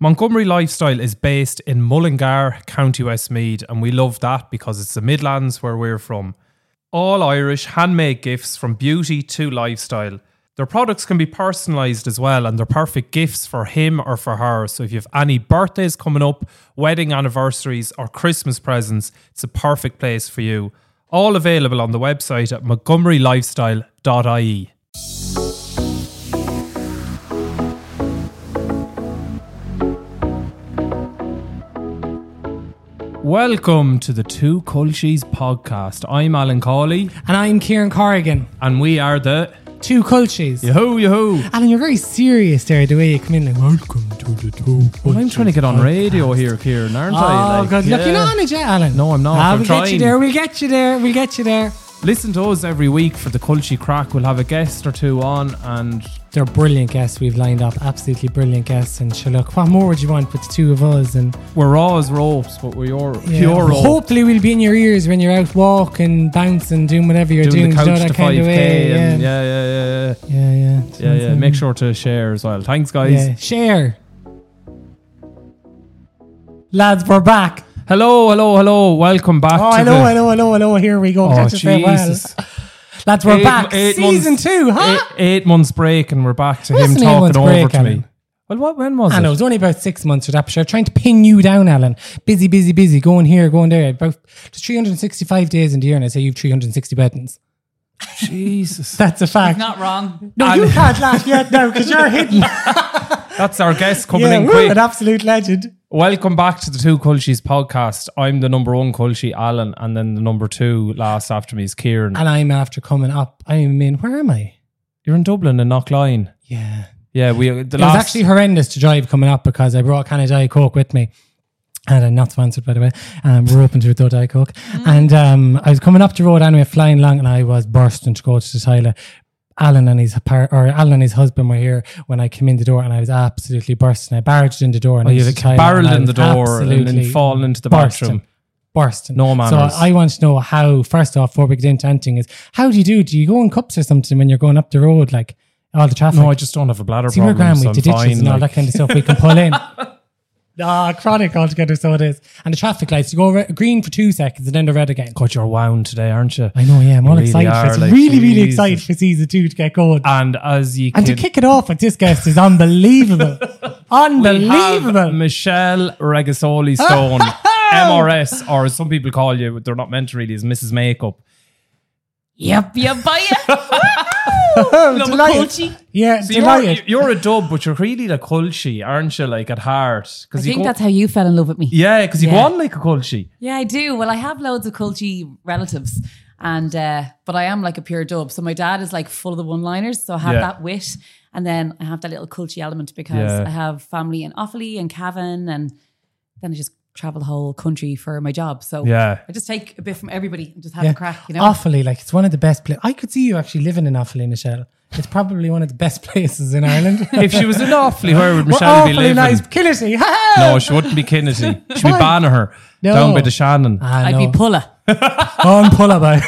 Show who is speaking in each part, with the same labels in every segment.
Speaker 1: Montgomery Lifestyle is based in Mullingar, County Westmead, and we love that because it's the Midlands where we're from. All Irish handmade gifts from beauty to lifestyle. Their products can be personalised as well, and they're perfect gifts for him or for her. So if you have any birthdays coming up, wedding anniversaries, or Christmas presents, it's a perfect place for you. All available on the website at montgomerylifestyle.ie. Welcome to the Two Culshies podcast. I'm Alan Cawley,
Speaker 2: And I'm Kieran Corrigan.
Speaker 1: and we are the
Speaker 2: Two cultures.
Speaker 1: Yahoo Yahoo.
Speaker 2: Alan, you're very serious there, the way you come in. Like, Welcome to the two cultures.
Speaker 1: Well, I'm trying to get on
Speaker 2: podcast."
Speaker 1: radio here, Kieran, aren't
Speaker 2: Oh,
Speaker 1: I? Like,
Speaker 2: God. Look, you're
Speaker 1: yeah.
Speaker 2: not on it yet, Alan.
Speaker 1: No, I'm not.
Speaker 2: Ah,
Speaker 1: I'm
Speaker 2: we'll get
Speaker 1: trying.
Speaker 2: you there. We'll get you there. We'll get you there.
Speaker 1: Listen to us every week for the Culture Crack. We'll have a guest or two on, and
Speaker 2: They're brilliant guests we've lined up. Absolutely brilliant guests. And sure, look, what more would you want with the two of us? And
Speaker 1: we're raw as ropes, but we're your,
Speaker 2: yeah,
Speaker 1: pure raw.
Speaker 2: hopefully we'll be in your ears when you're out walking, bouncing, doing whatever you're
Speaker 1: doing
Speaker 2: doing.
Speaker 1: the
Speaker 2: you know,
Speaker 1: couch
Speaker 2: that
Speaker 1: to
Speaker 2: kind
Speaker 1: five
Speaker 2: of
Speaker 1: k,
Speaker 2: way.
Speaker 1: and
Speaker 2: yeah,
Speaker 1: yeah, yeah, yeah,
Speaker 2: yeah, yeah.
Speaker 1: yeah, yeah, yeah. Make sure to share as well. Thanks, guys.
Speaker 2: Yeah. Share. Lads, we're back.
Speaker 1: Hello, hello, hello. Welcome back.
Speaker 2: Oh,
Speaker 1: to
Speaker 2: hello,
Speaker 1: the,
Speaker 2: hello, hello, hello. Here we go.
Speaker 1: Oh,
Speaker 2: Catch us there, well.
Speaker 1: Jesus.
Speaker 2: Lads, we're
Speaker 1: Eight-
Speaker 2: back.
Speaker 1: eight
Speaker 2: Season
Speaker 1: months-
Speaker 2: two, huh?
Speaker 1: Eight, eight months break, and we're back to
Speaker 2: It
Speaker 1: him
Speaker 2: wasn't eight months
Speaker 1: talking over
Speaker 2: break,
Speaker 1: to me.
Speaker 2: Alan.
Speaker 1: Well, what when was
Speaker 2: I know,
Speaker 1: it?
Speaker 2: it was only about six months with Aperture. Trying to pin you down, Alan. Busy, busy, busy. Going here, going there. About there's 365 days in the year, and I say you've 360 buttons.
Speaker 1: Jesus,
Speaker 2: That's a fact.
Speaker 3: Not wrong.
Speaker 2: no, you can't laugh yet now because you're hidden.
Speaker 1: that's our guest coming
Speaker 2: yeah,
Speaker 1: in
Speaker 2: we're
Speaker 1: quick.
Speaker 2: an absolute legend.
Speaker 1: Welcome back to the Two Culshies podcast. I'm the number one Culshie, Alan, and then the number two last after me is Kieran.
Speaker 2: And I'm after coming up. I mean, where am I?
Speaker 1: You're in Dublin and Knockline.
Speaker 2: Yeah.
Speaker 1: Yeah, we the
Speaker 2: it was
Speaker 1: last
Speaker 2: actually horrendous to drive coming up because I brought a can of Diet Coke with me. And I'm not sponsored, by the way. Um, we're open to it though, Diet Coke. And um, I was coming up the road anyway, flying along, and I was bursting to go to the toilet. Alan and his par- or Alan and his husband were here when I came in the door, and I was absolutely bursting. I barged in the door and
Speaker 1: Oh, you
Speaker 2: into
Speaker 1: had
Speaker 2: the toilet
Speaker 1: barreled
Speaker 2: and I
Speaker 1: in the
Speaker 2: was
Speaker 1: door and then
Speaker 2: absolutely
Speaker 1: fallen into the
Speaker 2: bursting,
Speaker 1: bathroom.
Speaker 2: Bursting.
Speaker 1: No manners.
Speaker 2: So I want to know how. First off, before we get into anything, is how do you do? Do you go in cups or something when you're going up the road, like all the traffic?
Speaker 1: No, I just don't have a bladder
Speaker 2: See, we're
Speaker 1: problem.
Speaker 2: grand
Speaker 1: so
Speaker 2: with the
Speaker 1: I'm
Speaker 2: ditches
Speaker 1: fine,
Speaker 2: and all
Speaker 1: like-
Speaker 2: that kind of stuff we can pull in. Ah, chronic altogether, so it is. And the traffic lights, you go re- green for two seconds and then they're red again.
Speaker 1: God, you're wound today, aren't you?
Speaker 2: I know, yeah, I'm
Speaker 1: You
Speaker 2: all
Speaker 1: really
Speaker 2: excited.
Speaker 1: are,
Speaker 2: for this.
Speaker 1: like,
Speaker 2: really, really
Speaker 1: Jesus.
Speaker 2: excited for season two to get going.
Speaker 1: And as you
Speaker 2: and to
Speaker 1: can,
Speaker 2: kick it off with this guest is unbelievable.
Speaker 1: we have
Speaker 2: unbelievable.
Speaker 1: Michelle Regasoli Stone, MRS, or as some people call you, but they're not meant to really, is Mrs. Makeup.
Speaker 3: Yep, yep, buy it. Love a
Speaker 2: Delighted.
Speaker 3: culture.
Speaker 2: Yeah,
Speaker 1: So you're,
Speaker 2: delighted.
Speaker 1: you're a dub, but you're really like Kulshi, aren't you? Like at heart.
Speaker 3: I
Speaker 1: Cause you
Speaker 3: think
Speaker 1: go,
Speaker 3: that's how you fell in love with me.
Speaker 1: Yeah, because you
Speaker 3: Yeah.
Speaker 1: go on like a Kulshi.
Speaker 3: Yeah, I do. Well, I have loads of culty relatives, and uh, but I am like a pure dub. So my dad is like full of the one-liners. So I have
Speaker 1: Yeah.
Speaker 3: that wit, and then I have that little culty element because
Speaker 1: Yeah.
Speaker 3: I have family in Offaly and Cavan, and then I just travel the whole country for my job. So
Speaker 1: Yeah.
Speaker 3: I just take a bit from everybody and just have a crack, you know?
Speaker 2: Offaly, like it's one of the best places. I could see you actually living in Offaly, Michelle. It's probably one of the best places in Ireland.
Speaker 1: If she was in Offaly, where would
Speaker 2: We're
Speaker 1: Michelle be
Speaker 2: Offaly
Speaker 1: living?
Speaker 2: nice, Killity.
Speaker 1: No, she wouldn't be Kennedy. She'd be
Speaker 2: Why?
Speaker 1: Banagher
Speaker 2: No.
Speaker 1: down by the Shannon.
Speaker 3: I'd be Pulla.
Speaker 2: on pull about.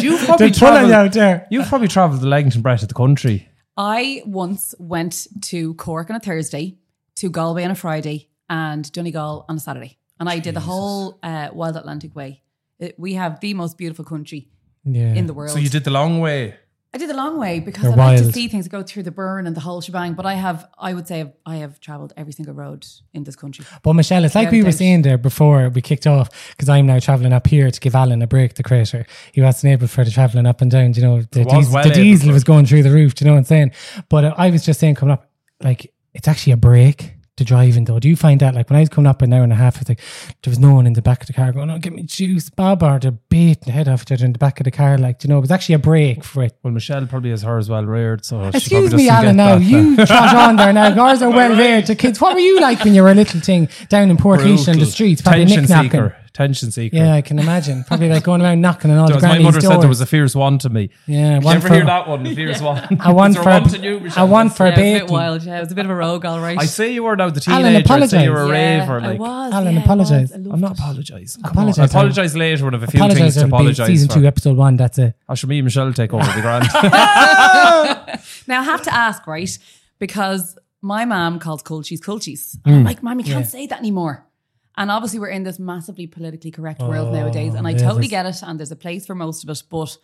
Speaker 1: You've
Speaker 2: They're
Speaker 1: probably
Speaker 2: pulling
Speaker 1: travelled-
Speaker 2: out there.
Speaker 1: You've probably travelled the length and breadth of the country.
Speaker 3: I once went to Cork on a Thursday, to Galway on a Friday, and Donegal on a Saturday. And I did the whole uh, Wild Atlantic Way. It, we have the most beautiful country
Speaker 2: Yeah.
Speaker 3: in the world.
Speaker 1: So you did the long way.
Speaker 3: I did the long way because
Speaker 2: They're
Speaker 3: I like to
Speaker 2: wild.
Speaker 3: see things go through the burn and the whole shebang. But I have, I would say, I have traveled every single road in this country.
Speaker 2: But Michelle, it's like
Speaker 3: Yeah,
Speaker 2: we were
Speaker 3: there's-
Speaker 2: saying there before we kicked off, because I'm now travelling up here to give Alan a break, the creator. He wasn't able for the travelling up and down, do you know, the,
Speaker 1: It was
Speaker 2: diesel,
Speaker 1: well
Speaker 2: the
Speaker 1: able
Speaker 2: diesel
Speaker 1: for
Speaker 2: was
Speaker 1: it.
Speaker 2: going through the roof, do you know what I'm saying? But uh, I was just saying coming up, like, it's actually a break to driving though. Do you find that, like, when I was coming up an hour and a half, it's like, there was no one in the back of the car going, oh, give me juice, Bob, or they're beating the head off each other in the back of the car, like, do you know, it was actually a break for it.
Speaker 1: Well, Michelle probably has her as well reared. So she
Speaker 2: Excuse
Speaker 1: probably doesn't
Speaker 2: me,
Speaker 1: get
Speaker 2: Alan. Now
Speaker 1: that,
Speaker 2: you
Speaker 1: uh,
Speaker 2: trot on there. Now, guys are well reared to kids. What were you like when you were a little thing down in Port Leash in the
Speaker 1: brutal.
Speaker 2: streets? Probably
Speaker 1: Tension
Speaker 2: knickknacking.
Speaker 1: seeker. Tension seeker.
Speaker 2: Yeah, I can imagine. Probably like going around knocking on all
Speaker 1: There
Speaker 2: the
Speaker 1: was- my
Speaker 2: granny's
Speaker 1: mother
Speaker 2: doors.
Speaker 1: said there was a fierce one to me.
Speaker 2: Yeah,
Speaker 1: Did you
Speaker 2: one
Speaker 1: ever
Speaker 2: for-
Speaker 1: hear that one? The fierce one.
Speaker 2: I want
Speaker 1: Is there
Speaker 2: for a,
Speaker 1: one to you,
Speaker 2: I
Speaker 1: Michelle?
Speaker 2: want for
Speaker 3: Yeah,
Speaker 2: a
Speaker 3: it was a bit
Speaker 2: bit.
Speaker 3: wild. Yeah, it was a bit of a rogue, all right.
Speaker 1: I say you were now the
Speaker 2: Alan,
Speaker 1: teenager. I say you were a
Speaker 3: Yeah,
Speaker 1: raver. Like,
Speaker 3: I was.
Speaker 2: Alan,
Speaker 3: yeah, I was.
Speaker 2: apologise.
Speaker 3: I loved
Speaker 1: I'm not
Speaker 3: it.
Speaker 1: apologising.
Speaker 2: Apologise,
Speaker 1: I apologise later when I have a few things
Speaker 2: Apologise,
Speaker 1: to
Speaker 2: it'll be
Speaker 1: apologise
Speaker 2: season
Speaker 1: for.
Speaker 2: two, episode one. That's it.
Speaker 1: I should me and Michelle take over the grand.
Speaker 3: Now I have to ask, right? Because my mom calls culchies culchies.
Speaker 2: Mm.
Speaker 3: I'm like, mom, you can't say that anymore. And obviously, we're in this massively politically
Speaker 2: Oh,
Speaker 3: correct world nowadays, and I totally get it. And there's a place for most of it, but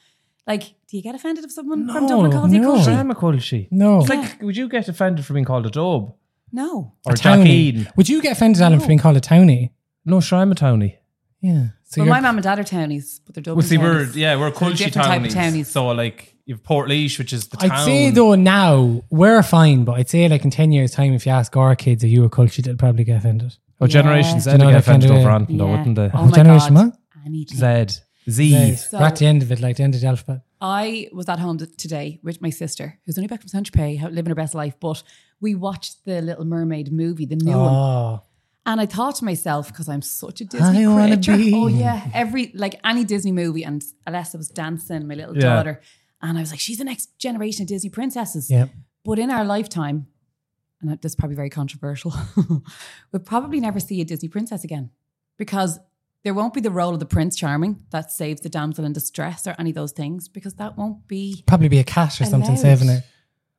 Speaker 3: like, do you get offended if someone from Dublin calls you
Speaker 2: no.
Speaker 3: culchie?
Speaker 1: I'm a culchie.
Speaker 2: No.
Speaker 1: It's like, would you get offended for being called a dobe
Speaker 3: No,
Speaker 1: or a
Speaker 2: Townie.
Speaker 1: jackeen?
Speaker 2: Would you get offended, Alan, for being called a townie?
Speaker 1: No, sure, I'm a townie.
Speaker 2: Yeah. So
Speaker 3: well,
Speaker 2: you're-
Speaker 3: my mum and dad are townies, but they're Dublin.
Speaker 1: Well, see, we're
Speaker 3: townies.
Speaker 1: yeah, we're
Speaker 3: They're a
Speaker 1: culchie
Speaker 3: different type of
Speaker 1: townies.
Speaker 3: townies.
Speaker 1: So like, you've Port Leash, which is the
Speaker 2: I'd
Speaker 1: town.
Speaker 2: say though now we're fine, but I'd say like in ten years' time, if you ask our kids, are you a culture? They'll probably get offended.
Speaker 1: Oh, Generation
Speaker 3: Yeah.
Speaker 1: Z
Speaker 2: You know
Speaker 1: would get
Speaker 2: that kind
Speaker 1: offended
Speaker 2: of-
Speaker 1: over Anton, though,
Speaker 3: Yeah.
Speaker 1: wouldn't they?
Speaker 3: Oh
Speaker 2: What
Speaker 3: my
Speaker 2: generation,
Speaker 3: God.
Speaker 2: what?
Speaker 3: Anything.
Speaker 1: Z. Z.
Speaker 2: We're at the end of it, like the end of the alphabet.
Speaker 3: I was at home t- today with my sister, who's only back from Saint Tropez, living her best life. But we watched the Little Mermaid movie, the new one.
Speaker 2: Oh,
Speaker 3: And I thought to myself, because I'm such a
Speaker 2: I
Speaker 3: Disney
Speaker 2: wanna
Speaker 3: creature.
Speaker 2: be.
Speaker 3: Oh yeah, every like any Disney movie, and Alessa was dancing, my little
Speaker 1: Yeah.
Speaker 3: daughter, and I was like, she's the next generation of Disney princesses.
Speaker 2: yeah.
Speaker 3: But in our lifetime, and this is probably very controversial, we'll probably never see a Disney princess again because there won't be the role of the Prince Charming that saves the damsel in distress or any of those things because that won't be.
Speaker 2: Probably be a cat or something
Speaker 3: Allowed.
Speaker 2: saving it.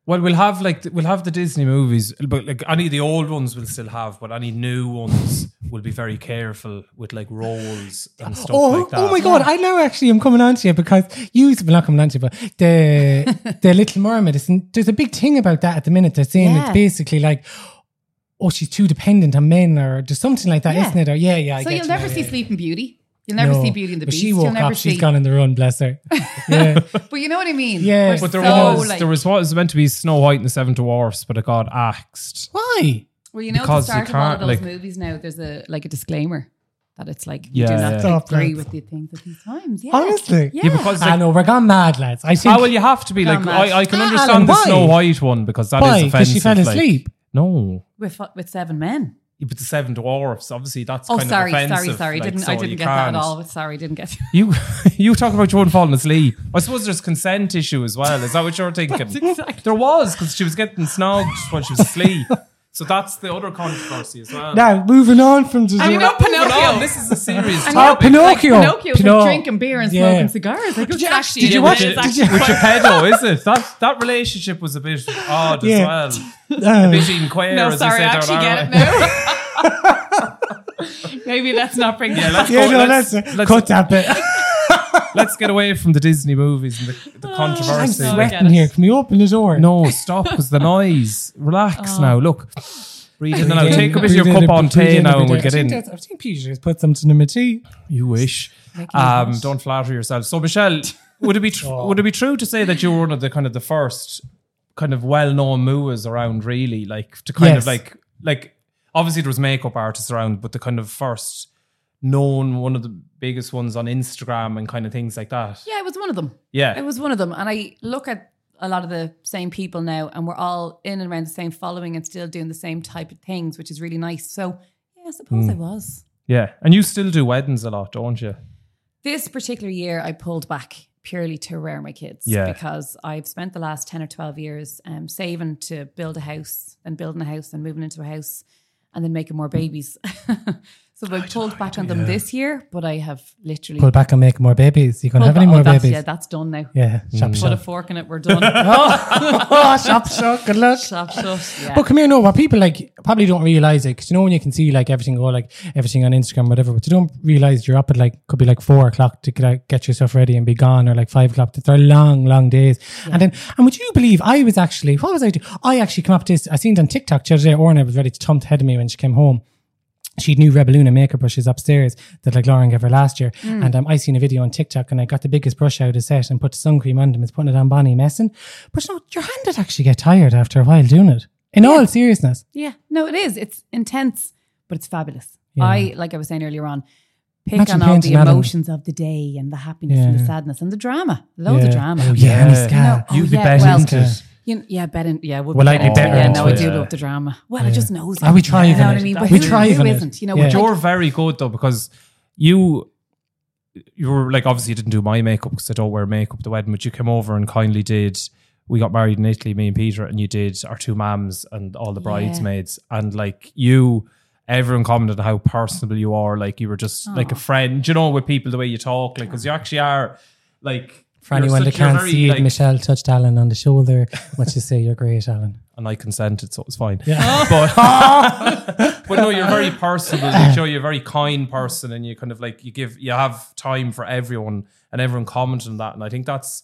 Speaker 1: Well, we'll have like th- we'll have the Disney movies, but like any of the old ones we'll still have, but any new ones will be very careful with like roles and stuff
Speaker 2: Oh,
Speaker 1: like that.
Speaker 2: oh my god! I know actually I'm coming on to you because you well not coming on to you, but the the Little Mermaid. Is, there's a big thing about that at the minute. They're saying it's
Speaker 3: Yeah.
Speaker 2: basically like, oh, she's too dependent on men, or just something like that,
Speaker 3: Yeah.
Speaker 2: not it? Or yeah, yeah. I
Speaker 3: so
Speaker 2: get
Speaker 3: you'll
Speaker 2: you
Speaker 3: never
Speaker 2: now,
Speaker 3: see
Speaker 2: yeah.
Speaker 3: Sleeping Beauty. You'll never
Speaker 2: No,
Speaker 3: see Beauty and the
Speaker 2: but
Speaker 3: Beast.
Speaker 2: She
Speaker 3: you'll
Speaker 2: woke
Speaker 3: never
Speaker 2: up.
Speaker 3: see.
Speaker 2: She's gone on the run. Bless her. Yeah.
Speaker 3: But you know what I mean?
Speaker 2: Yeah.
Speaker 3: We're
Speaker 2: But
Speaker 1: But there
Speaker 3: so,
Speaker 1: was
Speaker 3: like-
Speaker 1: there was what was meant to be Snow White and the Seven Dwarfs, but it got axed.
Speaker 2: Why?
Speaker 3: Well, you know, at the
Speaker 1: Because you
Speaker 3: start of all of
Speaker 1: can't,
Speaker 3: those
Speaker 1: like-
Speaker 3: movies now, there's a like a disclaimer that it's like you
Speaker 1: Yeah.
Speaker 3: do not
Speaker 2: Stop
Speaker 3: agree
Speaker 2: that.
Speaker 3: with the things at these times. Yeah.
Speaker 2: Honestly.
Speaker 3: Yeah.
Speaker 1: Yeah, because
Speaker 2: I
Speaker 1: like,
Speaker 2: know we're gone mad, lads. I think.
Speaker 1: oh well, you have to be
Speaker 3: Gone
Speaker 1: like
Speaker 3: mad.
Speaker 1: I, I can
Speaker 2: Ah,
Speaker 1: understand
Speaker 2: Alan,
Speaker 1: the
Speaker 2: why?
Speaker 1: Snow White one because that is
Speaker 2: Why?
Speaker 1: offensive.
Speaker 2: 'Cause she fell
Speaker 1: like-
Speaker 2: asleep.
Speaker 1: no,
Speaker 3: With fu- with seven men.
Speaker 1: Yeah, but the Seven Dwarfs obviously that's
Speaker 3: Oh,
Speaker 1: kind
Speaker 3: sorry,
Speaker 1: of
Speaker 3: sorry,
Speaker 1: offensive.
Speaker 3: sorry.
Speaker 1: like,
Speaker 3: didn't
Speaker 1: so
Speaker 3: I didn't
Speaker 1: you
Speaker 3: get that at
Speaker 1: can't.
Speaker 3: all. Sorry, didn't get.
Speaker 1: You you talk about Joan falling asleep. I suppose there's consent issue as well. Is that what you're thinking? There was because she was getting snogged when she was asleep. So that's the other controversy as well.
Speaker 2: Now moving on from.
Speaker 3: And you know
Speaker 1: Moving on,
Speaker 3: Pinocchio.
Speaker 1: this is a serious
Speaker 3: And you know,
Speaker 2: Oh,
Speaker 1: topic.
Speaker 2: Pinocchio.
Speaker 3: Like, Pinocchio, was
Speaker 2: Pinocchio.
Speaker 3: drinking beer and
Speaker 2: Yeah.
Speaker 3: smoking cigars. Like, did
Speaker 2: you
Speaker 3: you
Speaker 2: actually-
Speaker 3: actually?
Speaker 2: did you
Speaker 3: it
Speaker 2: watch
Speaker 3: was
Speaker 2: it?
Speaker 3: actually-
Speaker 2: Did you-
Speaker 1: With your pedo, is it? That that relationship was a bit odd
Speaker 2: Yeah.
Speaker 1: as well. A bit inquire,
Speaker 3: No,
Speaker 1: as
Speaker 3: sorry, I
Speaker 1: they say
Speaker 3: actually
Speaker 1: down
Speaker 3: get
Speaker 1: our-
Speaker 3: it now. Maybe let's not bring
Speaker 1: Yeah, let's,
Speaker 3: that up.
Speaker 2: Yeah,
Speaker 1: go-
Speaker 2: no,
Speaker 1: let's,
Speaker 2: that's
Speaker 1: let's,
Speaker 2: cut that bit.
Speaker 1: let's get away from the Disney movies and the,
Speaker 3: Oh,
Speaker 1: the
Speaker 2: I'm
Speaker 1: controversy.
Speaker 3: no, I
Speaker 1: Like,
Speaker 3: get
Speaker 2: sweating
Speaker 3: it.
Speaker 2: here. Can we open the door?
Speaker 1: No, stop because the noise. Relax now. Look, breathe in and out.
Speaker 2: Yeah,
Speaker 1: Take a bit of your
Speaker 2: Oh. breathe in
Speaker 1: cup
Speaker 2: a-
Speaker 1: on
Speaker 2: breathe
Speaker 1: tea
Speaker 2: in a
Speaker 1: now, and
Speaker 2: bit.
Speaker 1: we'll
Speaker 2: I
Speaker 1: get
Speaker 2: think
Speaker 1: in.
Speaker 2: that's- I think Peter's put something in my tea.
Speaker 1: You wish. Um, don't flatter yourself. So, Michelle, would it be tr- would it be true to say that you were one of the kind of the first kind of well known moves around? Really, like to kind
Speaker 2: Yes.
Speaker 1: of like like obviously there was makeup artists around, but the kind of first known one of the biggest ones on Instagram and kind of things like that.
Speaker 3: Yeah, it was one of them.
Speaker 1: Yeah.
Speaker 3: It was one of them. And I look at a lot of the same people now, and we're all in
Speaker 2: Hmm.
Speaker 3: and around the same following and still doing the same type of things, which is really nice. So, yeah, I suppose I was.
Speaker 1: Yeah. And you still do weddings a lot, don't you?
Speaker 3: This particular year, I pulled back purely to rear my kids
Speaker 1: Yeah.
Speaker 3: because I've spent the last 10 or 12 years um, saving to build a house and building a house and moving into a house and then making
Speaker 2: Hmm.
Speaker 3: more babies. so I pulled back on them this year, but I have literally.
Speaker 2: Pull back and make more babies. You gonna
Speaker 3: pulled
Speaker 2: have any
Speaker 3: back- oh, Mm.
Speaker 2: more
Speaker 3: that's,
Speaker 2: babies?
Speaker 3: Yeah, that's done now.
Speaker 2: Yeah, shop
Speaker 3: Put a
Speaker 2: shop.
Speaker 3: fork in it, we're done.
Speaker 2: oh, shop shop. Good luck.
Speaker 3: Stop, stop, yeah.
Speaker 2: But come here, no, what people like probably don't realize it because you know when you can see like everything go like everything on Instagram, whatever, but you don't realize you're up at like could be like four o'clock to get, out- get yourself ready and be gone, or like five o'clock. They're long, long days. And then, and would you believe I was actually what was I doing? I actually come up to this. I seen it on TikTok the other day. Orna was ready to thump the head of me when she came home she knew Rebeluna makeup brushes upstairs that like Lauren gave her last year.
Speaker 1: Mm.
Speaker 2: And um, I seen a video on TikTok and I got the biggest brush out of the set and put the sun cream on them. It's putting it on Bonnie messing. But you know, your hand would actually get tired after a while doing it. In all seriousness.
Speaker 3: Yeah, no, it is. It's intense, but it's fabulous.
Speaker 2: Yeah.
Speaker 3: I, like I was saying earlier on, pick
Speaker 2: Imagine
Speaker 3: on all
Speaker 2: painting
Speaker 3: the
Speaker 2: that on-
Speaker 3: emotions of the day and the happiness and the
Speaker 2: Yeah.
Speaker 3: sadness and the drama. Loads of drama.
Speaker 2: Oh, yeah. and the
Speaker 1: Yeah.
Speaker 2: scar.
Speaker 3: No,
Speaker 1: You'd
Speaker 3: oh,
Speaker 1: be
Speaker 3: yeah,
Speaker 1: better
Speaker 3: well,
Speaker 1: into it.
Speaker 3: You kn- yeah, better. in- Yeah, would
Speaker 2: Well, I'd be better
Speaker 3: Yeah,
Speaker 2: into
Speaker 3: no, I
Speaker 2: it.
Speaker 3: do
Speaker 1: Yeah.
Speaker 3: love the drama. Well, I just knows.
Speaker 2: Ah, we thrive
Speaker 3: You know
Speaker 2: in
Speaker 3: what
Speaker 2: it.
Speaker 3: I mean?
Speaker 2: We
Speaker 3: But who-
Speaker 2: thrive
Speaker 3: who
Speaker 2: in it.
Speaker 3: isn't? You know,
Speaker 2: Yeah.
Speaker 3: like-
Speaker 1: You're very good though because you you were like obviously you didn't do my makeup because I don't wear makeup at the wedding, but you came over and kindly did. We got married in Italy, me and Peter, and you did our two mums and all the bridesmaids, and like you. Everyone commented on how personable you are. Like you were just like a friend, you know, with people the way you talk, like because you actually are, like
Speaker 2: For
Speaker 1: you're
Speaker 2: anyone that
Speaker 1: such- you're
Speaker 2: can't
Speaker 1: very,
Speaker 2: see it,
Speaker 1: like-
Speaker 2: Michelle touched Alan on the shoulder. Let's just say you're great, Alan.
Speaker 1: and I consented, so it was fine. But, but no, you're very personable. You show you're a very kind person, and you kind of like you give you have time for everyone, and everyone commented on that, and I think that's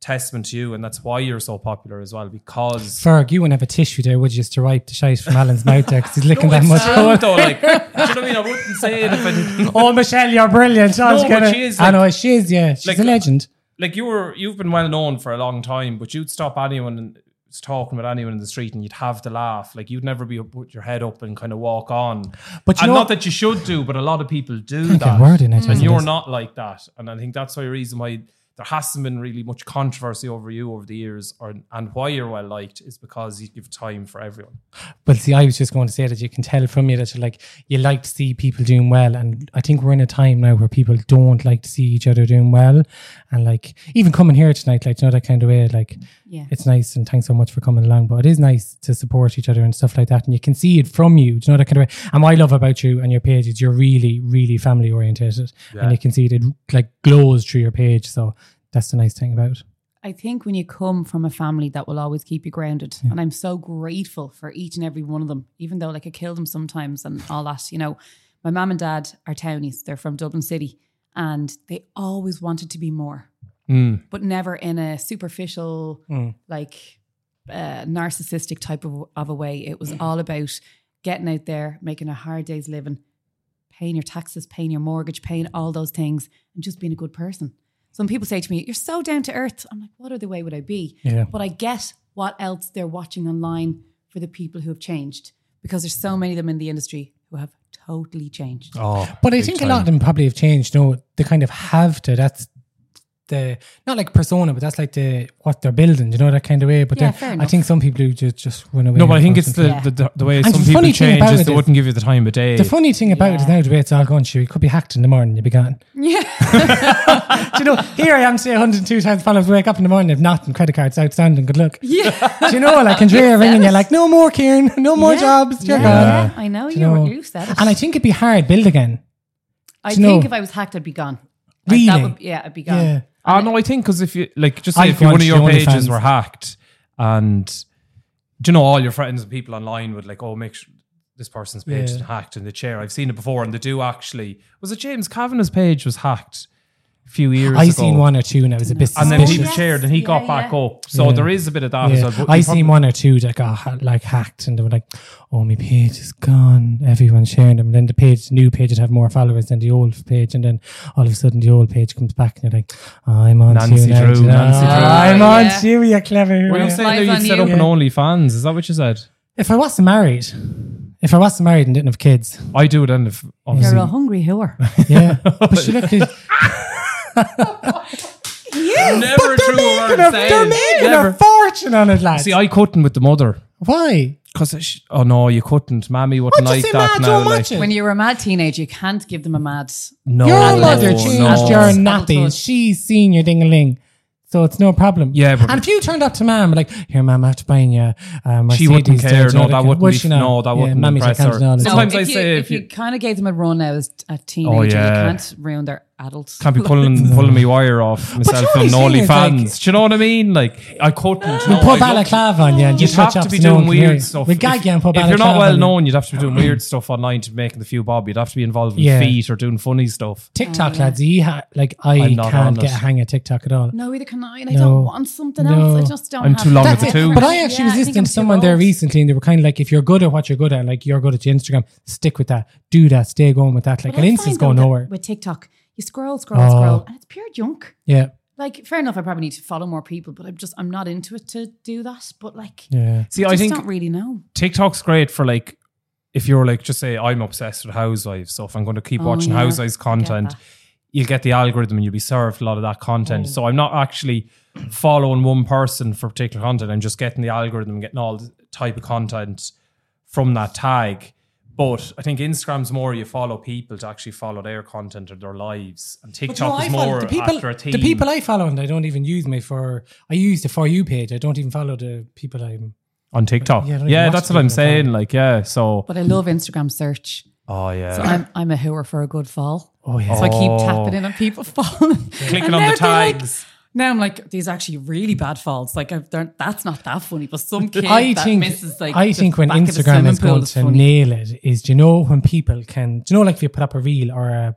Speaker 1: testament to you, and that's why you're so popular as well because.
Speaker 2: Ferg, you wouldn't have a tissue there, would you, just to wipe the shite from Alan's mouth there because he's licking that
Speaker 1: It's um, true,
Speaker 2: much.
Speaker 1: though, like, do you know what I mean? I wouldn't say it if I didn't.
Speaker 2: Oh, Michelle, you're brilliant. I was
Speaker 1: No, but
Speaker 2: gonna-
Speaker 1: she is,
Speaker 2: I
Speaker 1: like-
Speaker 2: know, she is, yeah. She's
Speaker 1: like,
Speaker 2: a legend.
Speaker 1: Like you were, you've been well known for a long time, but you'd stop anyone and was talking with anyone in the street, and you'd have the laugh. Like you'd never be put your head up and kind of walk on.
Speaker 2: But you
Speaker 1: and
Speaker 2: know-
Speaker 1: not that you should do, but a lot of people do
Speaker 2: Can't get
Speaker 1: that.
Speaker 2: a word in it,
Speaker 1: and
Speaker 2: isn't
Speaker 1: you're
Speaker 2: it?
Speaker 1: not like that. And I think that's why the reason why there hasn't been really much controversy over you over the years, or and why you're well liked is because you give time for everyone.
Speaker 2: But see, I was just going to say that you can tell from you that you're like you like to see people doing well, and I think we're in a time now where people don't like to see each other doing well, and like even coming here tonight, like you know that kind of way, like
Speaker 3: Yeah.
Speaker 2: it's nice and thanks so much for coming along, but it is nice to support each other and stuff like that, and you can see it from you, do you know that kind of way. And what I love about you and your page is you're really, really family orientated, and you can see it, it like glows through your page, so that's the nice thing about. it.
Speaker 3: I think when you come from a family that will always keep you grounded, and I'm so grateful for each and every one of them, even though like I kill them sometimes and all that, you know. My mum and dad are townies, they're from Dublin City, and they always wanted to be more,
Speaker 2: Hmm.
Speaker 3: but never in a superficial,
Speaker 2: Mm.
Speaker 3: like uh, narcissistic type of, of a way. It
Speaker 2: Mm.
Speaker 3: was all about getting out there, making a hard day's living, paying your taxes, paying your mortgage, paying all those things, and just being a good person. Some people say to me, You're so down to earth. I'm like, What other way would I be?
Speaker 2: Yeah.
Speaker 3: But I get what else they're watching online for the people who have changed because there's so many of them in the industry who have totally changed.
Speaker 1: Oh,
Speaker 2: But I think a lot of them probably have changed. No, they kind of have to. That's the not like persona, but that's like the what they're building. You know that kind of way. But
Speaker 3: Yeah,
Speaker 2: then
Speaker 3: fair
Speaker 2: I
Speaker 3: enough.
Speaker 2: think some people do just just run away.
Speaker 1: No, but I
Speaker 2: and
Speaker 1: think
Speaker 2: go
Speaker 1: it's
Speaker 2: something.
Speaker 1: the,
Speaker 3: Yeah.
Speaker 1: the, the, way
Speaker 2: And
Speaker 1: some
Speaker 2: the
Speaker 1: people
Speaker 2: funny thing
Speaker 1: change
Speaker 2: about
Speaker 1: is
Speaker 2: it
Speaker 1: they
Speaker 2: is-
Speaker 1: wouldn't give you the time of day.
Speaker 2: the funny thing about it is now the way it's all gone. Sure, you could be hacked in the morning. You'd be gone.
Speaker 3: Yeah.
Speaker 2: do you know? Here I am, say 102 times followers wake up in the morning. If not, and credit cards outstanding. Good luck.
Speaker 3: yeah.
Speaker 2: Do you know? Like Andrea ringing you, like no more, Kieran. No more jobs. You're
Speaker 3: yeah.
Speaker 2: gone.
Speaker 3: yeah, I know
Speaker 2: Do you
Speaker 3: you're,
Speaker 2: know?
Speaker 3: you said it.
Speaker 2: And I think it'd be hard build again.
Speaker 3: I
Speaker 2: do you
Speaker 3: think
Speaker 2: know-
Speaker 3: if I was hacked, I'd be gone.
Speaker 2: Really?
Speaker 3: Like, that would, yeah, I'd be gone.
Speaker 2: Yeah.
Speaker 1: Oh no, I think because if you like, just
Speaker 2: I
Speaker 1: say if one
Speaker 2: watched
Speaker 1: of your
Speaker 2: the
Speaker 1: pages
Speaker 2: OnlyFans.
Speaker 1: were hacked, and do you know all your friends and people online would like, oh, make sure this person's page
Speaker 2: Yeah.
Speaker 1: is hacked in the chair. I've seen it before, and they do actually. Was it James Kavanagh's page was hacked a few years ago?
Speaker 2: I seen one or two, and I was a bit
Speaker 1: and
Speaker 2: suspicious.
Speaker 1: then he was
Speaker 3: Oh, Yes.
Speaker 1: chaired, and he
Speaker 3: Yeah,
Speaker 1: got back
Speaker 3: yeah.
Speaker 1: up. So
Speaker 2: Yeah.
Speaker 1: there is a bit of that. as
Speaker 2: Yeah.
Speaker 1: well, but
Speaker 2: I
Speaker 1: you
Speaker 2: seen
Speaker 1: probably-
Speaker 2: one or two that got ha- like hacked, and they were like, "Oh, my page is gone." Everyone sharing them, and then the page, new page, would have more followers than the old page, and then all of a sudden the old page comes back, and you're like, "I'm on to you
Speaker 1: Nancy
Speaker 2: now,
Speaker 1: Drew,
Speaker 2: Jan."
Speaker 1: Nancy Drew.
Speaker 2: I'm
Speaker 3: Ah,
Speaker 2: on
Speaker 3: yeah.
Speaker 2: to you, you clever."
Speaker 1: Were you
Speaker 2: yeah.
Speaker 3: Lies
Speaker 1: saying that
Speaker 3: on
Speaker 1: you'd set
Speaker 3: you.
Speaker 1: up an OnlyFans? Is that what you said?
Speaker 2: If I wasn't married, if I wasn't married and didn't have kids,
Speaker 1: I do it, and if obviously
Speaker 3: You're a hungry whore.
Speaker 2: yeah, but she look. at-
Speaker 1: never
Speaker 2: But they're making, a, they're making a fortune on it, lads.
Speaker 1: See, I couldn't with the mother.
Speaker 2: Why?
Speaker 1: because oh no, you couldn't. Mammy wouldn't
Speaker 2: What you
Speaker 1: like
Speaker 2: say,
Speaker 1: that
Speaker 2: mad?
Speaker 1: now.
Speaker 2: Don't
Speaker 1: like,
Speaker 2: watch it.
Speaker 3: When you were a mad teenager, you can't give them a mad.
Speaker 1: no,
Speaker 2: your
Speaker 1: no,
Speaker 2: mother changed
Speaker 1: no.
Speaker 2: your
Speaker 3: Adult touch.
Speaker 2: nappies. She's seen your ding-a-ling. So it's no problem.
Speaker 1: Yeah, but-
Speaker 2: and if you turned up to mum like, "Here, mum, I have to buy you a Mercedes."
Speaker 1: She wouldn't care.
Speaker 2: Dodge,"
Speaker 1: No,
Speaker 2: or
Speaker 1: that wouldn't
Speaker 2: would
Speaker 1: be-
Speaker 2: she not?
Speaker 1: no, that wouldn't
Speaker 2: Mummy's
Speaker 1: impress
Speaker 2: like,
Speaker 1: her.
Speaker 2: "Can't do that."
Speaker 1: Sometimes I
Speaker 3: you,
Speaker 1: say if
Speaker 3: if you,
Speaker 1: you-
Speaker 3: kind of gave them a run now as a teenager,
Speaker 1: yeah.
Speaker 3: you can't ruin their adult.
Speaker 1: Can't be pulling pulling me wire off myself
Speaker 2: know
Speaker 1: on
Speaker 2: what I
Speaker 1: only
Speaker 2: think?
Speaker 1: fans.
Speaker 2: Like-
Speaker 1: Do you know what I mean? Like I couldn't.
Speaker 2: We
Speaker 1: no, I
Speaker 2: put
Speaker 1: wouldn't.
Speaker 2: balaclava on you and
Speaker 1: You'd
Speaker 2: just switch
Speaker 1: have to
Speaker 2: off
Speaker 1: be
Speaker 2: so no
Speaker 1: doing
Speaker 2: one can hear you.
Speaker 1: weird stuff.
Speaker 2: We gag you and put
Speaker 1: if you're
Speaker 2: balaclava
Speaker 1: not
Speaker 2: on
Speaker 1: well
Speaker 2: you.
Speaker 1: known, you'd have to be doing weird stuff online to making the few bob. You'd have to be involved with
Speaker 2: Yeah.
Speaker 1: feet or doing funny stuff.
Speaker 2: TikTok
Speaker 3: Mm.
Speaker 2: lads, you ha- like I
Speaker 1: I'm not on
Speaker 2: can't get
Speaker 1: it.
Speaker 2: a hang of TikTok at all.
Speaker 3: No, either can I. And I
Speaker 2: No.
Speaker 3: don't want something
Speaker 2: No.
Speaker 3: else. I just don't.
Speaker 1: I'm
Speaker 3: have
Speaker 1: too long
Speaker 3: that
Speaker 1: of a
Speaker 3: much
Speaker 1: tooth.
Speaker 3: energy.
Speaker 2: But I actually
Speaker 3: Yeah,
Speaker 2: was
Speaker 3: think I'm
Speaker 2: listening to
Speaker 3: too
Speaker 2: someone there
Speaker 3: old.
Speaker 2: recently, and they were kind of like, "If you're good at what you're good at, like you're good at your Instagram, stick with that, do that, stay going with that. Like
Speaker 3: But
Speaker 2: an
Speaker 3: I
Speaker 2: Insta's
Speaker 3: find,
Speaker 2: going
Speaker 3: though, that
Speaker 2: nowhere."
Speaker 3: With TikTok, you scroll, scroll,
Speaker 2: Oh.
Speaker 3: scroll, and it's pure junk.
Speaker 2: yeah,
Speaker 3: Like, fair enough, I probably need to follow more people, but I'm just, I'm not into it to do that. But like,
Speaker 2: yeah.
Speaker 1: See,
Speaker 3: I
Speaker 1: I
Speaker 3: just
Speaker 1: think
Speaker 3: don't really know.
Speaker 1: TikTok's great for like if you're like just say I'm obsessed with housewives, so if I'm going to keep
Speaker 3: Oh,
Speaker 1: watching
Speaker 3: yeah,
Speaker 1: housewives
Speaker 3: I get
Speaker 1: content,
Speaker 3: that.
Speaker 1: you'll get the algorithm and you'll be served a lot of that
Speaker 2: Mm.
Speaker 1: content. So I'm not actually following one person for particular content. I'm just getting the algorithm, and getting all the type of content from that tag. But I think Instagram's more you follow people to actually follow their content or their lives, and
Speaker 2: But you know,
Speaker 1: TikTok
Speaker 2: I
Speaker 1: is
Speaker 2: follow-
Speaker 1: more
Speaker 2: the people,
Speaker 1: after a theme.
Speaker 2: The people I follow and I don't even use my for. I use the for you page. I don't even follow the people I'm.
Speaker 1: on TikTok.
Speaker 2: Yeah, I
Speaker 1: Yeah,
Speaker 2: don't even watch
Speaker 1: that's what I'm
Speaker 2: people I follow.
Speaker 1: saying. Like, yeah, so
Speaker 3: But I love Instagram search.
Speaker 1: oh yeah,
Speaker 3: I'm, I'm a hooer for a good fall.
Speaker 2: Oh yeah,
Speaker 3: So I keep tapping in on people falling.
Speaker 1: clicking
Speaker 3: And
Speaker 1: on
Speaker 3: now
Speaker 1: the
Speaker 3: they're like-
Speaker 1: tags.
Speaker 3: now I'm like, these are actually really bad falls. Like, I've, they're- that's not that funny, but some kid
Speaker 2: I
Speaker 3: that
Speaker 2: think
Speaker 3: misses like
Speaker 2: I
Speaker 3: the
Speaker 2: think when
Speaker 3: back of the
Speaker 2: Instagram
Speaker 3: swimming
Speaker 2: is
Speaker 3: pool
Speaker 2: going
Speaker 3: is
Speaker 2: to
Speaker 3: funny.
Speaker 2: nail it is, do you know, when people can, do you know, like if you put up a reel or a,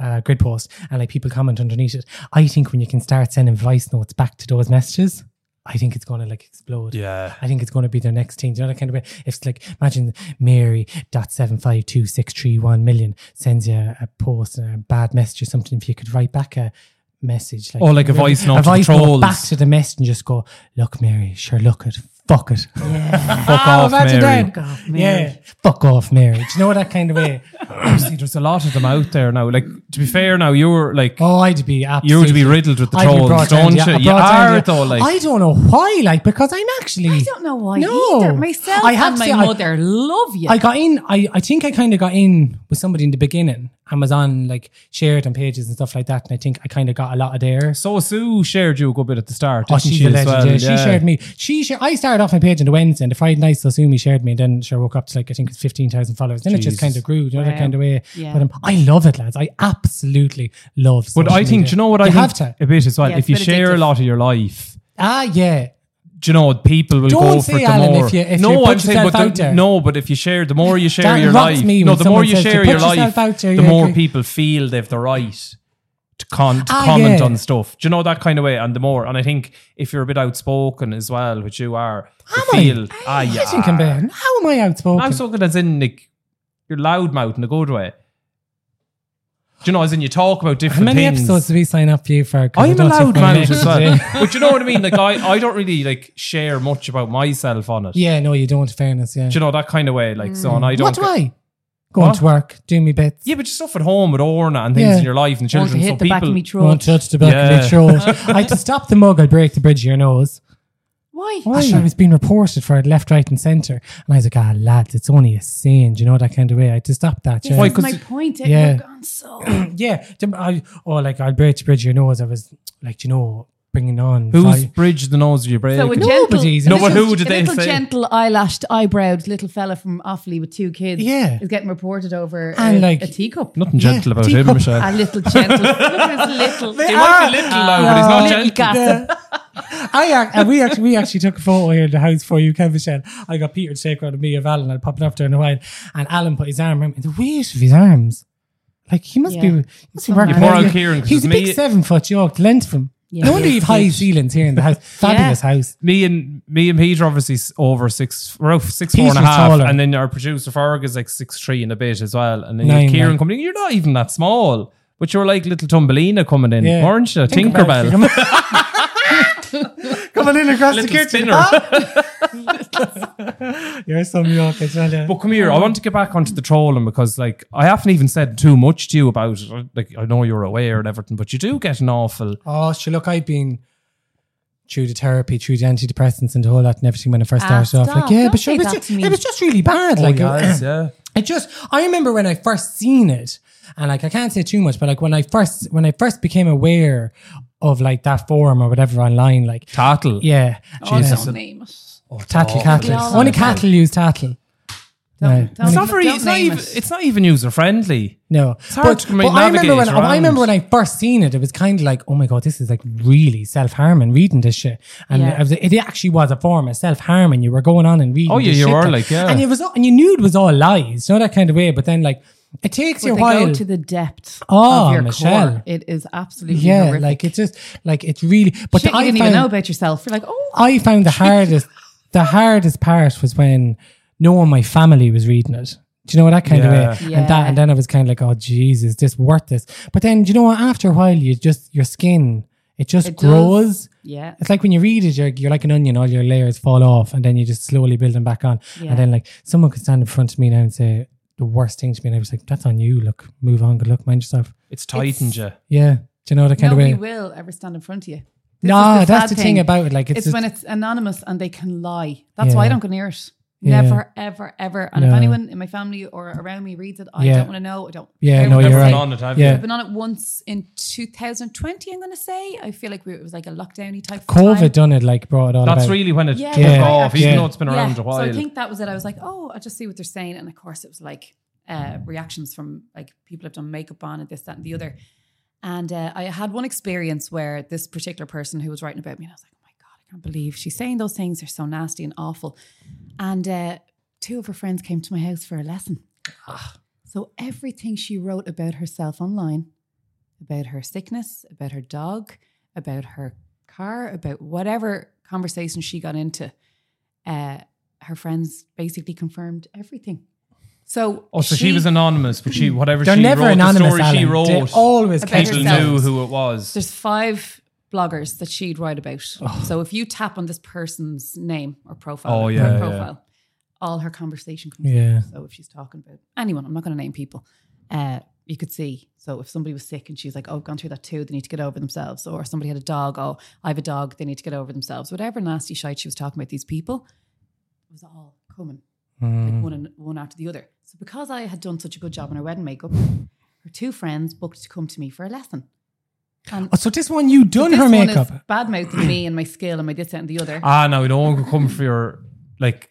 Speaker 2: a grid post and like people comment underneath it, I think when you can start sending voice notes back to those messages, I think it's going to like explode.
Speaker 1: Yeah.
Speaker 2: I think it's going to be their next thing. Do you know that kind of way? It's like imagine Mary dot seven five two six three one million sends you a post and a bad message or something. If you could write back a message, like
Speaker 1: Or like a voice note to the
Speaker 2: voice
Speaker 1: trolls.
Speaker 2: back to the message, and just go, look, Mary, sure, look it, fuck it,
Speaker 1: Fuck
Speaker 2: Ah,
Speaker 1: off, Mary.
Speaker 2: yeah, fuck off, Mary. Do you know that kind of way?
Speaker 1: See, there's a lot of them out there now. Like to be fair, now you're like
Speaker 2: Oh, I'd be absolutely.
Speaker 1: you would be riddled with the
Speaker 2: I'd be
Speaker 1: trolls,
Speaker 2: brought
Speaker 1: don't
Speaker 2: down to-
Speaker 1: you?
Speaker 2: brought
Speaker 1: You
Speaker 2: down to-
Speaker 1: are though. Like
Speaker 2: I don't know why, like because I'm actually.
Speaker 3: I don't know why
Speaker 2: No.
Speaker 3: either. Myself
Speaker 2: I have
Speaker 3: and
Speaker 2: to-
Speaker 3: my
Speaker 2: I-
Speaker 3: mother love you.
Speaker 2: I got in. I, I think I kind of got in with somebody in the beginning and was on like shared on pages and stuff like that. And I think I kind of got a lot of theirs.
Speaker 1: so Sue shared you a good bit at the start.
Speaker 2: Oh,
Speaker 1: didn't
Speaker 2: she's
Speaker 1: she
Speaker 2: a
Speaker 1: as
Speaker 2: legend.
Speaker 1: well?
Speaker 2: yeah. She shared me. She share, I started off my page on the Wednesday and the Friday night. So Sumi shared me, and then sure woke up to like I think it's fifteen thousand followers. Then it
Speaker 1: Jesus.
Speaker 2: just kind of grew, you know that
Speaker 3: Wow.
Speaker 2: kind of way.
Speaker 3: Yeah.
Speaker 2: But um, I love it, lads. I absolutely love.
Speaker 1: But
Speaker 2: social
Speaker 1: I think
Speaker 2: media.
Speaker 1: do you know what I
Speaker 2: you
Speaker 1: think
Speaker 2: have to.
Speaker 1: a bit as well.
Speaker 3: Yeah,
Speaker 1: if
Speaker 3: it's
Speaker 1: you
Speaker 3: a bit
Speaker 1: share a
Speaker 3: addictive.
Speaker 1: lot of your life,
Speaker 2: Ah, yeah.
Speaker 1: do you know what people will
Speaker 2: Don't
Speaker 1: go for
Speaker 2: say,
Speaker 1: it the
Speaker 2: Alan,
Speaker 1: more.
Speaker 2: if you- if
Speaker 1: no,
Speaker 2: you put
Speaker 1: I'm saying,
Speaker 2: yourself
Speaker 1: but
Speaker 2: out
Speaker 1: the,
Speaker 2: there.
Speaker 1: no, but if you share, the more you share
Speaker 2: That
Speaker 1: your
Speaker 2: rocks
Speaker 1: life,
Speaker 2: me
Speaker 1: no,
Speaker 2: when
Speaker 1: the more
Speaker 2: someone
Speaker 1: you
Speaker 2: says to
Speaker 1: share
Speaker 2: put
Speaker 1: your life,
Speaker 2: yourself out there,
Speaker 1: the
Speaker 2: yeah,
Speaker 1: more
Speaker 2: agree.
Speaker 1: people feel they've the right to, con- to
Speaker 2: Ah,
Speaker 1: comment
Speaker 2: yeah.
Speaker 1: on stuff. Do you know that kind of way? And the more, and I think if you're a bit outspoken as well, which you are, you
Speaker 2: Am I?
Speaker 1: feel ah, you
Speaker 2: I think I'm
Speaker 1: are.
Speaker 2: bad. How am I outspoken?
Speaker 1: Outspoken as in like you're loudmouth in a good way. Do you know as in you talk about
Speaker 2: How
Speaker 1: different
Speaker 2: many
Speaker 1: things?
Speaker 2: episodes do we sign up for you for? 'Cause I
Speaker 1: I'm a
Speaker 2: don't think
Speaker 1: loud
Speaker 2: we're
Speaker 1: man
Speaker 2: allowed
Speaker 1: as
Speaker 2: to
Speaker 1: well.
Speaker 2: say.
Speaker 1: but you know what I mean? Like I, I don't really like share much about myself on it.
Speaker 2: Yeah, no, you don't. in Fairness, yeah.
Speaker 1: Do you know that kind of way? Like so and I don't
Speaker 2: What do
Speaker 1: get-
Speaker 2: I? Going
Speaker 1: What?
Speaker 2: to work, do me bits.
Speaker 1: Yeah, but just stuff at home with Orna and things
Speaker 2: Yeah.
Speaker 1: in your life and
Speaker 3: want to
Speaker 1: children.
Speaker 3: hit
Speaker 1: so
Speaker 3: the
Speaker 1: people
Speaker 3: back of me
Speaker 2: Won't
Speaker 3: throat.
Speaker 2: touch the back
Speaker 1: Yeah.
Speaker 2: of my throat. I'd stop the mug, I'd break the bridge of your nose.
Speaker 3: Why?
Speaker 2: Why? I was being reported for it left, right, and centre. And I was like, ah, lads, it's only a sin. Do you know that kind of way? I had to stop that. Yeah.
Speaker 1: Why?
Speaker 3: This is
Speaker 1: 'Cause-
Speaker 3: my point. It,
Speaker 2: yeah.
Speaker 3: You're gone so.
Speaker 2: yeah. do- I, or like, I'd break the bridge of your nose. I was like, do you know, bringing on.
Speaker 1: Who's
Speaker 2: vi-
Speaker 1: bridge the nose of your brain?
Speaker 3: So a
Speaker 2: Nobody's-
Speaker 3: gentle, a
Speaker 2: No, but
Speaker 3: little-
Speaker 1: who did
Speaker 3: a
Speaker 1: they
Speaker 3: little
Speaker 1: say?
Speaker 3: gentle, eyelashed, eyebrowed little fella from Offaly with two kids.
Speaker 2: Yeah.
Speaker 3: is getting reported over
Speaker 2: And
Speaker 3: a,
Speaker 2: like-
Speaker 3: a teacup.
Speaker 1: Nothing gentle about
Speaker 2: teacup.
Speaker 1: him, Michelle.
Speaker 3: A little gentle. Look at his little.
Speaker 2: er
Speaker 1: he might be little
Speaker 2: ah,
Speaker 1: loud, but he's not gentle.
Speaker 3: gossip.
Speaker 2: I ac- and we actually we actually took a photo here in the house for you, Kevin Michelle. I got Peter to take one of me of Alan. I'll pop it up there in a while. And Alan put his arm around me. The weight of his arms, like he must be,
Speaker 3: Yeah.
Speaker 2: he must be working.
Speaker 1: You pour
Speaker 2: out.
Speaker 1: out Kieran, 'cause
Speaker 2: He's a
Speaker 1: me-
Speaker 2: big seven foot York length from.
Speaker 3: Yeah,
Speaker 2: no
Speaker 3: he
Speaker 2: wonder
Speaker 3: is
Speaker 2: you've high
Speaker 3: huge.
Speaker 2: ceilings here in the house. Fabulous house.
Speaker 1: me and me and Peter obviously s- over six, we're out six four and a
Speaker 2: Peter's
Speaker 1: half,
Speaker 2: taller.
Speaker 1: and then our producer Farag is like six three and a bit as well, and then
Speaker 2: Nine,
Speaker 1: you Kieran
Speaker 2: nine.
Speaker 1: coming in. You're not even that small, but you were like little Tumbelina coming in,
Speaker 2: Yeah.
Speaker 1: weren't you? Tinkerbell,
Speaker 2: Coming in across the
Speaker 1: little
Speaker 2: kitchen.
Speaker 1: spinner.
Speaker 3: Ah!
Speaker 2: You're some York as well. Yeah.
Speaker 1: But come here, I want to get back onto the trolling because, like, I haven't even said too much to you about it. Like, I know you're aware and everything, but you do get an awful.
Speaker 2: Oh, sure. Look, I've been through the therapy, through the antidepressants and the whole lot and everything when I first
Speaker 3: Ah,
Speaker 2: started off.
Speaker 3: stop.
Speaker 2: Like, yeah,
Speaker 3: Don't
Speaker 2: but sure,
Speaker 3: say
Speaker 2: it was,
Speaker 3: that
Speaker 2: just,
Speaker 3: to me.
Speaker 2: it was just really bad.
Speaker 1: Oh,
Speaker 2: like,
Speaker 1: yes, yeah.
Speaker 2: It just I remember when I first seen it, and like I can't say too much, but like when I first when I first became aware of like that forum or whatever online, like
Speaker 1: Tattle. Oh,
Speaker 2: yeah,
Speaker 3: Oh,
Speaker 2: Jesus.
Speaker 3: don't name it.
Speaker 2: tattle, tattle.
Speaker 3: We all
Speaker 2: Only
Speaker 3: have it.
Speaker 2: cattle use tattle. No,
Speaker 3: Don't-
Speaker 1: It's not very.
Speaker 3: Don't
Speaker 1: It's not
Speaker 3: name
Speaker 1: even.
Speaker 3: it.
Speaker 1: It's not even user friendly.
Speaker 2: no.
Speaker 1: It's hard to ma-
Speaker 2: I remember when
Speaker 1: navigate
Speaker 2: I remember
Speaker 1: around.
Speaker 2: when I first seen it, it was kind of like, oh my god, this is like really self harming reading this shit, and
Speaker 3: Yeah.
Speaker 2: I was- it actually was a form of self harming. You were going on and reading.
Speaker 1: Oh, yeah,
Speaker 2: this
Speaker 1: you
Speaker 2: shit
Speaker 1: were
Speaker 2: that-
Speaker 1: like, yeah.
Speaker 2: and it was all- and you knew it was all lies, you know that kind of way. But then like it takes
Speaker 3: But
Speaker 2: you a
Speaker 3: they
Speaker 2: while
Speaker 3: go to the depth
Speaker 2: Oh,
Speaker 3: of your
Speaker 2: Michelle.
Speaker 3: core. It is absolutely
Speaker 2: yeah,
Speaker 3: horrific.
Speaker 2: like it's just like it's really. But
Speaker 3: But Shit, you
Speaker 2: I
Speaker 3: didn't
Speaker 2: found
Speaker 3: even know about yourself. You're like, oh,
Speaker 2: I found the hardest the hardest part was when no one in my family was reading it. Do you know what that kind of way?
Speaker 3: Yeah.
Speaker 2: And that and then I was kind of like, oh Jesus, this worth this. But then do you know what? After a while, you just your skin it just
Speaker 3: It does.
Speaker 2: grows.
Speaker 3: yeah.
Speaker 2: It's like when you read it, you're, you're like an onion, all your layers fall off, and then you just slowly build them back on.
Speaker 3: Yeah.
Speaker 2: And then, like, someone could stand in front of me now and say the worst thing to me, and I was like, that's on you. Look, move on, good luck, mind yourself.
Speaker 1: It's tightened you.
Speaker 2: Yeah. Do you know that kind
Speaker 3: Nobody
Speaker 2: of way?
Speaker 3: will ever stand in front of you. This
Speaker 2: No,
Speaker 3: is
Speaker 2: that's
Speaker 3: sad
Speaker 2: the thing about it, like, it's
Speaker 3: it's, when
Speaker 2: just-
Speaker 3: it's anonymous and they can lie. That's why
Speaker 2: Yeah.
Speaker 3: I don't go near it.
Speaker 2: Yeah.
Speaker 3: Never, ever, ever. And
Speaker 2: No.
Speaker 3: if anyone in my family or around me reads it, I
Speaker 2: Yeah.
Speaker 3: don't want to know. I don't.
Speaker 2: Yeah,
Speaker 3: care
Speaker 2: no,
Speaker 3: what
Speaker 2: Oh, you're
Speaker 3: they
Speaker 2: right.
Speaker 3: say.
Speaker 1: on it, have
Speaker 2: yeah.
Speaker 3: I've been on it once in 2020. I'm going to say. I feel like we, it was like a lockdowny type. of time.
Speaker 2: COVID done it, like, brought it all
Speaker 1: That's
Speaker 2: about.
Speaker 1: really when it
Speaker 3: Yeah,
Speaker 1: took
Speaker 2: yeah.
Speaker 1: off, even
Speaker 2: Yeah.
Speaker 1: though it's Oh, been around a while.
Speaker 3: So I think that was it. I was like, oh, I'll just see what they're saying. And of course, it was like uh, reactions from like people have done makeup on and this, that, and the other. And uh, I had one experience where this particular person who was writing about me, and I was like, oh my God, I can't believe she's saying those things. They're so nasty and awful. And uh, two of her friends came to my house for a lesson.
Speaker 1: Ah.
Speaker 3: So everything she wrote about herself online, about her sickness, about her dog, about her car, about whatever conversation she got into, uh, her friends basically confirmed everything. So,
Speaker 1: oh, so she, was anonymous, but she whatever
Speaker 2: They're
Speaker 1: she
Speaker 2: never
Speaker 1: wrote,
Speaker 2: anonymous,
Speaker 1: the story she
Speaker 2: Alan.
Speaker 1: wrote,
Speaker 2: They always
Speaker 3: About
Speaker 2: catch
Speaker 1: people
Speaker 3: herself.
Speaker 1: knew
Speaker 2: themselves.
Speaker 1: who it was.
Speaker 3: There's five bloggers that she'd write about. So if you tap on this person's name or profile,
Speaker 1: Oh,
Speaker 3: her
Speaker 1: yeah, yeah.
Speaker 3: profile, all her conversation comes
Speaker 2: Yeah.
Speaker 3: up. So if she's talking about anyone, I'm not going to name people. Uh, you could see. So if somebody was sick and she's like, "Oh, I've gone through that too. They need to get over themselves," or somebody had a dog. Oh, I have a dog. They need to get over themselves. Whatever nasty shite she was talking about, these people it was all coming
Speaker 1: Mm.
Speaker 3: like one and one after the other. So because I had done such a good job on her wedding makeup, her two friends booked to come to me for a lesson. And
Speaker 2: Oh, so this one you done
Speaker 3: this
Speaker 2: her
Speaker 3: one
Speaker 2: makeup.
Speaker 3: is bad mouthing me and my skill and my this that, and the other.
Speaker 1: Ah, no, no one could come for your like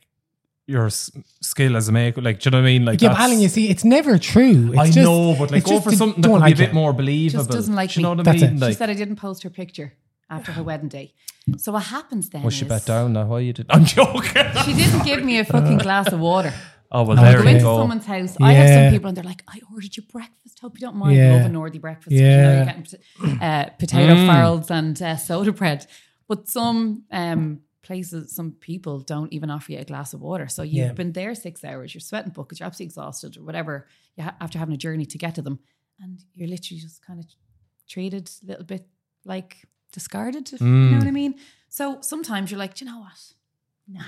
Speaker 1: your s- skill as a makeup. Like, do you know what I mean? Like,
Speaker 2: yeah, but
Speaker 1: that's-
Speaker 2: Alan, you see, it's never true. It's
Speaker 1: I
Speaker 2: just-
Speaker 1: know, but like,
Speaker 2: it's
Speaker 1: go
Speaker 2: just
Speaker 1: for
Speaker 2: you
Speaker 1: something that
Speaker 2: don't
Speaker 1: would
Speaker 2: like
Speaker 1: be a
Speaker 2: it.
Speaker 1: bit more believable.
Speaker 3: doesn't like
Speaker 1: do you know
Speaker 3: me.
Speaker 1: what I
Speaker 2: That's
Speaker 1: mean?
Speaker 2: it.
Speaker 3: she
Speaker 1: Like,
Speaker 3: said I didn't post her picture after her wedding day. So what happens then?
Speaker 1: push your
Speaker 3: is
Speaker 1: bet down now. Why you did? I'm joking.
Speaker 3: She didn't give me a fucking glass of water.
Speaker 1: Oh well,
Speaker 2: No,
Speaker 1: there
Speaker 3: Go
Speaker 2: okay.
Speaker 1: you
Speaker 3: into
Speaker 1: go.
Speaker 3: someone's house. I have
Speaker 2: Yeah.
Speaker 3: some people and they're like, I ordered you breakfast. Hope you don't mind.
Speaker 2: Yeah.
Speaker 3: Love a Nordy breakfast. You know,
Speaker 2: Yeah. Mm.
Speaker 3: you're getting uh, potato farls and uh, soda bread. But some um, places, some people don't even offer you a glass of water. So you've
Speaker 2: Yeah.
Speaker 3: been there six hours, you're sweating buckets, you're absolutely exhausted or whatever, you ha- after having a journey to get to them. And you're literally just kind of treated a little bit like discarded, if you
Speaker 2: Mm.
Speaker 3: know what I mean? So sometimes you're like, do you know what?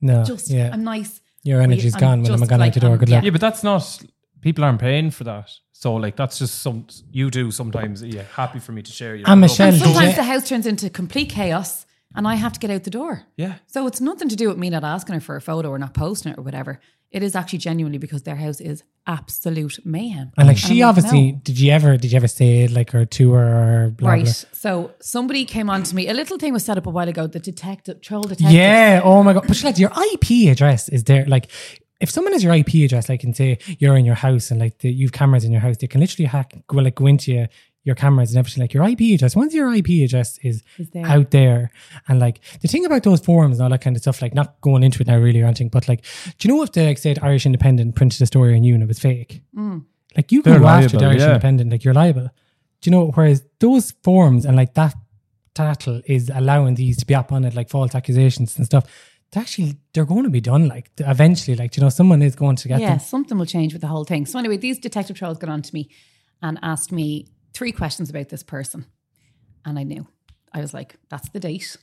Speaker 2: No,
Speaker 3: Just,
Speaker 2: yeah.
Speaker 3: I'm nice.
Speaker 2: Your energy's
Speaker 3: I'm
Speaker 2: gone when I'm
Speaker 3: just
Speaker 2: gone out
Speaker 3: like,
Speaker 2: the door.
Speaker 3: um,
Speaker 2: Good
Speaker 3: yeah.
Speaker 2: luck.
Speaker 1: Yeah, but that's not. People aren't paying for that, so like that's just some you do sometimes. Yeah, happy for me to share. your
Speaker 2: And
Speaker 1: love.
Speaker 2: Michelle-
Speaker 3: And
Speaker 2: Don't
Speaker 3: sometimes
Speaker 2: they-
Speaker 3: the house turns into complete chaos and I have to get out the door.
Speaker 1: Yeah.
Speaker 3: So it's nothing to do with me not asking her for a photo or not posting it or whatever. It is actually genuinely because their house is absolute mayhem.
Speaker 2: And like, she
Speaker 3: I'm
Speaker 2: obviously,
Speaker 3: no.
Speaker 2: did you ever, did you ever say it like her to her or blah,
Speaker 3: Right.
Speaker 2: blah?
Speaker 3: So somebody came on to me. A little thing was set up a while ago, the detective troll detective.
Speaker 2: Yeah. Oh my god. But like your IP address is there. Like if someone has your IP address, like and say you're in your house and like the, you've cameras in your house, they can literally hack go like go into your, your cameras and everything. Like your IP address. Once your IP address is, out there, and like the thing about those forums and all that kind of stuff, like not going into it now really or anything, but like do you know if the like say the Irish Independent printed a story on you and it was fake? Like you can
Speaker 1: They're
Speaker 2: go after the
Speaker 1: liable,
Speaker 2: Irish
Speaker 1: yeah.
Speaker 2: Independent, like you're liable. Do you know? Whereas those forums and like that tattle is allowing these to be up on it, like false accusations and stuff. They're actually they're going to be done. Like eventually, like do you know, someone is going to get
Speaker 3: Yeah,
Speaker 2: them.
Speaker 3: something will change with the whole thing. So anyway, these detective trolls got on to me and asked me three questions about this person. And I knew. I was like, that's the date.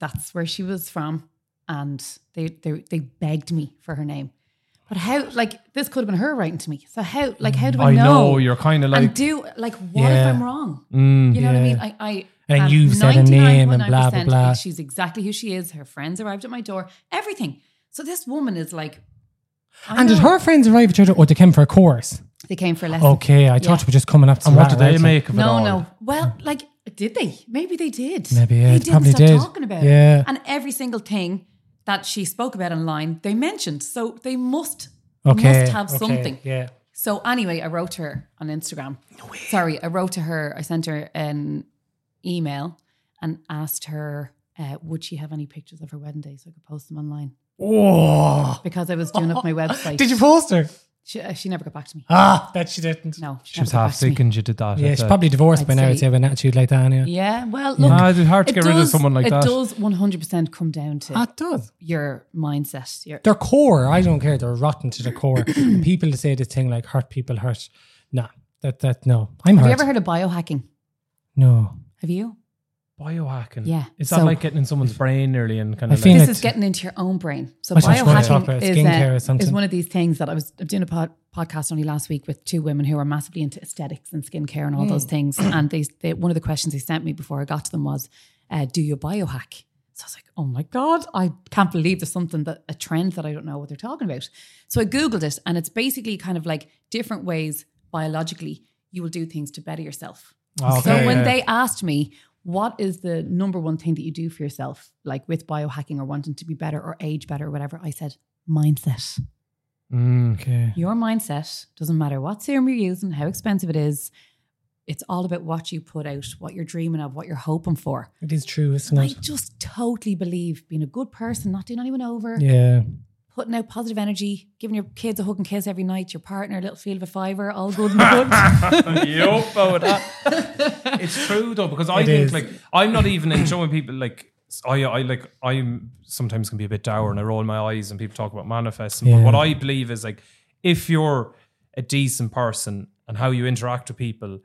Speaker 3: That's where she was from. And they they, they begged me for her name. But how, like, this could have been her writing to me. So how, like, how do I,
Speaker 1: I know, you're kind of
Speaker 3: and
Speaker 1: like,
Speaker 3: do like what
Speaker 2: Yeah.
Speaker 3: if I'm wrong? you know what I mean? I, I
Speaker 2: And
Speaker 3: am
Speaker 2: you've said a name and blah, blah,
Speaker 3: 99.9%
Speaker 2: blah.
Speaker 3: think She's exactly who she is. Her friends arrived at my door. Everything. So this woman is like, I
Speaker 2: and did
Speaker 3: know.
Speaker 2: her friends arrive at your door? Or they came for a course?
Speaker 3: They came for a lesson.
Speaker 2: Okay, I thought
Speaker 3: Yeah.
Speaker 2: you were just coming up to
Speaker 1: and what do
Speaker 2: that
Speaker 1: they
Speaker 2: already.
Speaker 1: make of it
Speaker 3: No,
Speaker 1: all?
Speaker 3: no. Well, like, did they? Maybe they did.
Speaker 2: Maybe, yeah, they
Speaker 3: they didn't
Speaker 2: probably
Speaker 3: stop
Speaker 2: did.
Speaker 3: talking about
Speaker 2: Yeah.
Speaker 3: it. And every single thing that she spoke about online, they mentioned. So they must
Speaker 2: Okay.
Speaker 3: must have
Speaker 2: okay,
Speaker 3: something.
Speaker 2: Yeah.
Speaker 3: So anyway, I wrote to her on Instagram. Sorry, I wrote to her. I sent her an email and asked her uh, would she have any pictures of her wedding day so I could post them online
Speaker 2: Whoa.
Speaker 3: because I was doing up my website.
Speaker 2: Oh, Did you post her?
Speaker 3: She, uh, she never got back to me.
Speaker 2: Ah, bet she didn't.
Speaker 3: No,
Speaker 1: She
Speaker 3: never
Speaker 1: was
Speaker 3: got
Speaker 1: half
Speaker 3: back to me.
Speaker 1: sick and you did that.
Speaker 2: Yeah,
Speaker 1: I'd
Speaker 2: she's
Speaker 1: say.
Speaker 2: probably divorced by
Speaker 3: I'd
Speaker 2: now, I'd
Speaker 3: say-
Speaker 2: say, with an attitude like that. Anyway.
Speaker 3: Yeah, well, look,
Speaker 1: Ah, it's hard to get rid of someone like
Speaker 3: it
Speaker 1: that. Ah.
Speaker 3: It does one hundred percent come down to
Speaker 2: That Ah, does.
Speaker 3: your mindset. Your,
Speaker 2: Their core, I don't care. They're rotten to the core. people say this thing like hurt people hurt. Nah, that, that, no. I'm
Speaker 3: have
Speaker 2: hurt.
Speaker 3: you ever heard of biohacking?
Speaker 2: no.
Speaker 3: Have you?
Speaker 1: Biohacking.
Speaker 3: Yeah,
Speaker 1: Is that
Speaker 3: so-
Speaker 1: like getting in someone's brain nearly and kind
Speaker 2: I
Speaker 1: of
Speaker 2: feel
Speaker 1: like,
Speaker 3: This
Speaker 2: it-
Speaker 3: is getting into your own brain. So
Speaker 2: I thought you were gonna talk
Speaker 3: biohacking
Speaker 2: about
Speaker 3: is,
Speaker 2: skincare or
Speaker 3: uh,
Speaker 2: something.
Speaker 3: is one of these things that I was I'm doing a pod, podcast only last week with two women who are massively into aesthetics and skincare and all those things. And they, they one of the questions they sent me before I got to them was, uh, "Do you biohack?" So I was like, "Oh my god, I can't believe there's something that a trend that I don't know what they're talking about." So I googled it, and it's basically kind of like different ways biologically you will do things to better yourself.
Speaker 2: Ah,
Speaker 1: Okay,
Speaker 3: So when
Speaker 1: yeah.
Speaker 3: they asked me, what is the number one thing that you do for yourself, like with biohacking or wanting to be better or age better or whatever, I said, mindset.
Speaker 1: Mm.
Speaker 2: Okay.
Speaker 3: Your mindset doesn't matter what serum you're using, how expensive it is. It's all about what you put out, what you're dreaming of, what you're hoping for.
Speaker 2: It is true, isn't
Speaker 3: I
Speaker 2: it?
Speaker 3: just totally believe being a good person, not doing anyone over,
Speaker 2: Yeah.
Speaker 3: putting out positive energy, giving your kids a hug and kiss every night, your partner a little feel of a fiver, all good and good.
Speaker 1: Yup, I would have- it's true though because I
Speaker 2: It
Speaker 1: think
Speaker 2: is.
Speaker 1: like I'm not even enjoying people like I I like I'm sometimes can be a bit dour and I roll my eyes and people talk about manifesting.
Speaker 2: Yeah.
Speaker 1: But what I believe is like if you're a decent person and how you interact with people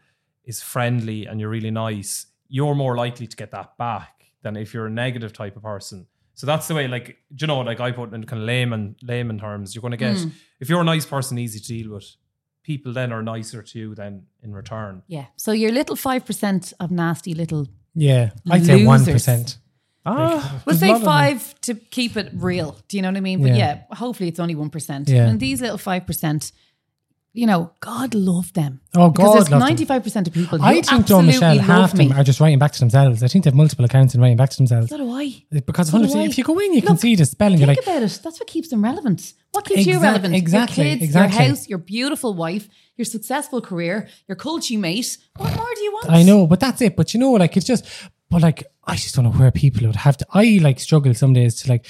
Speaker 1: is friendly and you're really nice, you're more likely to get that back than if you're a negative type of person. So that's the way, like, do you know, like I put it in kind of layman layman terms, you're going to get if you're a nice person, easy to deal with. People then are nicer to you then in return.
Speaker 3: yeah. So your little 5% of nasty little
Speaker 2: Yeah. I'd say
Speaker 3: Losers.
Speaker 2: 1%.
Speaker 1: Ah,
Speaker 3: We'll say five to keep it real. Do you know what I mean? But
Speaker 2: Yeah.
Speaker 3: yeah, hopefully it's only one percent.
Speaker 2: Yeah.
Speaker 3: And these little five percent, you know, God love them.
Speaker 2: Oh, God
Speaker 3: because
Speaker 2: love them.
Speaker 3: there's ninety-five percent of people. Who
Speaker 2: I think Don Michelle half
Speaker 3: love me.
Speaker 2: them are just writing back to themselves. I think they have multiple accounts and writing back to themselves.
Speaker 3: so do I.
Speaker 2: Because
Speaker 3: So do
Speaker 2: 100%,
Speaker 3: I.
Speaker 2: if you go in, you can
Speaker 3: Look,
Speaker 2: see the spelling. You're like,
Speaker 3: Think about it. That's what keeps them relevant. What keeps you
Speaker 2: Exact-
Speaker 3: relevant?
Speaker 2: exactly,
Speaker 3: Your kids,
Speaker 2: exactly.
Speaker 3: your house, your beautiful wife, your successful career, your culture mate. What more do you want?
Speaker 2: I know, but that's it. But you know, like it's just, but like I just don't know where people would have to. I like struggle some days to like.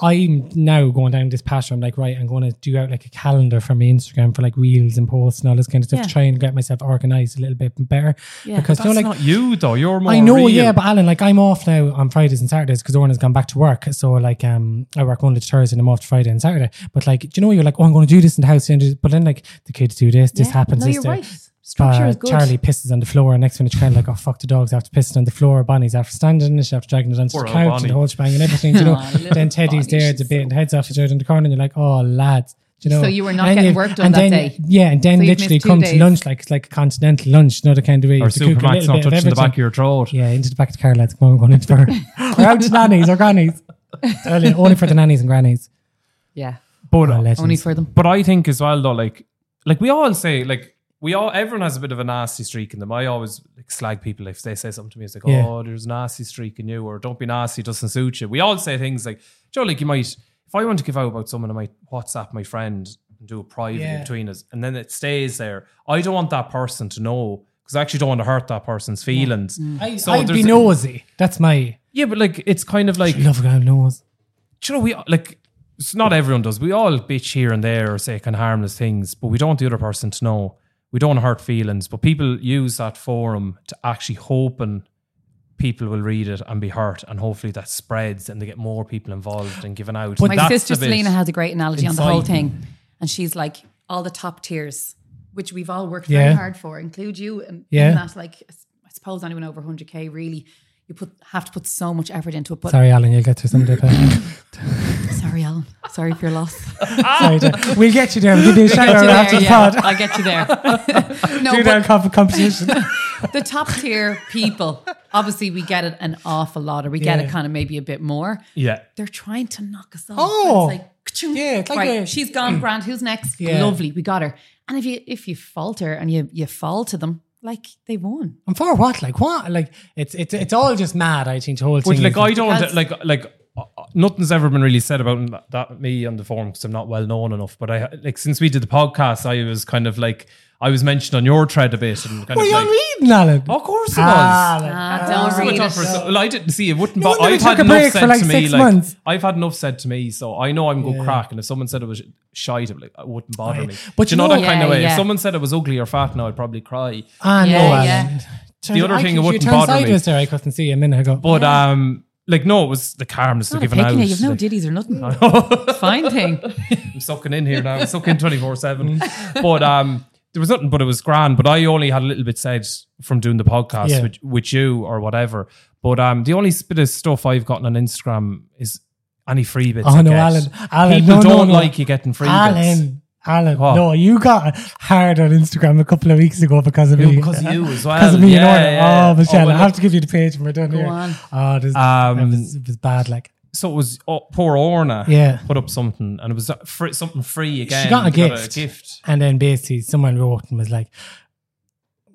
Speaker 2: I'm now going down this path. where I'm like, right, I'm going to do out like a calendar for my Instagram for like reels and posts and all this kind of stuff to
Speaker 3: Yeah.
Speaker 2: try and get myself organized a little bit better.
Speaker 3: Yeah.
Speaker 2: because you
Speaker 1: that's
Speaker 2: know, like
Speaker 1: not you though. You're more.
Speaker 2: I know,
Speaker 1: real.
Speaker 2: yeah, but Alan, like I'm off now on Fridays and Saturdays because Orna's gone back to work. So like, um, I work Monday to Thursday and I'm off to Friday and Saturday. But like, do you know, you're like, oh, I'm going to do this in the house, and do this. but then like the kids do this, this
Speaker 3: Yeah.
Speaker 2: happens,
Speaker 3: No,
Speaker 2: this
Speaker 3: you're
Speaker 2: there.
Speaker 3: right. Structure
Speaker 2: Uh,
Speaker 3: is good.
Speaker 2: Charlie pisses on the floor, and next minute you're kind of like, oh fuck, the dogs after pissing on the floor, Bonnie's after standing on it, she's after dragging it onto
Speaker 1: Poor old
Speaker 2: the couch
Speaker 1: Bonnie.
Speaker 2: and the whole shebang and everything. do you know,
Speaker 3: Aw, little
Speaker 2: then Teddy's
Speaker 3: Bonnie,
Speaker 2: there
Speaker 3: she's
Speaker 2: debating heads off each other in the corner, and you're like, oh lads. do You know,
Speaker 3: So you were not
Speaker 2: And
Speaker 3: getting
Speaker 2: you've-
Speaker 3: work done
Speaker 2: and
Speaker 3: that
Speaker 2: then-
Speaker 3: day.
Speaker 2: Yeah, and then
Speaker 3: So you've
Speaker 2: literally
Speaker 3: missed two
Speaker 2: come to
Speaker 3: days.
Speaker 2: lunch like it's like a continental lunch, you know, the kind of way
Speaker 1: Or
Speaker 2: you have to cook a
Speaker 1: Supermax not
Speaker 2: little bit of
Speaker 1: touching the
Speaker 2: everything.
Speaker 1: back of your throat.
Speaker 2: Yeah, into the back of the car, lads. Come on, we're going into her. or out to nannies or grannies. Tell you, Only for the nannies and grannies.
Speaker 3: Yeah,
Speaker 1: But
Speaker 2: Oh, legends.
Speaker 3: only for them.
Speaker 1: but I think as well though, like like we all say, like we all everyone has a bit of a nasty streak in them. I always like, slag people if they say something to me. It's like,
Speaker 2: Yeah.
Speaker 1: oh, there's a nasty streak in you, or don't be nasty, it doesn't suit you. We all say things like, Joe, like you might. If I want to give out about someone, I might WhatsApp my friend and do a private
Speaker 2: Yeah.
Speaker 1: between us, and then it stays there. I don't want that person to know because I actually don't want to hurt that person's feelings.
Speaker 2: I,
Speaker 1: So
Speaker 2: I'd
Speaker 1: there's
Speaker 2: be
Speaker 1: a-
Speaker 2: nosy. That's my
Speaker 1: Yeah, but like it's kind of like
Speaker 2: love around nose.
Speaker 1: do you know we like it's not everyone does. We all bitch here and there or say kind of harmless things, but we don't want the other person to know. We don't want to hurt feelings, but people use that forum to actually hoping people will read it and be hurt, and hopefully that spreads and they get more people involved and given out.
Speaker 3: My
Speaker 1: That's
Speaker 3: sister
Speaker 1: the bit.
Speaker 3: Selena has a great analogy on the whole
Speaker 1: Inciting.
Speaker 3: thing. And she's like, all the top tiers, which we've all worked
Speaker 2: Yeah.
Speaker 3: very hard for, include you. And,
Speaker 2: Yeah.
Speaker 3: and that's like, I suppose anyone over 100K really, you put have to put so much effort into it. But
Speaker 2: Sorry, Alan, you'll get to someday. pal.
Speaker 3: sorry, Sorry, Alan. Sorry for your loss.
Speaker 2: Sorry, Dan. we'll get you there. We'll give you a shout
Speaker 3: Get
Speaker 2: out
Speaker 3: you
Speaker 2: after
Speaker 3: there,
Speaker 2: the
Speaker 3: yeah.
Speaker 2: pod.
Speaker 3: I'll get you there.
Speaker 2: Do
Speaker 3: no,
Speaker 2: that
Speaker 3: but
Speaker 2: comp- competition.
Speaker 3: the top tier people, obviously, we get it an awful lot, or we get
Speaker 2: Yeah.
Speaker 3: it kind of maybe a bit more.
Speaker 1: Yeah.
Speaker 3: They're trying to knock us off.
Speaker 2: Oh.
Speaker 3: And it's like,
Speaker 2: Yeah,
Speaker 3: yeah,
Speaker 2: it's like
Speaker 3: right.
Speaker 2: a-
Speaker 3: she's gone. Grand, who's next?
Speaker 2: Yeah.
Speaker 3: Lovely, we got her. And if you if you falter and you you fall to them, like they won.
Speaker 2: And for what? Like what? Like it's it's it's all just mad. I think the whole
Speaker 1: But
Speaker 2: thing.
Speaker 1: like
Speaker 2: is-
Speaker 1: I don't
Speaker 3: Because-
Speaker 1: like like uh, uh, nothing's ever been really said about that, that me on the forum because I'm not well known enough. But I like since we did the podcast, I was kind of like I was mentioned on your thread a bit and kind
Speaker 2: Were
Speaker 1: of
Speaker 2: you
Speaker 1: like.
Speaker 2: on reading, Alan?
Speaker 1: Of course it
Speaker 2: Ah,
Speaker 1: was.
Speaker 2: like-
Speaker 3: don't
Speaker 1: Well,
Speaker 3: read
Speaker 1: not
Speaker 3: it.
Speaker 1: for- so- well, I didn't see it. Wouldn't
Speaker 2: No
Speaker 1: but
Speaker 2: wonder we
Speaker 1: I've had
Speaker 2: took a
Speaker 1: enough
Speaker 2: break for
Speaker 1: said
Speaker 2: like
Speaker 1: to me.
Speaker 2: six
Speaker 1: Like
Speaker 2: months.
Speaker 1: I've had enough said to me, so I know I'm good crack. And if someone said it was shite, I'm like, it wouldn't bother me.
Speaker 2: But
Speaker 1: Do you
Speaker 2: you
Speaker 1: know,
Speaker 2: know-
Speaker 1: that kind of
Speaker 3: Yeah,
Speaker 1: way. If
Speaker 3: yeah.
Speaker 1: someone said it was ugly or fat, now I'd probably cry.
Speaker 2: Ah,
Speaker 3: Yeah,
Speaker 2: no, Alan.
Speaker 3: yeah.
Speaker 2: Turned-
Speaker 1: other thing
Speaker 2: I could-
Speaker 1: that
Speaker 2: you
Speaker 1: wouldn't
Speaker 2: turned
Speaker 1: bother me-
Speaker 2: sideways there, I couldn't see you a minute ago.
Speaker 1: But um, like no, it was the calmness
Speaker 3: Not
Speaker 1: they're
Speaker 3: a
Speaker 1: giving out.
Speaker 3: picnic. You've no
Speaker 1: Like,
Speaker 3: ditties or nothing. Fine thing.
Speaker 1: I'm sucking in here now. I'm sucking 24 7. But um, there was nothing, but it was grand. But I only had a little bit said from doing the podcast
Speaker 2: Yeah.
Speaker 1: with, with you or whatever. But um, the only bit of stuff I've gotten on Instagram is any free bits.
Speaker 2: oh
Speaker 1: I
Speaker 2: no,
Speaker 1: get.
Speaker 2: Alan, Alan,
Speaker 1: People
Speaker 2: no, no,
Speaker 1: don't
Speaker 2: no.
Speaker 1: like you getting free bits.
Speaker 2: Alan, Alan,
Speaker 1: What?
Speaker 2: no, you got hard on Instagram a couple of weeks ago because of
Speaker 1: Yeah,
Speaker 2: me.
Speaker 1: because of you as well.
Speaker 2: Because of me and
Speaker 1: Yeah,
Speaker 2: Orla.
Speaker 1: yeah.
Speaker 2: Oh, Michelle,
Speaker 1: Oh, well,
Speaker 2: I have
Speaker 1: look.
Speaker 2: to give you the page when we're done here.
Speaker 3: on.
Speaker 2: Oh, this,
Speaker 1: Um,
Speaker 2: it, was, it was bad. Like
Speaker 1: So it was oh, poor Orna
Speaker 2: Yeah.
Speaker 1: put up something and it was uh, free, something free again.
Speaker 2: she got a
Speaker 1: You
Speaker 2: gift, and then basically someone wrote and was like,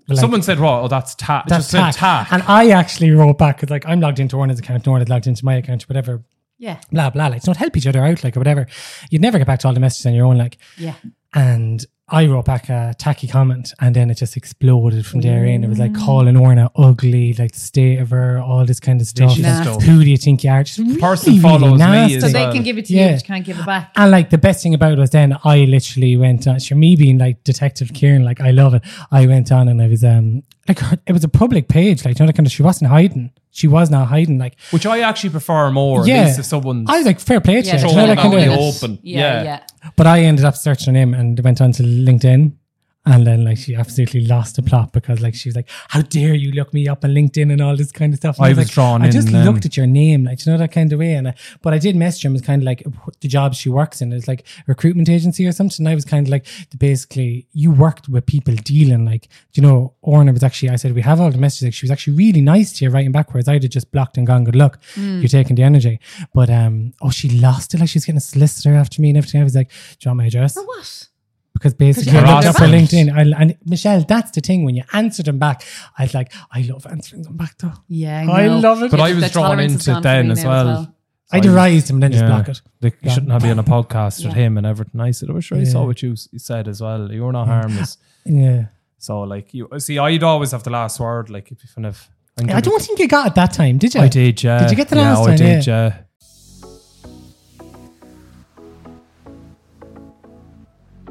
Speaker 2: like,
Speaker 1: Someone said, "Well, oh, that's tat. It
Speaker 2: that's
Speaker 1: just said
Speaker 2: tack.
Speaker 1: tack."
Speaker 2: And I actually wrote back because like I'm logged into Orna's account, and Orna's logged into my account, whatever.
Speaker 3: Yeah,
Speaker 2: Blah blah. Like, don't help each other out, like or whatever. You'd never get back to all the messages on your own, like.
Speaker 3: yeah.
Speaker 2: And I wrote back a tacky comment, and then it just exploded from there. In it was like calling Orna ugly, like the state of her, all this kind of stuff.
Speaker 1: Bitchy
Speaker 2: like,
Speaker 1: stuff.
Speaker 2: Who do you think you are? Just really,
Speaker 1: person
Speaker 2: really
Speaker 1: follows me
Speaker 2: nasty.
Speaker 1: as
Speaker 3: So they
Speaker 1: well.
Speaker 3: can give it to
Speaker 2: Yeah. Ah,
Speaker 3: you, but you can't give it back.
Speaker 2: And like the best thing about it was then I literally went on. Sure, me being like Detective Kieran, like I love it. I went on and I was um like her, it was a public page, like you know, that kind of. She wasn't hiding. She was not hiding. Like
Speaker 1: which I actually prefer more.
Speaker 2: yeah,
Speaker 1: at least if someone's
Speaker 2: I was like fair play to
Speaker 3: Yeah,
Speaker 2: you.
Speaker 3: they're
Speaker 2: you know,
Speaker 3: trying
Speaker 2: that
Speaker 3: to
Speaker 2: kind
Speaker 1: Totally
Speaker 2: of-
Speaker 3: own
Speaker 1: open.
Speaker 3: it.
Speaker 1: open. Yeah.
Speaker 3: Yeah, yeah.
Speaker 2: but I ended up searching him and went on to LinkedIn. And then, like, she absolutely lost the plot because, like, she was like, "How dare you look me up on LinkedIn and all this kind of stuff." And
Speaker 1: I was
Speaker 2: like,
Speaker 1: drawn
Speaker 2: I
Speaker 1: in
Speaker 2: just
Speaker 1: then.
Speaker 2: looked at your name, like, you know that kind of way. And I, but I did message him. It was kind of like uh, wh- the job she works in. It was like recruitment agency or something. And I was kind of like, basically, you worked with people dealing, like, you know, Orna was actually. I said we have all the messages. Like, she was actually really nice to you, writing backwards. I'd have just blocked and gone, "Good luck, you're taking the energy." But um, oh, she lost it. Like she was getting a solicitor after me and everything. I was like, "Do you want my address?"
Speaker 3: For what?
Speaker 2: because basically
Speaker 1: you
Speaker 2: I looked
Speaker 1: answered
Speaker 2: up for
Speaker 1: back.
Speaker 2: LinkedIn. I, and Michelle, that's the thing when you answer them back, I was like, I love answering them back though.
Speaker 3: Yeah,
Speaker 2: I
Speaker 3: know.
Speaker 2: love it.
Speaker 1: But I
Speaker 3: The
Speaker 1: was drawn
Speaker 3: tolerance has
Speaker 1: into
Speaker 3: gone for
Speaker 1: then
Speaker 3: me
Speaker 1: as
Speaker 3: now
Speaker 1: well.
Speaker 2: I derised them and then just block it.
Speaker 1: They
Speaker 2: Yeah.
Speaker 1: shouldn't have been on a podcast with
Speaker 3: Yeah.
Speaker 1: him and everything. I said, I wish I saw what you s- said as well. You were not harmless.
Speaker 2: Yeah.
Speaker 1: So like you see, I'd always have the last word. Like if you kind of, I'm
Speaker 2: I
Speaker 1: good
Speaker 2: don't
Speaker 1: with-
Speaker 2: think you got it that time, did you?
Speaker 1: I did. Yeah.
Speaker 2: Did you get the
Speaker 1: yeah,
Speaker 2: last
Speaker 1: I
Speaker 2: time?
Speaker 1: did.
Speaker 2: Yeah.
Speaker 1: Yeah.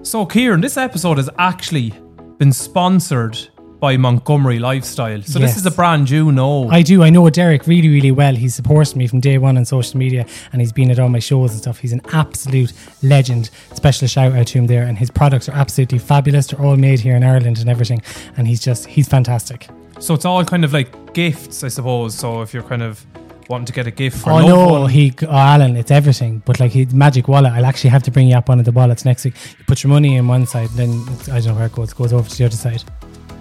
Speaker 1: So Kieran, this episode has actually been sponsored by Montgomery Lifestyle. So this
Speaker 2: Yes.
Speaker 1: is a brand you know.
Speaker 2: I do. I know Derek really, really well. He supports me from day one on social media and he's been at all my shows and stuff. He's an absolute legend. Special shout out to him there. And his products are absolutely fabulous. They're all made here in Ireland and everything. And he's just, he's fantastic.
Speaker 1: So it's all kind of like gifts, I suppose. So if you're kind of wanting to get a gift for a
Speaker 2: Oh
Speaker 1: loved
Speaker 2: no,
Speaker 1: one,
Speaker 2: he oh, Alan, it's everything. But like his magic wallet, I'll actually have to bring you up one of the wallets next week. You put your money in one side, then it's, I don't know where it goes. It goes over to the other side.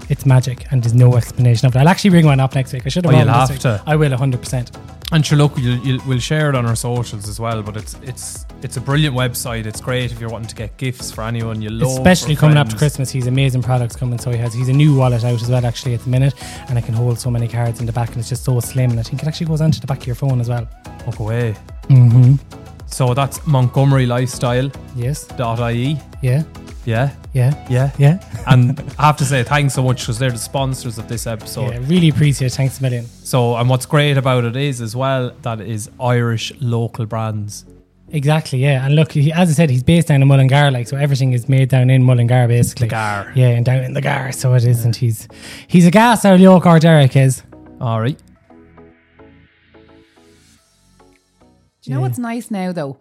Speaker 2: It's magic, and there's no explanation of it. I'll actually bring one up next week. I should have.
Speaker 1: Oh,
Speaker 2: bought
Speaker 1: you'll
Speaker 2: one this
Speaker 1: have
Speaker 2: week.
Speaker 1: to.
Speaker 2: I will 100. percent
Speaker 1: and sure, look, you'll, you'll, we'll share it on our socials as well. But it's it's it's a brilliant website. It's great if you're wanting to get gifts for anyone you love,
Speaker 2: Especially
Speaker 1: for
Speaker 2: coming up to
Speaker 1: friends.
Speaker 2: Christmas, he's amazing products coming. So he has. He's a new wallet out as well, actually, at the minute, and I can hold so many cards in the back, and it's just so slim. And I think it actually goes onto the back of your phone as well.
Speaker 1: Walk away. Mm-hmm. So that's montgomerylifestyle.ie.
Speaker 2: Yes. Yeah.
Speaker 1: E. Yeah,
Speaker 2: Yeah.
Speaker 1: yeah,
Speaker 2: Yeah.
Speaker 1: and I have to say thanks so much because they're the sponsors of this episode.
Speaker 2: Yeah. Really appreciate. it. Thanks a million.
Speaker 1: So, and what's great about it is as well that it is Irish local brands.
Speaker 2: Exactly, yeah. And look, he, as I said, he's based down in Mullingar, like so everything is made down in Mullingar, basically.
Speaker 1: gar.
Speaker 2: Yeah, and down in the gar, so it is. And he's he's a gas out York or Derek is.
Speaker 1: All right.
Speaker 3: Do you know what's nice now though?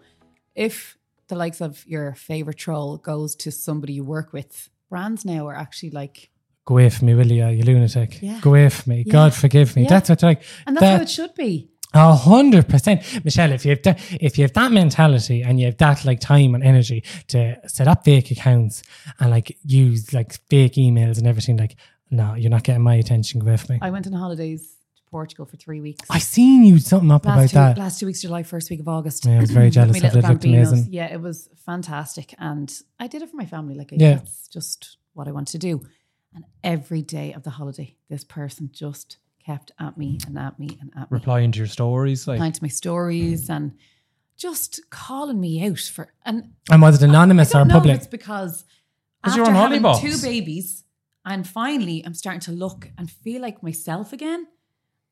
Speaker 3: If the likes of your favorite troll goes to somebody you work with, brands now are actually like,
Speaker 2: Go away from me, will you? You lunatic.
Speaker 3: Yeah.
Speaker 2: Go away from me.
Speaker 3: Yeah.
Speaker 2: God forgive me.
Speaker 3: Yeah.
Speaker 2: That's what like.
Speaker 3: and that's
Speaker 2: that-
Speaker 3: how it should be.
Speaker 2: A hundred percent, Michelle. If you have that, if you have that mentality and you have that like time and energy to set up fake accounts and like use like fake emails and everything, like no, you're not getting my attention. Go away from me.
Speaker 3: I went on holidays to Portugal for three weeks.
Speaker 2: I seen you something up about
Speaker 3: last two,
Speaker 2: that.
Speaker 3: last two weeks of July, first week of August.
Speaker 2: Yeah, I was very
Speaker 3: With
Speaker 2: jealous
Speaker 3: my
Speaker 2: of it.
Speaker 3: little
Speaker 2: It looked
Speaker 3: bambinos.
Speaker 2: amazing.
Speaker 3: Yeah, it was fantastic, and I did it for my family. Like,
Speaker 2: Yeah.
Speaker 3: yeah. that's just what I want to do. And every day of the holiday, this person just kept at me and at me and at me,
Speaker 1: Replying to your stories, like
Speaker 3: replying to my stories and just calling me out for. And
Speaker 2: And was it anonymous
Speaker 3: I
Speaker 2: or
Speaker 3: don't know
Speaker 2: public?
Speaker 3: If it's because
Speaker 1: 'Cause
Speaker 3: after
Speaker 1: you're on
Speaker 3: having
Speaker 1: Hollybox.
Speaker 3: two babies, and finally I'm starting to look and feel like myself again,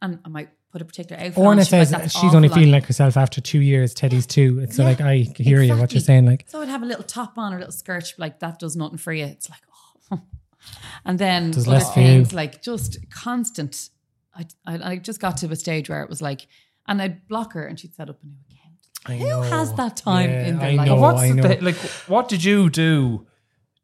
Speaker 3: and I might put a particular outfit. on,
Speaker 2: Orna
Speaker 3: she's like,
Speaker 2: says
Speaker 3: "That's
Speaker 2: she's only
Speaker 3: awful on
Speaker 2: feeling
Speaker 3: you."
Speaker 2: like herself after two years. Teddy's two. It's
Speaker 3: Yeah,
Speaker 2: like I hear you what
Speaker 3: exactly.
Speaker 2: you're saying. Like
Speaker 3: So I'd have a little top on or a little skirt, like that does nothing for you. It's like, oh. And then
Speaker 2: Does
Speaker 3: other
Speaker 2: less for
Speaker 3: things
Speaker 2: you.
Speaker 3: like just constant. I, I I just got to a stage where it was like, and I'd block her and she'd set up a new account. Who has that time
Speaker 2: Yeah,
Speaker 3: in their
Speaker 2: I
Speaker 3: life?
Speaker 2: know,
Speaker 1: But what's
Speaker 2: I
Speaker 1: the
Speaker 2: know.
Speaker 1: thi- like? What did you do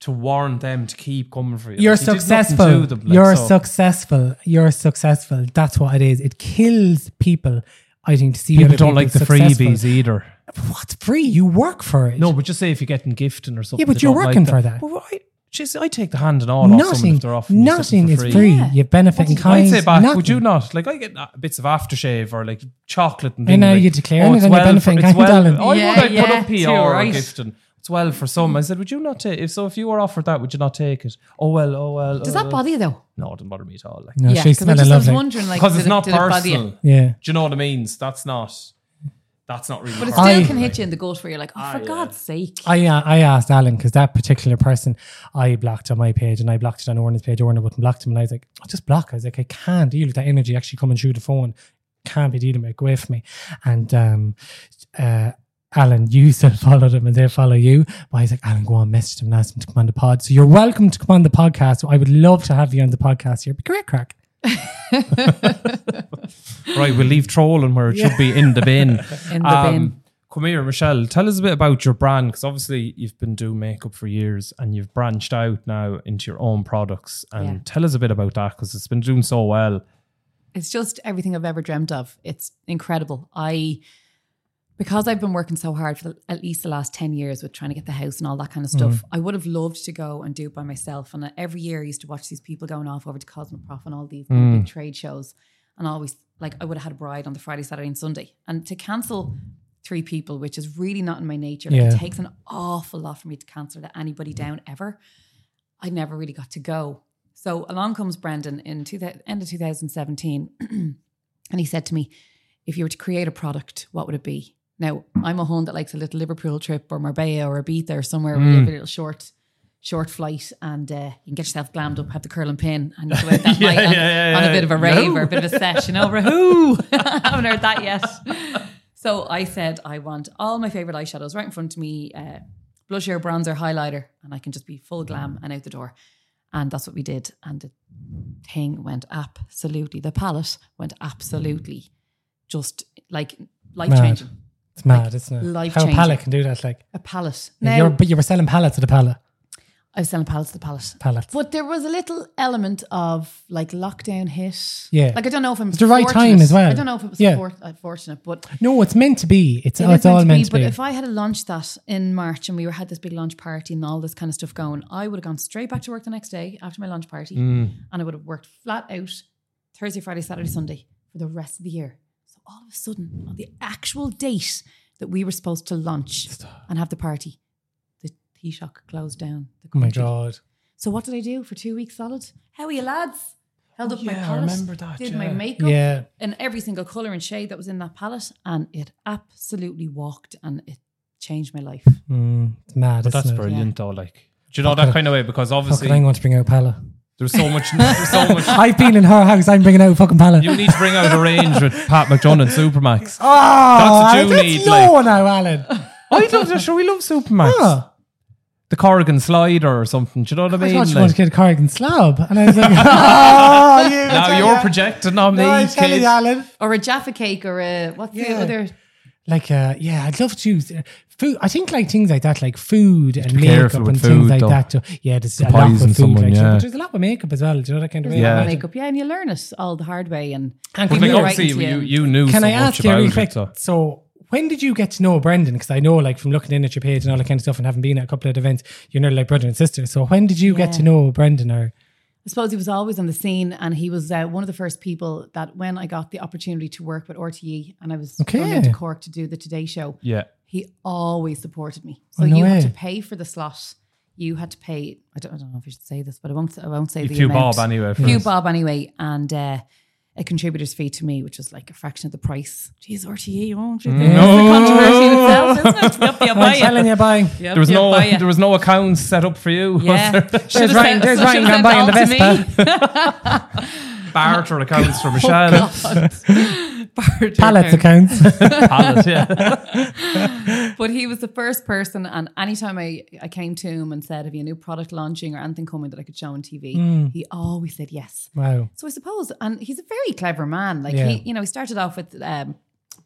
Speaker 1: to warn them to keep coming for you?
Speaker 2: You're
Speaker 1: Like, you did nothing to
Speaker 2: successful.
Speaker 1: them, like,
Speaker 2: you're
Speaker 1: so-
Speaker 2: successful. You're successful. That's what it is. It kills people. I think to see
Speaker 1: People
Speaker 2: other
Speaker 1: don't like the
Speaker 2: successful.
Speaker 1: freebies either.
Speaker 2: What's free? You work for it.
Speaker 1: No, but just say if you're getting gifting or something.
Speaker 2: Yeah, but
Speaker 1: they
Speaker 2: you're
Speaker 1: don't like
Speaker 2: working for that.
Speaker 1: But I, geez, I take the hand and all off someone
Speaker 2: nothing.
Speaker 1: if they're offering me something
Speaker 2: Nothing
Speaker 1: for
Speaker 2: is
Speaker 1: free.
Speaker 2: free.
Speaker 3: Yeah.
Speaker 2: You benefit in kind.
Speaker 1: I'd say back,
Speaker 2: nothing.
Speaker 1: would you not? Like, I get uh, bits of aftershave or like chocolate and
Speaker 2: I
Speaker 1: things.
Speaker 2: know,
Speaker 1: like, "Oh,
Speaker 2: you declare it
Speaker 1: it's
Speaker 2: and you're
Speaker 1: well
Speaker 2: benefiting,
Speaker 1: for-
Speaker 2: can't
Speaker 1: it's
Speaker 2: you, darling?
Speaker 1: well, I
Speaker 3: Yeah,
Speaker 1: would, I put
Speaker 3: yeah,
Speaker 1: up PR
Speaker 3: too,
Speaker 1: or
Speaker 3: right.
Speaker 1: gifting. It's well for some. I said, would you not take if So if you were offered that, would you not take it? Oh, well, oh, well.
Speaker 3: Does
Speaker 1: oh,
Speaker 3: that
Speaker 1: well.
Speaker 3: bother you though?
Speaker 1: No, it doesn't bother me at all. Like,
Speaker 2: No,
Speaker 3: yeah,
Speaker 2: she's
Speaker 3: 'cause I
Speaker 2: smelling
Speaker 3: just was
Speaker 2: lovely.
Speaker 3: wondering, like,
Speaker 1: because
Speaker 3: did
Speaker 1: it's
Speaker 3: it-
Speaker 1: not
Speaker 3: did it bother you?
Speaker 1: personal. Do
Speaker 2: Yeah.
Speaker 1: you know what I mean? That's not. That's not really.
Speaker 3: But it still
Speaker 1: personal.
Speaker 2: I-
Speaker 3: can hit you in the gut where you're like, oh, for God's sake.
Speaker 2: I uh, I asked Alan because that particular person I blocked on my page and I blocked it on Orna's page. Orna wouldn't block him, and I was like, I just block. I was like, I can't deal with that energy actually coming through the phone. Can't be dealing with it. Go away from me. And um, uh, Alan, you still followed him and they follow you. But I was like, Alan, go on, message him and ask him to come on the pod. So you're welcome to come on the podcast. I would love to have you on the podcast here. It'd be great crack.
Speaker 1: Right, we'll leave trolling where it should be in the bin. Um,
Speaker 3: In the
Speaker 2: um,
Speaker 3: bin.
Speaker 1: Come here, Michelle. Tell us a bit about your brand because obviously you've been doing makeup for years and you've branched out now into your own products. And
Speaker 3: Yeah.
Speaker 1: tell us a bit about that because it's been doing so well.
Speaker 3: It's just everything I've ever dreamt of. It's incredible. I, because I've been working so hard for the- at least the last 10 years with trying to get the house and all that kind of
Speaker 2: Mm.
Speaker 3: stuff, I would have loved to go and do it by myself. And every year I used to watch these people going off over to Cosmoprof and all these
Speaker 2: Mm.
Speaker 3: big trade shows. And always, like, I would have had a bride on the Friday, Saturday, and Sunday. And to cancel three people, which is really not in my nature, like,
Speaker 2: Yeah.
Speaker 3: it takes an awful lot for me to cancel to anybody down ever. I never really got to go. So along comes Brendan in two, end of 2017, and he said to me, "If you were to create a product, what would it be?" Now I'm a hon that likes a little Liverpool trip or Marbella or Ibiza or somewhere where
Speaker 1: Mm.
Speaker 3: you have a little short, short flight, and uh, you can get yourself glammed up, have the curling pin, and you go out that
Speaker 1: Yeah,
Speaker 3: night on,
Speaker 1: yeah, yeah,
Speaker 3: on
Speaker 1: yeah.
Speaker 3: a bit of a rave or a bit of a session over. Who haven't heard that yet? So I said I want all my favorite eyeshadows right in front of me, uh, blusher, bronzer, highlighter, and I can just be full glam and out the door. And that's what we did. And the thing went absolutely, the palette went absolutely just like life changing.
Speaker 2: It's mad, isn't it? How a
Speaker 3: life-changing.
Speaker 2: pallet can do that. Like,
Speaker 3: A palette.
Speaker 2: you're,
Speaker 3: Now,
Speaker 2: but you were selling pallets at the pallet.
Speaker 3: I was selling palettes to the palette.
Speaker 2: Pallets.
Speaker 3: But there was a little element of like lockdown hit.
Speaker 2: Yeah.
Speaker 3: Like I don't know if I'm
Speaker 2: It's the right
Speaker 3: fortunate.
Speaker 2: time as well.
Speaker 3: I don't know if it was
Speaker 2: Yeah.
Speaker 3: for, uh, fortunate, but
Speaker 2: No, it's meant to be. It's, oh,
Speaker 3: It
Speaker 2: it's
Speaker 3: is
Speaker 2: all meant to be.
Speaker 3: But if I had a launch that in March and we were had this big launch party and all this kind of stuff going, I would have gone straight back to work the next day after my launch party,
Speaker 2: Mm.
Speaker 3: and I would have worked flat out Thursday, Friday, Saturday, Sunday for the rest of the year. So all of a sudden, on the actual date that we were supposed to launch and have the party, the Taoiseach closed down. The
Speaker 2: oh my
Speaker 3: country.
Speaker 2: God.
Speaker 3: So what did I do for two weeks solid? How are you lads? Held up my
Speaker 1: Oh, Yeah, I
Speaker 3: palette,
Speaker 1: remember that,
Speaker 3: did
Speaker 1: yeah.
Speaker 3: my makeup,
Speaker 2: Yeah.
Speaker 3: in every single color and shade that was in that palette, and it absolutely walked and it changed my life.
Speaker 2: Mm, it's mad.
Speaker 1: But that's
Speaker 2: isn't it?
Speaker 1: brilliant though. Like, do you know that kind of way? Because
Speaker 2: Fuck
Speaker 1: obviously
Speaker 2: it, I'm going to bring out Pala.
Speaker 1: there's so much. There's so much.
Speaker 2: I've been in her house. I'm bringing out fucking Pala.
Speaker 1: You need to bring out a range with Pat McDonough and Supermax.
Speaker 2: oh,
Speaker 1: what
Speaker 2: that's
Speaker 1: you need,
Speaker 2: low now, Alan.
Speaker 1: I love that. Sure, we love Supermax.
Speaker 2: Oh,
Speaker 1: The Corrigan slider or something. Do you know what I
Speaker 2: I
Speaker 1: mean?
Speaker 2: thought you
Speaker 1: Like-
Speaker 2: wanted to get a Corrigan slab, and I was like, "Oh, you."
Speaker 1: Now you're projecting on me,
Speaker 2: No, I'm telling
Speaker 1: kid.
Speaker 2: you, Alan.
Speaker 3: Or a Jaffa cake, or a what's
Speaker 2: Yeah.
Speaker 3: the other?
Speaker 2: like uh, yeah, I'd love to uh, food. I think like things like that, like food and
Speaker 1: be
Speaker 2: makeup
Speaker 1: careful
Speaker 2: and
Speaker 1: with
Speaker 2: things
Speaker 1: food,
Speaker 2: like
Speaker 1: though.
Speaker 2: that. too. Yeah, there's
Speaker 1: To
Speaker 2: a lot with
Speaker 1: poison
Speaker 2: food,
Speaker 1: someone,
Speaker 2: like,
Speaker 1: yeah.
Speaker 2: but there's a lot with makeup as well. Do you know that kind of way?
Speaker 3: There's a lot
Speaker 1: Yeah.
Speaker 3: of makeup, yeah, and you learn it all the hard way. And
Speaker 1: But
Speaker 2: And can
Speaker 1: like,
Speaker 2: you-
Speaker 3: you're right
Speaker 1: obviously,
Speaker 3: into
Speaker 1: you,
Speaker 3: it.
Speaker 1: you knew
Speaker 2: Can
Speaker 1: so
Speaker 2: I
Speaker 1: much
Speaker 2: ask you
Speaker 1: about
Speaker 2: real
Speaker 1: it.
Speaker 2: quick?
Speaker 1: so-
Speaker 2: So, when did you get to know Brendan? Because I know, like, from looking in at your page and all that kind of stuff, and having been at a couple of events, you know, like brother and sister. So, when did you get
Speaker 3: Yeah.
Speaker 2: to know Brendan? Or
Speaker 3: I suppose he was always on the scene, and he was uh, one of the first people that when I got the opportunity to work with RTE, and I was
Speaker 2: Okay.
Speaker 3: going into Cork to do the Today Show.
Speaker 1: Yeah.
Speaker 3: He always supported me. So
Speaker 2: Oh, no
Speaker 3: you had
Speaker 2: way.
Speaker 3: to pay for the slot. You had to pay. I don't, I don't know if you should say this, but I won't. I won't say
Speaker 1: You
Speaker 3: the
Speaker 1: few
Speaker 3: amount.
Speaker 1: bob anyway.
Speaker 3: A few
Speaker 1: first.
Speaker 3: bob anyway, and uh, a contributor's fee to me, which was like a fraction of the price. Jeez, RTE, oh, no. controversy in itself, isn't it? Yep, you
Speaker 2: I'm
Speaker 3: buy
Speaker 2: telling
Speaker 3: it.
Speaker 2: you, bye.
Speaker 3: Yep,
Speaker 1: There was
Speaker 3: you
Speaker 1: no
Speaker 3: buy it.
Speaker 1: there was no accounts set up for you.
Speaker 3: Yeah.
Speaker 1: Was there?
Speaker 3: Should've
Speaker 2: Ryan-
Speaker 3: sent-
Speaker 2: there's
Speaker 3: should've
Speaker 2: Ryan gone
Speaker 3: sent
Speaker 2: buying
Speaker 3: all
Speaker 2: the
Speaker 3: to me.
Speaker 1: Barter accounts for Michelle.
Speaker 3: Barter
Speaker 2: Pallets
Speaker 3: account.
Speaker 2: accounts.
Speaker 1: Palette, yeah.
Speaker 3: But he was the first person, and anytime I, I came to him and said, Have you a new product launching or anything coming that I could show on TV? He always said yes.
Speaker 2: wow.
Speaker 3: So I suppose, and he's a very clever man. Like
Speaker 2: Yeah.
Speaker 3: he, you know, he started off with um,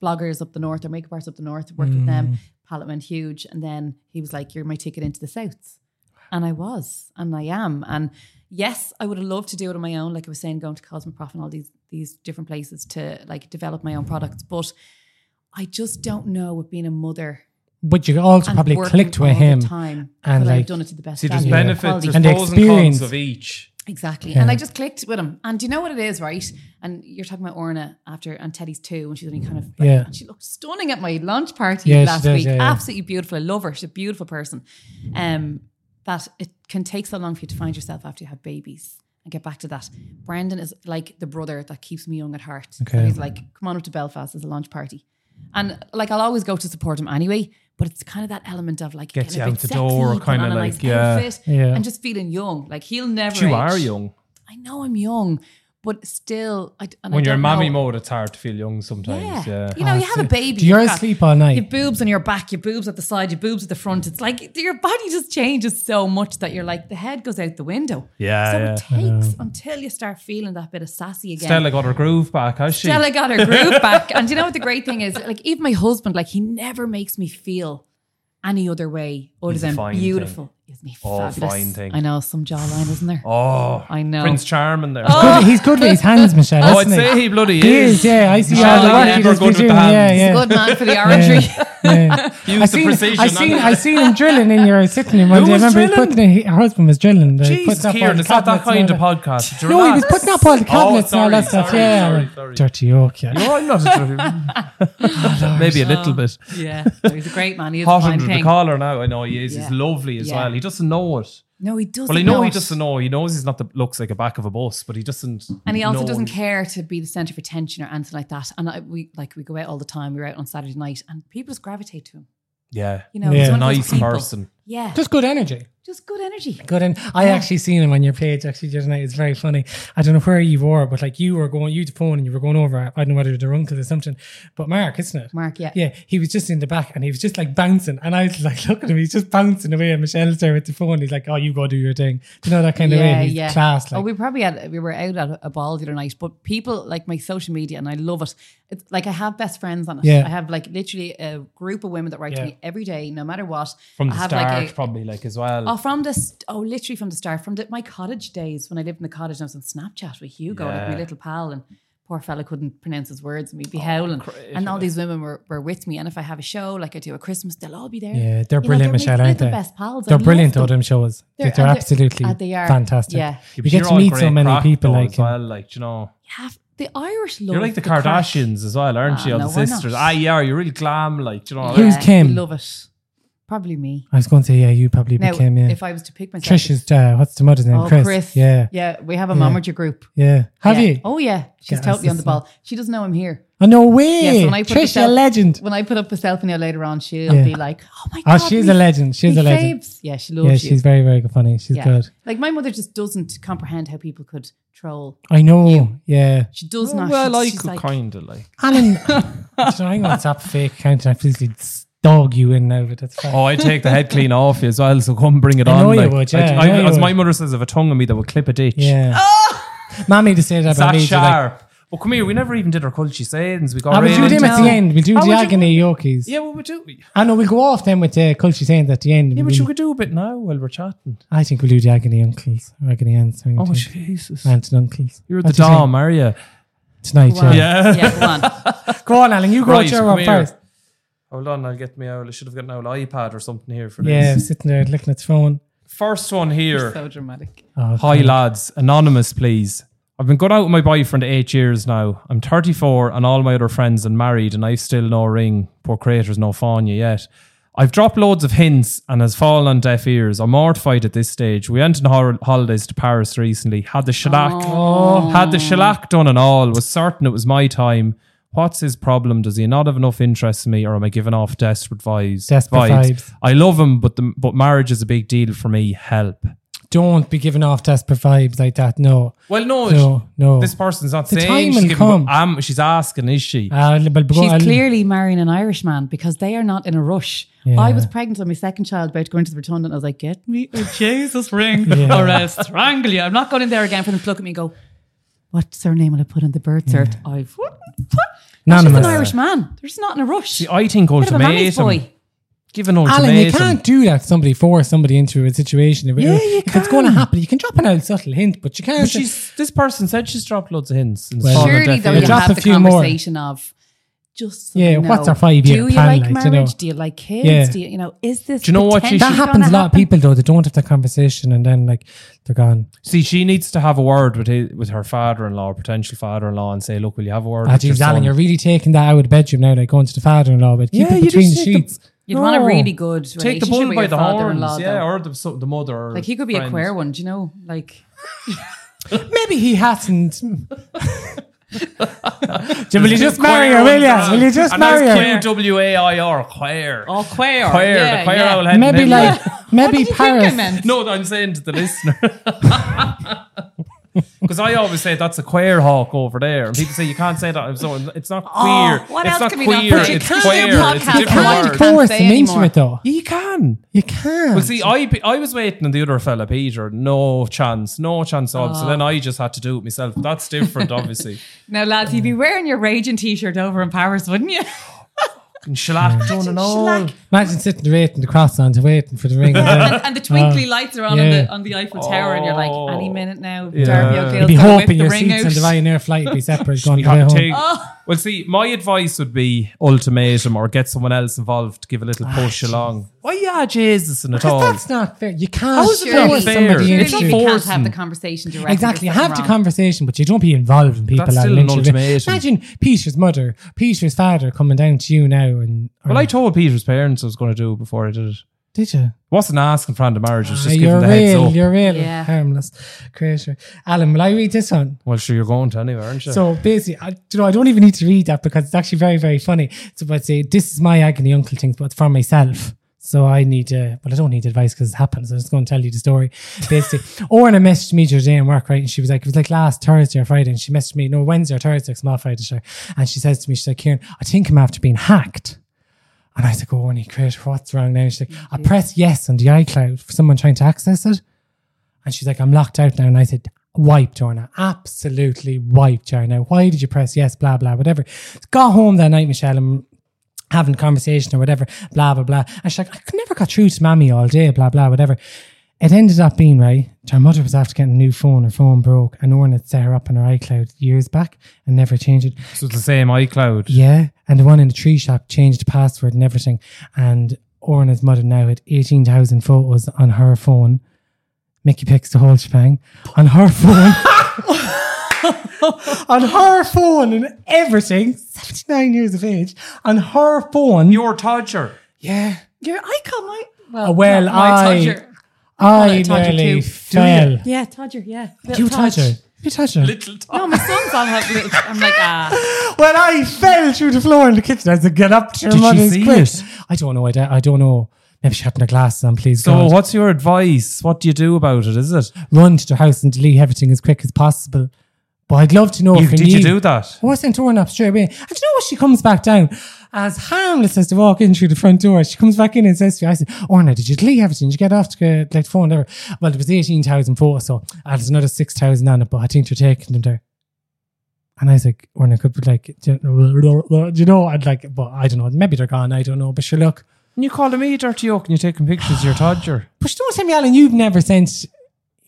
Speaker 3: bloggers up the north or makeup artists up the north, worked with them. Palette went huge, and then he was like, "You're my ticket into the south," and I was, and I am, and yes, I would have loved to do it on my own. Like I was saying, going to Cosmoprof and all these these different places to like develop my own products, but I just don't know with being a mother
Speaker 2: But you also
Speaker 3: and
Speaker 2: probably
Speaker 3: working
Speaker 2: clicked
Speaker 3: all
Speaker 2: with
Speaker 3: the
Speaker 2: him.
Speaker 3: time,
Speaker 2: and,
Speaker 3: and
Speaker 2: like-
Speaker 3: I've done it to the best.
Speaker 1: See, there's
Speaker 3: value and
Speaker 1: benefits,
Speaker 3: quality.
Speaker 1: there's
Speaker 2: And the
Speaker 1: pros and cons
Speaker 2: experience.
Speaker 1: of each.
Speaker 3: Exactly. And I just clicked with him. And do you know what it is, right? And you're talking about Orna after and Teddy's two, and she's only kind of like,
Speaker 2: Yeah.
Speaker 3: and she looked stunning at my lunch party
Speaker 2: Yeah, she
Speaker 3: last
Speaker 2: does,
Speaker 3: week.
Speaker 2: yeah, yeah.
Speaker 3: Absolutely beautiful. I love her. She's a beautiful person. Um, that it can take so long for you to find yourself after you have babies. And get back to that. Brendan is like the brother that keeps me young at heart. So
Speaker 2: Okay.
Speaker 3: he's like, come on up to Belfast, there's a lunch party. And like I'll always go to support him anyway, but it's kind of that element of like
Speaker 1: Gets
Speaker 3: getting
Speaker 1: you
Speaker 3: a bit
Speaker 1: out the door,
Speaker 3: sexy, putting
Speaker 1: kinda
Speaker 3: on a
Speaker 1: like,
Speaker 3: nice
Speaker 1: yeah.
Speaker 3: outfit,
Speaker 2: Yeah.
Speaker 3: and just feeling young. Like he'll never
Speaker 1: You
Speaker 3: age.
Speaker 1: are young.
Speaker 3: I know I'm young, but still, I, d- and I
Speaker 1: When you're in
Speaker 3: don't
Speaker 1: mommy
Speaker 3: know-
Speaker 1: mode, it's hard to feel young sometimes. Yeah. Oh, Ah.
Speaker 3: You know, you have a baby.
Speaker 2: Do you
Speaker 3: you've got-
Speaker 2: sleep all night?
Speaker 3: Your boobs on your back, your boobs at the side, your boobs at the front. It's like your body just changes so much that you're like the head goes out the window.
Speaker 1: Yeah,
Speaker 3: So
Speaker 1: yeah.
Speaker 3: it takes until you start feeling that bit of sassy again.
Speaker 1: Stella got her groove back, has she?
Speaker 3: Stella got her groove back. And do you know what the great thing is? Like even my husband, like he never makes me feel any other way other
Speaker 1: He's a
Speaker 3: than
Speaker 1: fine thing.
Speaker 3: beautiful. Isn't he
Speaker 1: Oh,
Speaker 3: fabulous?
Speaker 1: fine thing.
Speaker 3: I know some jawline, isn't there?
Speaker 1: oh,
Speaker 3: I know.
Speaker 1: Prince Charming there.
Speaker 2: Good- Oh, He's good with his hands, Michelle.
Speaker 1: Oh, I'd
Speaker 2: isn't he?
Speaker 1: say he bloody
Speaker 2: He
Speaker 1: is.
Speaker 2: is, yeah. I see
Speaker 1: Oh,
Speaker 2: all the
Speaker 1: yeah,
Speaker 2: work he
Speaker 1: we're good
Speaker 2: does been
Speaker 1: with the
Speaker 2: doing. Yeah,
Speaker 1: hands.
Speaker 2: yeah.
Speaker 3: Good man for the orangery.
Speaker 1: Use
Speaker 2: I
Speaker 1: the
Speaker 2: seen,
Speaker 1: precision.
Speaker 2: I seen,
Speaker 1: on it.
Speaker 2: I seen him drilling in your sitting room. one
Speaker 1: Who
Speaker 2: day. I
Speaker 1: was
Speaker 2: remember he
Speaker 1: drilling?
Speaker 2: putting in, he- her husband was drilling. uh,
Speaker 1: Jeez,
Speaker 2: putting up all
Speaker 1: Kieran,
Speaker 2: the
Speaker 1: it's not that
Speaker 2: cabinets and
Speaker 1: kind of
Speaker 2: all
Speaker 1: podcast.
Speaker 2: that. No, he was putting up all the cabinets
Speaker 1: oh,
Speaker 2: and
Speaker 1: sorry,
Speaker 2: all that stuff.
Speaker 1: Sorry,
Speaker 2: yeah,
Speaker 1: sorry, sorry.
Speaker 2: dirty oak. Yeah.
Speaker 1: No, I'm not a dirty. Maybe a little bit.
Speaker 3: Yeah, he's a great man. He is a
Speaker 1: Hot
Speaker 3: fine
Speaker 1: under the
Speaker 3: thing.
Speaker 1: collar now. I know he is. He's
Speaker 3: Yeah.
Speaker 1: lovely as
Speaker 3: Yeah.
Speaker 1: well. He doesn't know it.
Speaker 3: No, he doesn't.
Speaker 1: Well, I know he
Speaker 3: it.
Speaker 1: doesn't know. He knows he's not the looks like a back of a bus, but he doesn't.
Speaker 3: And he also
Speaker 1: know-
Speaker 3: doesn't care to be the centre of attention or anything like that. And I, we like we go out all the time. We're out on Saturday night, and people just gravitate to him.
Speaker 1: Yeah,
Speaker 3: You know,
Speaker 2: Yeah.
Speaker 3: he's one of
Speaker 1: nice
Speaker 3: those people.
Speaker 1: person.
Speaker 3: Yeah, just,
Speaker 2: Just good energy.
Speaker 3: good energy.
Speaker 2: Good, and I actually seen him on your page actually the other night. It's very funny. I don't know where you were, but like you were going, you had the phone and you were going over. I don't know whether the uncle or something, but Mark, isn't it?
Speaker 3: Mark, yeah.
Speaker 2: yeah. He was just in the back and he was just like bouncing, and I was like looking at him. He's just bouncing away, and Michelle's there with the phone. He's like, "Oh, you go do your thing," Do you know that kind of way. He's class. Like,
Speaker 3: oh, we probably had we were out at a ball the other night, but people like my social media, and I love it. It's like I have best friends on it.
Speaker 2: Yeah.
Speaker 3: I have like literally a group of women that write
Speaker 2: Yeah.
Speaker 3: to me every day, no matter what.
Speaker 1: From
Speaker 3: I
Speaker 1: the
Speaker 3: have
Speaker 1: start, probably like as well.
Speaker 3: Oh, from the st- oh, literally from the start, from the, my cottage days when I lived in the cottage. I was on Snapchat with Hugo, like my
Speaker 1: Yeah. Oh,
Speaker 3: little pal, and poor fella couldn't pronounce his words, and we'd be howling. And all these women were, were with me. And if I have a show, like I do at Christmas, they'll all be there.
Speaker 2: yeah, they're
Speaker 3: You know,
Speaker 2: brilliant,
Speaker 3: my
Speaker 2: Michelle, aren't
Speaker 3: little
Speaker 2: they?
Speaker 3: Best pals. I
Speaker 2: They're
Speaker 3: love
Speaker 2: brilliant.
Speaker 3: them.
Speaker 2: All them shows. They're,
Speaker 3: They're-
Speaker 2: like, they're
Speaker 3: and they're-
Speaker 2: absolutely
Speaker 3: and they are,
Speaker 2: fantastic.
Speaker 3: yeah.
Speaker 2: you
Speaker 1: But
Speaker 2: get
Speaker 1: you're
Speaker 2: to
Speaker 1: all
Speaker 2: meet
Speaker 1: great
Speaker 2: so many
Speaker 1: crack,
Speaker 2: people.
Speaker 1: though,
Speaker 2: Like,
Speaker 1: as well. Like you know,
Speaker 3: Have- the Irish love.
Speaker 1: you're like the,
Speaker 3: crack.
Speaker 1: Kardashians as well, aren't
Speaker 3: Ah,
Speaker 1: you? All
Speaker 3: no,
Speaker 1: the
Speaker 3: we're
Speaker 1: sisters.
Speaker 3: not.
Speaker 1: Ah, yeah, you're really glam. Like you know,
Speaker 3: Yeah,
Speaker 2: Who's
Speaker 3: they
Speaker 2: Kim?
Speaker 3: Love it. Probably me.
Speaker 2: I was going to say, yeah, you probably
Speaker 3: Now,
Speaker 2: became yeah.
Speaker 3: if I was to pick myself,
Speaker 2: Trish's uh, what's the mother's name?
Speaker 3: oh,
Speaker 2: Chris.
Speaker 3: Chris.
Speaker 2: Yeah.
Speaker 3: yeah, we have a momager group.
Speaker 2: Yeah. Have
Speaker 3: Yeah.
Speaker 2: you?
Speaker 3: Oh yeah, she's
Speaker 2: Yeah,
Speaker 3: totally on the
Speaker 2: sister.
Speaker 3: ball. She doesn't know I'm here.
Speaker 2: Oh, no way.
Speaker 3: Yes, when I put
Speaker 2: Trish,
Speaker 3: the
Speaker 2: you're a
Speaker 3: self-
Speaker 2: legend.
Speaker 3: When I put up a selfie now later on, she'll
Speaker 2: Yeah.
Speaker 3: be like, "Oh my
Speaker 2: Oh,
Speaker 3: god!"
Speaker 2: she's
Speaker 3: me-
Speaker 2: a legend. She's
Speaker 3: me
Speaker 2: a legend.
Speaker 3: faves." Yeah, Oh, she
Speaker 2: Yeah,
Speaker 3: loves you.
Speaker 2: she's very, very good funny. She's
Speaker 3: Yeah.
Speaker 2: good.
Speaker 3: Like my mother just doesn't comprehend how people could troll.
Speaker 2: I know. Yeah.
Speaker 3: She does
Speaker 1: well,
Speaker 3: not.
Speaker 1: Oh, well,
Speaker 3: She's-
Speaker 1: I
Speaker 3: she's
Speaker 1: could
Speaker 3: like,
Speaker 1: kind of like.
Speaker 2: Alan, Do you know, I'm going to stop fake counting. I physically dog you in now, but that's fine.
Speaker 1: Oh, I take the head clean off you as well, so come bring it
Speaker 2: I
Speaker 1: on.
Speaker 2: know you
Speaker 1: like,
Speaker 2: would, yeah,
Speaker 1: I,
Speaker 2: I know you
Speaker 1: as
Speaker 2: would.
Speaker 1: my mother says, I have a tongue in me that would clip a ditch.
Speaker 2: Yeah. Mammy to say that
Speaker 1: It's that
Speaker 2: about me. she's like,
Speaker 1: sharp. But come here, we never even did our culture sayings. We got
Speaker 2: Ah, we'll do
Speaker 1: right
Speaker 2: them
Speaker 1: into
Speaker 2: at the
Speaker 1: it.
Speaker 2: end. We'll do
Speaker 1: Ah,
Speaker 2: the
Speaker 1: would you-
Speaker 2: agony yokies.
Speaker 1: Yeah, well, we do. Yeah,
Speaker 2: I know we'll go off then with uh, the culture sayings at the end.
Speaker 1: but
Speaker 2: We'll-
Speaker 1: you could do a bit now while we're chatting.
Speaker 2: I think we'll do the agony uncles, or agony aunts.
Speaker 1: Oh,
Speaker 2: Oh,
Speaker 1: Jesus.
Speaker 2: aunts and uncles.
Speaker 1: You're the
Speaker 2: What do you think?
Speaker 1: dom, are you?
Speaker 2: tonight.
Speaker 3: Go on.
Speaker 2: Yeah.
Speaker 1: Yeah.
Speaker 3: yeah, go on.
Speaker 2: Go on, Alan. You go
Speaker 1: Right,
Speaker 2: out your
Speaker 1: come
Speaker 2: one
Speaker 1: here.
Speaker 2: first.
Speaker 1: Hold on, I'll get me out. I should have got an old iPad or something here for
Speaker 2: Yeah,
Speaker 1: this.
Speaker 2: sitting there looking at the phone.
Speaker 1: First one here.
Speaker 3: So dramatic.
Speaker 2: Oh,
Speaker 1: Hi,
Speaker 2: God.
Speaker 1: lads. Anonymous, please. I've been going out with my boyfriend eight years now. I'm 34 and all my other friends are married and I've still no ring. Poor creator's no Fanya yet. I've dropped loads of hints and has fallen on deaf ears. I'm mortified at this stage. We went on hor- holidays to Paris recently. Had the shellac.
Speaker 2: Oh.
Speaker 1: Had the shellac done and all. Was certain it was my time. What's his problem? Does he not have enough interest in me or am I giving off desperate vibes?
Speaker 2: Desperate vibes.
Speaker 1: I love him, but, the, but marriage is a big deal for me. Help.
Speaker 2: Don't be giving off desperate vibes like that. No.
Speaker 1: Well, no,
Speaker 2: No, no.
Speaker 1: This person's not
Speaker 2: Oh. The
Speaker 1: saying
Speaker 2: time
Speaker 1: she's
Speaker 2: will
Speaker 1: giving,
Speaker 2: come.
Speaker 1: um, she's asking, is she?
Speaker 2: Uh, but go
Speaker 3: She's
Speaker 2: on.
Speaker 3: clearly marrying an Irish man because they are not in a rush. I was pregnant on my second child, about to go into the rotunda, and I was like, "Get me a Jesus ring, or I'll strangle you." I'm not going in there again for them to look at me and go, "What surname will I put on the birth cert?" I've She's an
Speaker 2: Anonymous.
Speaker 3: Irish man. They're just not in a rush.
Speaker 1: I think
Speaker 3: Bit of a mammy's
Speaker 1: ultimatum.
Speaker 3: boy.
Speaker 1: Give an ultimatum.
Speaker 2: Alan, you can't do that. to Somebody force somebody into a situation. If, yeah, if it's going to happen, you can drop an old subtle hint, but you can't.
Speaker 1: But she's, this person said she's dropped loads of hints. And
Speaker 2: Well,
Speaker 1: well,
Speaker 3: Surely, though,
Speaker 2: Oh, Yeah,
Speaker 3: you
Speaker 2: drop
Speaker 3: have
Speaker 2: a
Speaker 3: the
Speaker 2: few more.
Speaker 3: conversation of just so
Speaker 2: Yeah,
Speaker 3: you know,
Speaker 2: what's our five-year
Speaker 3: Do you
Speaker 2: plan
Speaker 3: like
Speaker 2: like,
Speaker 3: marriage?
Speaker 2: you know?
Speaker 3: Do you like kids?
Speaker 2: Yeah.
Speaker 3: Do you, you know, is this?
Speaker 1: Do you know what you
Speaker 3: potentially
Speaker 2: that
Speaker 1: she's
Speaker 2: happens a
Speaker 3: gonna
Speaker 2: lot of
Speaker 3: happen?
Speaker 2: people though. They don't have that conversation, and then like they're gone.
Speaker 1: See, she needs to have a word with his, with her father-in-law, or potential father-in-law, and say, "Look, will you have a word?"
Speaker 2: Ah,
Speaker 1: with your
Speaker 2: geez, Alan,
Speaker 1: son?
Speaker 2: you're really taking that out of the bedroom now. Like going to the father-in-law, but keep
Speaker 1: Yeah,
Speaker 2: it
Speaker 1: you
Speaker 2: between the
Speaker 1: just take the-
Speaker 2: sheets.
Speaker 3: You'd want a
Speaker 1: No.
Speaker 3: really good
Speaker 1: Take the
Speaker 3: relationship
Speaker 1: bull
Speaker 3: with
Speaker 1: by
Speaker 3: your
Speaker 1: the
Speaker 3: father-in-law,
Speaker 1: horns, yeah,
Speaker 3: though.
Speaker 1: or the, so- the mother. or
Speaker 3: Like he could be a
Speaker 1: friend.
Speaker 3: queer one, do you know? Like
Speaker 2: Maybe he hasn't. will you just
Speaker 1: Queer
Speaker 2: marry her? Will
Speaker 1: ones,
Speaker 2: you? Will you
Speaker 1: and-
Speaker 2: just
Speaker 1: and that's
Speaker 2: marry her?
Speaker 1: Q W A I R, queer.
Speaker 2: Oh,
Speaker 3: all queer.
Speaker 1: Queer,
Speaker 3: yeah,
Speaker 1: the queer
Speaker 3: yeah.
Speaker 1: old head and head.
Speaker 2: Maybe like maybe
Speaker 3: What did you think I
Speaker 2: Paris.
Speaker 3: meant?
Speaker 1: No, I'm saying to the listener. Because I always say that's a queer hawk over there, and people say you can't say that. I'm So it's not queer.
Speaker 3: Oh, what
Speaker 1: it's
Speaker 3: else
Speaker 1: not
Speaker 3: can we not-
Speaker 1: queer.
Speaker 3: But you
Speaker 1: it's
Speaker 3: can't do
Speaker 1: queer. It's
Speaker 3: podcasts.
Speaker 1: a
Speaker 2: You
Speaker 1: different
Speaker 3: Can't
Speaker 2: can't
Speaker 1: word.
Speaker 2: force
Speaker 3: say
Speaker 2: them into
Speaker 3: anymore.
Speaker 2: it though.
Speaker 1: You can.
Speaker 2: You can't.
Speaker 1: Well, see, I I was waiting on the other fella, Peter. No chance, no chance of. So then
Speaker 3: Oh.
Speaker 1: I just had to do it myself. That's different, obviously.
Speaker 3: Now, lads,
Speaker 2: Mm.
Speaker 3: you'd be wearing your raging t-shirt over in Paris, wouldn't you?
Speaker 1: And shellac, done and all.
Speaker 2: Imagine sitting there waiting the cross on to waiting for the ring. Yeah.
Speaker 3: and the twinkly lights are on
Speaker 2: Ah. yeah.
Speaker 3: on the on the Eiffel Tower, and you're like,
Speaker 1: Oh.
Speaker 3: any minute now, Derby
Speaker 1: Yeah.
Speaker 3: O'Gill's
Speaker 2: You'd be
Speaker 3: gonna whip
Speaker 2: hoping
Speaker 3: the
Speaker 2: your
Speaker 3: ring
Speaker 2: seats
Speaker 3: out.
Speaker 2: and the Ryanair flight would be separate going
Speaker 1: We
Speaker 2: to the way
Speaker 1: have
Speaker 2: home.
Speaker 1: to-
Speaker 3: oh.
Speaker 1: Well, see, my advice would be ultimatum or get someone else involved to give a little
Speaker 3: Ah,
Speaker 1: push along. Why, yeah, Jesus, and at all.
Speaker 2: Because that's not fair. You can't
Speaker 1: How is it
Speaker 2: force
Speaker 1: not fair?
Speaker 2: somebody
Speaker 3: Surely
Speaker 1: It's
Speaker 2: into
Speaker 3: we
Speaker 1: not
Speaker 2: it.
Speaker 3: can't
Speaker 1: forcing.
Speaker 3: have the conversation directly.
Speaker 2: Exactly. You
Speaker 3: There's
Speaker 2: have the
Speaker 3: something wrong.
Speaker 2: conversation, but you don't be involved in people.
Speaker 1: That's
Speaker 2: Alan,
Speaker 1: still an
Speaker 2: literally.
Speaker 1: ultimatum.
Speaker 2: Imagine Peter's mother, Peter's father coming down to you now and.
Speaker 1: Well,
Speaker 2: or-
Speaker 1: I told Peter's parents I was going to do it before I did it.
Speaker 2: Mm. Did you?
Speaker 1: Wasn't asking for hand of marriage, it was
Speaker 2: Ah,
Speaker 1: just giving
Speaker 2: you're
Speaker 1: the heads
Speaker 2: real.
Speaker 1: up.
Speaker 2: You're real.
Speaker 3: Yeah.
Speaker 2: Harmless creature. Alan, will I read this one?
Speaker 1: Well, sure, you're going to anyway, aren't you?
Speaker 2: So basically, I, you know, I don't even need to read that because it's actually very, very funny. So, but say this is my agony uncle thing, but for myself. So I need, uh, well, I don't need advice because it's happened. So I'm just going to tell you the story. Basically, Oren had messaged me the other day in work, right? And she was like, it was like last Thursday or Friday, and she messaged me, no, Wednesday or Thursday, 'cause I'm off Friday, sure. And she says to me, she's like, Kieran, I think I'm after being hacked. And I was like, oh, any creator, what's wrong now? And she's like, I press yes on the iCloud for someone trying to access it. And she's like, I'm locked out now. And I said, wiped her now. Absolutely wiped her now. Why did you press yes, blah, blah, whatever. Got home that night, Michelle, and having a conversation or whatever, blah, blah, blah. And she's like, I could never got through to mammy all day, blah, blah, whatever. It ended up being right. Her mother was after getting a new phone. Her phone broke, and Owen had set her up on her iCloud years back and never changed it.
Speaker 1: So it's the same iCloud.
Speaker 2: Yeah, and the one in the tree shop changed the password and everything. And Orna's mother now had 18,000 photos on her phone. Mickey picks the whole shebang on her phone. on her phone and everything, 79 years of age, on her phone.
Speaker 1: Your Todger.
Speaker 2: yeah.
Speaker 3: Your I call my
Speaker 2: Uh, well,
Speaker 3: not my
Speaker 2: I-
Speaker 3: Todger.
Speaker 2: I
Speaker 3: it a Todger
Speaker 2: nearly
Speaker 3: too.
Speaker 2: fell.
Speaker 3: Yeah, Todger. Yeah,
Speaker 2: You
Speaker 3: Little
Speaker 2: touch her. You touch her.
Speaker 1: Little Todger.
Speaker 3: No, my son's all have little. I'm like, ah,
Speaker 2: Well, I fell through the floor in the kitchen. I said, get up to your
Speaker 1: Did she
Speaker 2: mother's
Speaker 1: see
Speaker 2: quick.
Speaker 1: it?
Speaker 2: I don't know. I don't, I don't know. Maybe she had her glasses on, please.
Speaker 1: So
Speaker 2: God.
Speaker 1: what's your advice? What do you do about it, is it?
Speaker 2: run to the house and delete everything as quick as possible. But I'd love to know
Speaker 1: You-
Speaker 2: if
Speaker 1: did you
Speaker 2: need-
Speaker 1: do that?
Speaker 2: Oh, I sent her one up straight away. And do you know what? She comes back down as harmless as to walk in through the front door. She comes back in and says to me, I said, Orna, did you delete everything? Did you get off the like, phone? There? Well, there was 18,000 photos, so uh, there's another 6,000 on it, but I think they're taking them there. And I was like, when I could be like, do you know, I'd like, but I don't know, maybe they're gone, I don't know. But sure, look,
Speaker 1: And you calling me a dirty oak and you're taking pictures of your todger.
Speaker 2: but don't tell me, Alan, you've never since,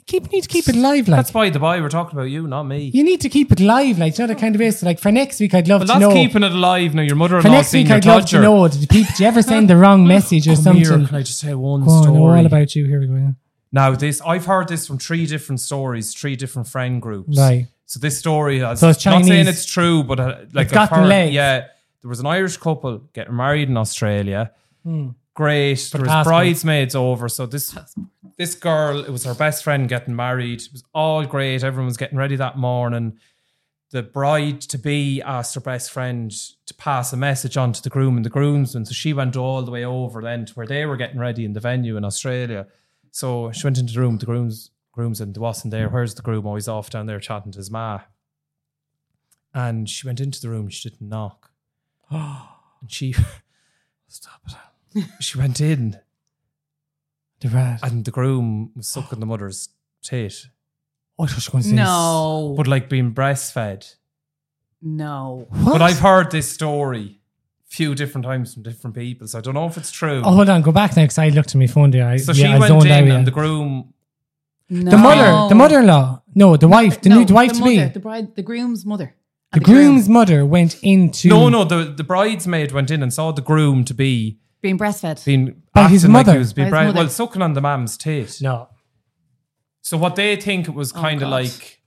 Speaker 2: keep, need to keep it live, like.
Speaker 1: That's by the by, we're talking about you, not me.
Speaker 2: you need to keep it live, like, you know, the kind of basis. Like, for next week, I'd love
Speaker 1: Well,
Speaker 2: to
Speaker 1: that's
Speaker 2: know.
Speaker 1: keeping it alive now. Your mother in
Speaker 2: for
Speaker 1: law
Speaker 2: next
Speaker 1: seeing
Speaker 2: week,
Speaker 1: your
Speaker 2: I'd love to
Speaker 1: todger.
Speaker 2: know. Did, people, did you ever send the wrong message or
Speaker 1: Come
Speaker 2: something?
Speaker 1: here, can I just say one
Speaker 2: Go on,
Speaker 1: story?
Speaker 2: all about you. Here we go. yeah.
Speaker 1: Now, this I've heard this from three different stories, three different friend groups.
Speaker 2: Right.
Speaker 1: So this story has
Speaker 2: So it's
Speaker 1: not saying
Speaker 2: Chinese.
Speaker 1: it's true, but uh, like
Speaker 2: It's gotten
Speaker 1: I've heard-
Speaker 2: legs.
Speaker 1: Yeah, there was an Irish couple getting married in Australia. Great. there was
Speaker 2: passports.
Speaker 1: bridesmaids over. So this this girl, it was her best friend getting married. It was all great. Everyone was getting ready that morning. The bride to be asked her best friend to pass a message on to the groom and the groomsman. So she went all the way over then to where they were getting ready in the venue in Australia. So she went into the room, the groom's groom's and wasn't there. Where's the groom? Always off down there chatting to his ma. And she went into the room, she didn't knock. and she stop it. She went in
Speaker 2: The rat.
Speaker 1: and the groom was sucking the mother's tit.
Speaker 2: What was Oh, she going to say? Oh.
Speaker 3: No.
Speaker 1: But like being breastfed.
Speaker 3: No.
Speaker 2: What?
Speaker 1: But I've heard this story a few different times from different people, so I don't know if it's true.
Speaker 2: Oh, hold on. Go back now because I looked at my phone there. I,
Speaker 1: so
Speaker 2: yeah, I
Speaker 1: she went
Speaker 2: zoned
Speaker 1: in
Speaker 2: out,
Speaker 1: and
Speaker 2: yeah.
Speaker 1: the groom
Speaker 3: No.
Speaker 2: The mother, the mother-in-law. No, the wife, the
Speaker 3: No,
Speaker 2: new the wife to be.
Speaker 3: mother, The
Speaker 2: The,
Speaker 3: bride, the groom's mother. and
Speaker 2: groom's mother went into
Speaker 1: No, no, the, the bridesmaid went in and saw the groom to be
Speaker 3: being breastfed.
Speaker 1: being
Speaker 2: By Oh, his
Speaker 1: acting like he
Speaker 2: mother.
Speaker 1: was being
Speaker 3: By his
Speaker 1: bre-
Speaker 3: mother.
Speaker 1: well sucking on the mam's tit.
Speaker 2: No,
Speaker 1: So what they think it was kind of
Speaker 3: Oh, God.
Speaker 1: like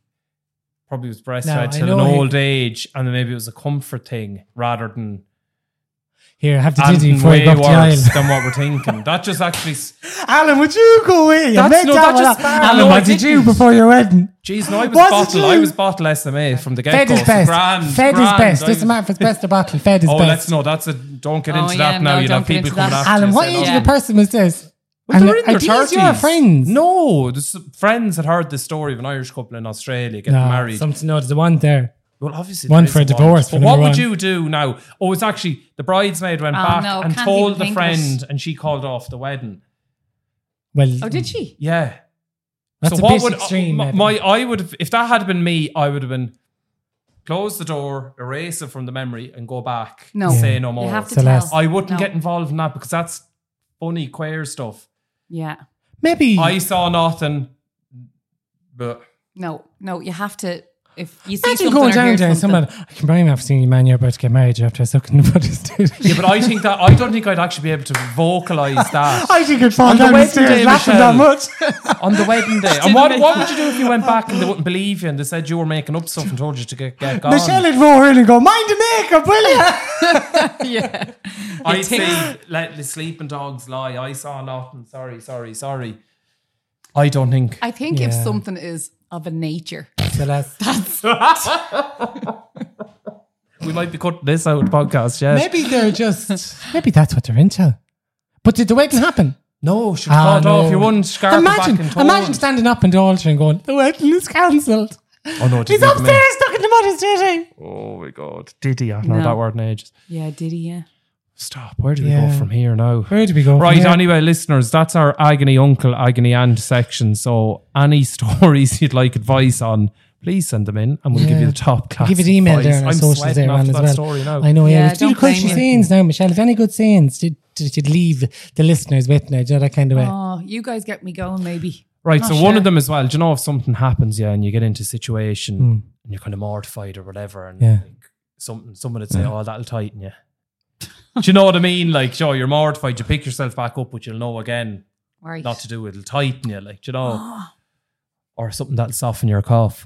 Speaker 1: probably was breastfed
Speaker 2: Now, I
Speaker 1: till an
Speaker 2: know you-
Speaker 1: old age, and then maybe it was a comfort thing rather than
Speaker 2: Here, have the dizzy
Speaker 1: anything
Speaker 2: before you
Speaker 1: way
Speaker 2: go up the aisle.
Speaker 1: worse than what we're thinking. That just actually, s-
Speaker 2: Alan, would you go away?
Speaker 1: That's- no, that
Speaker 2: one
Speaker 1: just
Speaker 2: up.
Speaker 1: bad.
Speaker 2: Alan,
Speaker 1: No, I
Speaker 2: what did you
Speaker 1: didn't.
Speaker 2: before your wedding?
Speaker 1: jeez, no, I was,
Speaker 2: Was it
Speaker 1: bottle, I
Speaker 2: you?
Speaker 1: was bottle SMA from the get
Speaker 2: Fed
Speaker 1: go.
Speaker 2: is best.
Speaker 1: Grand,
Speaker 2: Fed
Speaker 1: grand.
Speaker 2: is best.
Speaker 1: I
Speaker 2: Doesn't
Speaker 1: was-
Speaker 2: matter if it's best or battle. Fed is
Speaker 1: Oh,
Speaker 2: best.
Speaker 1: let's no, that's a don't get
Speaker 3: Oh,
Speaker 1: into
Speaker 3: yeah,
Speaker 1: that now.
Speaker 3: no,
Speaker 1: You'll
Speaker 3: don't
Speaker 1: have
Speaker 3: get
Speaker 1: people
Speaker 3: into
Speaker 1: coming
Speaker 3: that.
Speaker 1: after
Speaker 2: Alan,
Speaker 1: you
Speaker 2: what
Speaker 1: saying,
Speaker 2: age
Speaker 1: "Oh,
Speaker 2: of person was this?
Speaker 1: Well,
Speaker 2: And
Speaker 1: they're in
Speaker 2: are
Speaker 1: their
Speaker 2: these
Speaker 1: 30s.
Speaker 2: your friends?
Speaker 1: No, this friends had heard the story of an Irish couple in Australia getting
Speaker 2: No,
Speaker 1: married.
Speaker 2: Something no, there's one there.
Speaker 1: Well, obviously,
Speaker 2: One
Speaker 1: there
Speaker 2: for
Speaker 1: is
Speaker 2: a divorce,
Speaker 1: But
Speaker 2: for
Speaker 1: what
Speaker 2: number
Speaker 1: would
Speaker 2: one.
Speaker 1: you do now? Oh, it's actually the bridesmaid went
Speaker 3: Oh,
Speaker 1: back
Speaker 3: no,
Speaker 1: and
Speaker 3: can't
Speaker 1: told
Speaker 3: even
Speaker 1: the
Speaker 3: think of
Speaker 1: friend,
Speaker 3: it.
Speaker 1: and she called off the wedding.
Speaker 2: Well,
Speaker 3: Oh, did she?
Speaker 1: Yeah.
Speaker 2: That's
Speaker 1: so
Speaker 2: a
Speaker 1: what
Speaker 2: bit
Speaker 1: would
Speaker 2: extreme.
Speaker 1: my,
Speaker 2: Evan.
Speaker 1: my- I would have if that had been me, I would have been close the door, erase it from the memory, and go back.
Speaker 3: No.
Speaker 1: and say
Speaker 2: Yeah.
Speaker 1: no more.
Speaker 3: You have to
Speaker 2: Celeste.
Speaker 3: tell.
Speaker 1: I wouldn't
Speaker 3: No.
Speaker 1: get involved in that because that's funny queer stuff.
Speaker 3: Yeah.
Speaker 2: maybe
Speaker 1: I saw nothing, but
Speaker 3: No. No. You have to. If you see
Speaker 2: imagine
Speaker 3: something
Speaker 2: going
Speaker 3: or hear
Speaker 2: down there. and
Speaker 3: something-
Speaker 2: Someone, I can buy me after seeing you, man. You're about to get married. You're after sucking the butters, dude.
Speaker 1: yeah, but I think that I don't think I'd actually be able to vocalize that.
Speaker 2: I think it'd fall
Speaker 1: On the
Speaker 2: down the
Speaker 1: wedding
Speaker 2: stairs
Speaker 1: day,
Speaker 2: laughing
Speaker 1: Michelle.
Speaker 2: that much.
Speaker 1: on the wedding day. and what, what would you do if you went back and they wouldn't believe you and they said you were making up stuff and told you to get, get gone?
Speaker 2: Michelle would roar in and go, "Mind the makeup, will you?"
Speaker 3: yeah.
Speaker 1: I say let the sleeping dogs lie. I saw nothing. Sorry, sorry, sorry. I don't think.
Speaker 3: I think if
Speaker 2: Yeah.
Speaker 3: something is of a nature,
Speaker 2: Celeste.
Speaker 1: We might be cutting this out of the podcast, yes.
Speaker 2: Maybe they're just. Maybe that's what they're into. But did the wedding happen?
Speaker 1: Oh, No, she
Speaker 2: Ah,
Speaker 1: called
Speaker 2: no.
Speaker 1: off. You wouldn't scarf her
Speaker 2: Imagine,
Speaker 1: back and told.
Speaker 2: imagine standing up in the altar and going, "The wedding is cancelled."
Speaker 1: Oh, no, it
Speaker 2: He's
Speaker 1: didn't even
Speaker 2: upstairs stuck in the mother's dirty.
Speaker 1: Oh, my God. Diddy. I've known
Speaker 3: No.
Speaker 1: that word in ages.
Speaker 3: yeah, did he? Yeah.
Speaker 1: Stop. Where do we go
Speaker 2: Yeah.
Speaker 1: from here now?
Speaker 2: Where do we go? from
Speaker 1: Right,
Speaker 2: here?
Speaker 1: anyway, listeners, that's our agony uncle, agony aunt section. So, any stories you'd like advice on, please send them in, and we'll give you
Speaker 2: Yeah.
Speaker 1: the top class.
Speaker 2: Give it email
Speaker 1: advice.
Speaker 2: there on our
Speaker 1: I'm
Speaker 2: socials
Speaker 1: sweating
Speaker 2: there
Speaker 1: after
Speaker 2: on as
Speaker 1: that
Speaker 2: well.
Speaker 1: story now.
Speaker 2: I know, yeah.
Speaker 3: Yeah,
Speaker 2: Let's do
Speaker 3: don't
Speaker 2: the culture
Speaker 3: blame you.
Speaker 2: scenes now, Michelle. If any good scenes, did, did you leave the listeners with now? Do you know that kind of way?
Speaker 3: Oh, you guys get me going, maybe.
Speaker 1: Right,
Speaker 3: Not
Speaker 1: so one
Speaker 3: sure.
Speaker 1: of them as well. Do you know if something happens, yeah, and you get into a situation
Speaker 3: Hmm.
Speaker 1: and you're kind of mortified or whatever, and
Speaker 2: Yeah.
Speaker 1: like, something someone would say, "Oh, that'll tighten you." do you know what I mean? Like, sure, you're mortified, you pick yourself back up, but you'll know again
Speaker 3: Right.
Speaker 1: not to do it. It'll tighten you, like do you know, or something that'll soften your cough,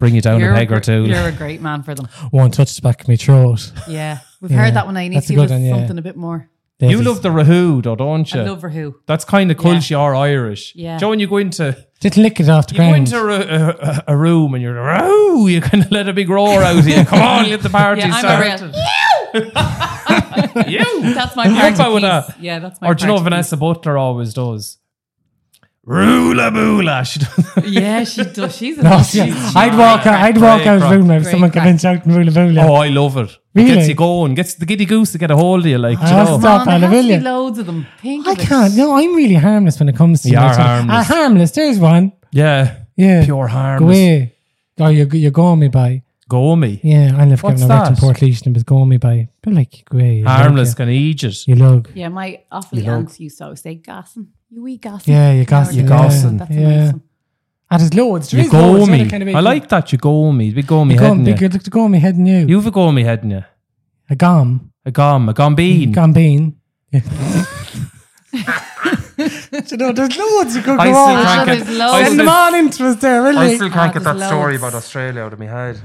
Speaker 1: bring you down
Speaker 3: you're,
Speaker 1: a peg
Speaker 3: a,
Speaker 1: or
Speaker 3: gr-
Speaker 1: two.
Speaker 3: you're a great man for them.
Speaker 2: Won't touch the back of my throat.
Speaker 3: Yeah. We've
Speaker 2: Yeah,
Speaker 3: heard that one. I need
Speaker 2: that's
Speaker 3: to
Speaker 2: a
Speaker 3: give
Speaker 2: good
Speaker 3: us
Speaker 2: one, yeah.
Speaker 3: something a bit more.
Speaker 1: You love the Rahoo, though, don't you?
Speaker 3: I love her who.
Speaker 1: That's kind of culture or Irish.
Speaker 3: Yeah.
Speaker 1: Joe, when you go into
Speaker 2: Just lick it off the
Speaker 1: you go
Speaker 2: ground.
Speaker 1: into a, a, a room and you're Rahoo, you kind of let a big roar out of you. Come on, let the party
Speaker 3: Yeah, I'm
Speaker 1: start.
Speaker 3: a real.
Speaker 1: you.
Speaker 3: That's my party
Speaker 1: You're fine with
Speaker 3: piece.
Speaker 1: that.
Speaker 3: Yeah, that's my
Speaker 1: Or do you know
Speaker 3: party
Speaker 1: Vanessa Butler always does? Rula bula. She does.
Speaker 3: piece. Yeah, she does. She's a
Speaker 2: Oh,
Speaker 3: she's
Speaker 2: yeah.
Speaker 3: smart.
Speaker 2: I'd walk out. I'd walk
Speaker 1: Great
Speaker 2: out of
Speaker 1: crack.
Speaker 2: the room now if
Speaker 3: Great
Speaker 2: someone
Speaker 3: crack.
Speaker 2: came in shouting "Vula
Speaker 1: Oh,
Speaker 2: Vula."
Speaker 1: I love her.
Speaker 2: Really?
Speaker 1: Gets you going. Gets the giddy goose to get a hold of you. Like, do you
Speaker 2: Oh,
Speaker 1: know.
Speaker 2: stop.
Speaker 3: Mom, there
Speaker 2: Anna,
Speaker 3: has
Speaker 2: will
Speaker 3: to be
Speaker 2: you?
Speaker 3: loads of them. Pink
Speaker 2: I
Speaker 3: of it.
Speaker 2: can't. No, I'm really harmless when it comes to
Speaker 1: You are
Speaker 2: that.
Speaker 1: harmless.
Speaker 2: Ah, harmless. There's one.
Speaker 1: Yeah.
Speaker 2: Yeah.
Speaker 1: Pure harm.
Speaker 2: Go away. Oh, you're, you're going me by.
Speaker 1: Gomi.
Speaker 2: Yeah, I live
Speaker 1: What's
Speaker 2: giving a in
Speaker 1: that?
Speaker 2: Port Leash and it was going me by, but like, grey.
Speaker 1: Harmless, gonna eat it.
Speaker 2: You lug.
Speaker 3: Yeah, my awfully aunts used to always say gassin. You wee gassin.
Speaker 2: Yeah, you gassin,
Speaker 3: Nowadays,
Speaker 1: yeah. gassin,
Speaker 3: That's
Speaker 2: yeah.
Speaker 3: amazing.
Speaker 2: And there's loads. There
Speaker 1: You
Speaker 2: is loads.
Speaker 1: Gomi.
Speaker 2: yeah, kind of
Speaker 1: I
Speaker 2: big-
Speaker 1: like that. You Gomi. Big Gomi
Speaker 2: You
Speaker 1: head.
Speaker 2: gum,
Speaker 1: in
Speaker 2: big,
Speaker 1: you.
Speaker 2: look, the gum head in you.
Speaker 1: You've a Gomi head in you.
Speaker 2: A gum.
Speaker 1: A gum, a gambine.
Speaker 2: Gum bean. Yeah. Do you know, there's loads of good
Speaker 1: I still
Speaker 2: go on.
Speaker 3: Ah,
Speaker 1: can't
Speaker 3: there's
Speaker 1: get.
Speaker 3: loads.
Speaker 1: I
Speaker 2: Send them
Speaker 1: still,
Speaker 2: on into us there,
Speaker 1: I
Speaker 2: really.
Speaker 1: still can't
Speaker 3: Ah,
Speaker 1: get that
Speaker 3: there's
Speaker 1: story
Speaker 3: loads.
Speaker 1: about Australia out of my head.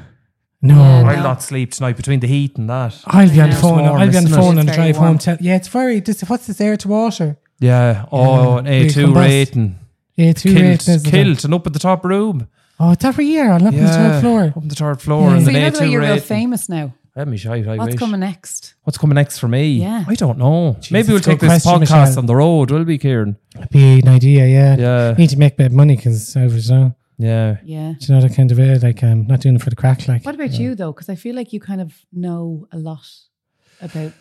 Speaker 2: No.
Speaker 1: I'll not sleep tonight between the heat and that.
Speaker 2: I'll be on the
Speaker 3: It's
Speaker 2: phone.
Speaker 1: warm,
Speaker 2: I'll be on the
Speaker 1: isn't it?
Speaker 2: phone on
Speaker 3: It's
Speaker 2: the
Speaker 3: very
Speaker 2: drive
Speaker 3: warm.
Speaker 2: home. Tell, yeah, it's very. This, what's this air to water?
Speaker 1: Yeah. Oh, an
Speaker 2: They
Speaker 1: A2
Speaker 2: combust.
Speaker 1: rating.
Speaker 2: Yeah, two
Speaker 1: Killed,
Speaker 2: rating, isn't it?
Speaker 1: killed and up at the top room.
Speaker 2: Oh, it's every year. I'm up on the
Speaker 1: Yeah,
Speaker 2: third floor.
Speaker 1: Up on the third floor.
Speaker 2: Yeah.
Speaker 1: And
Speaker 3: So
Speaker 1: an
Speaker 3: you know the way
Speaker 1: A2
Speaker 3: you're real
Speaker 1: rating.
Speaker 3: famous now.
Speaker 1: Let me shout, I
Speaker 3: What's
Speaker 1: wish.
Speaker 3: coming next?
Speaker 1: What's coming next for me?
Speaker 3: Yeah.
Speaker 1: I don't know. Maybe we'll
Speaker 2: it's a
Speaker 1: take
Speaker 2: good
Speaker 1: this
Speaker 2: question,
Speaker 1: podcast
Speaker 2: Michelle.
Speaker 1: on the road, will we, Kieran?
Speaker 2: Be an idea, yeah.
Speaker 1: Yeah.
Speaker 2: Need to make a bit of money because I was, uh,
Speaker 1: Yeah.
Speaker 3: Yeah.
Speaker 2: you know, that kind of way. Like, I'm not doing it for the crack. Like,
Speaker 3: What about you though? Because I feel like you kind of know a lot about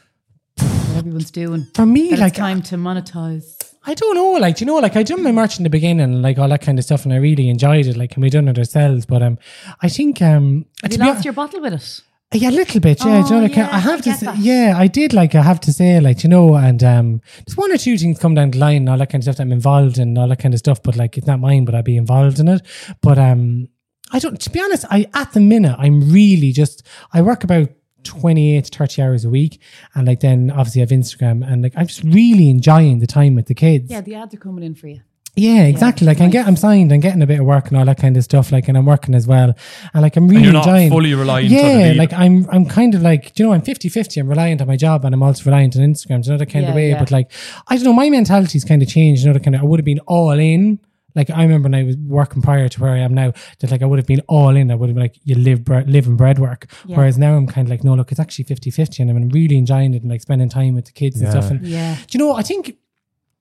Speaker 3: what everyone's doing.
Speaker 2: for me,
Speaker 3: That
Speaker 2: like,
Speaker 3: it's time to monetize.
Speaker 2: I don't know. Like, do you know, like I done my merch in the beginning, like all that kind of stuff, and I really enjoyed it. Like, and we done it ourselves. But um, I think um,
Speaker 3: Have
Speaker 2: to
Speaker 3: you
Speaker 2: be
Speaker 3: lost
Speaker 2: hon-
Speaker 3: your bottle with it?
Speaker 2: yeah, a little bit. Yeah, do you
Speaker 3: Oh,
Speaker 2: know, like,
Speaker 3: yeah,
Speaker 2: I have
Speaker 3: I
Speaker 2: to.
Speaker 3: get
Speaker 2: Say,
Speaker 3: that.
Speaker 2: yeah, I did. Like, I have to say, like, you know, and um, there's one or two things come down the line, and all that kind of stuff that I'm involved in, and all that kind of stuff. But like, it's not mine, but I'd be involved in it. But um, I don't. To be honest, I at the minute I'm really just. I work about. 28 to 30 hours a week and like then obviously I have Instagram and like I'm just really enjoying the time with the kids
Speaker 3: Yeah, the ads are coming in for you.
Speaker 2: yeah, exactly. like I'm
Speaker 3: nice.
Speaker 2: get, I'm signed, I'm getting a bit of work and all that kind of stuff. Like, and I'm working as well, and like I'm really
Speaker 1: you're not
Speaker 2: enjoying-
Speaker 1: fully reliant on it
Speaker 2: Yeah,
Speaker 1: either.
Speaker 2: like I'm, I'm kind of like do you know, I'm 50-50. I'm reliant on my job, and I'm also reliant on Instagram. Do you know that kind of
Speaker 3: Yeah,
Speaker 2: way?
Speaker 3: yeah.
Speaker 2: But like, I don't know. My mentality's kind of changed. You know, that kind of I would have been all in. Like I remember when I was working prior to where I am now, that like I would have been all in. I would have been like, you live, bre- live and bread work. Whereas now I'm kind of like, no, look, it's actually 50-50 and I'm really enjoying it and like spending time with the kids and stuff. And
Speaker 3: Yeah.
Speaker 2: do you know? I think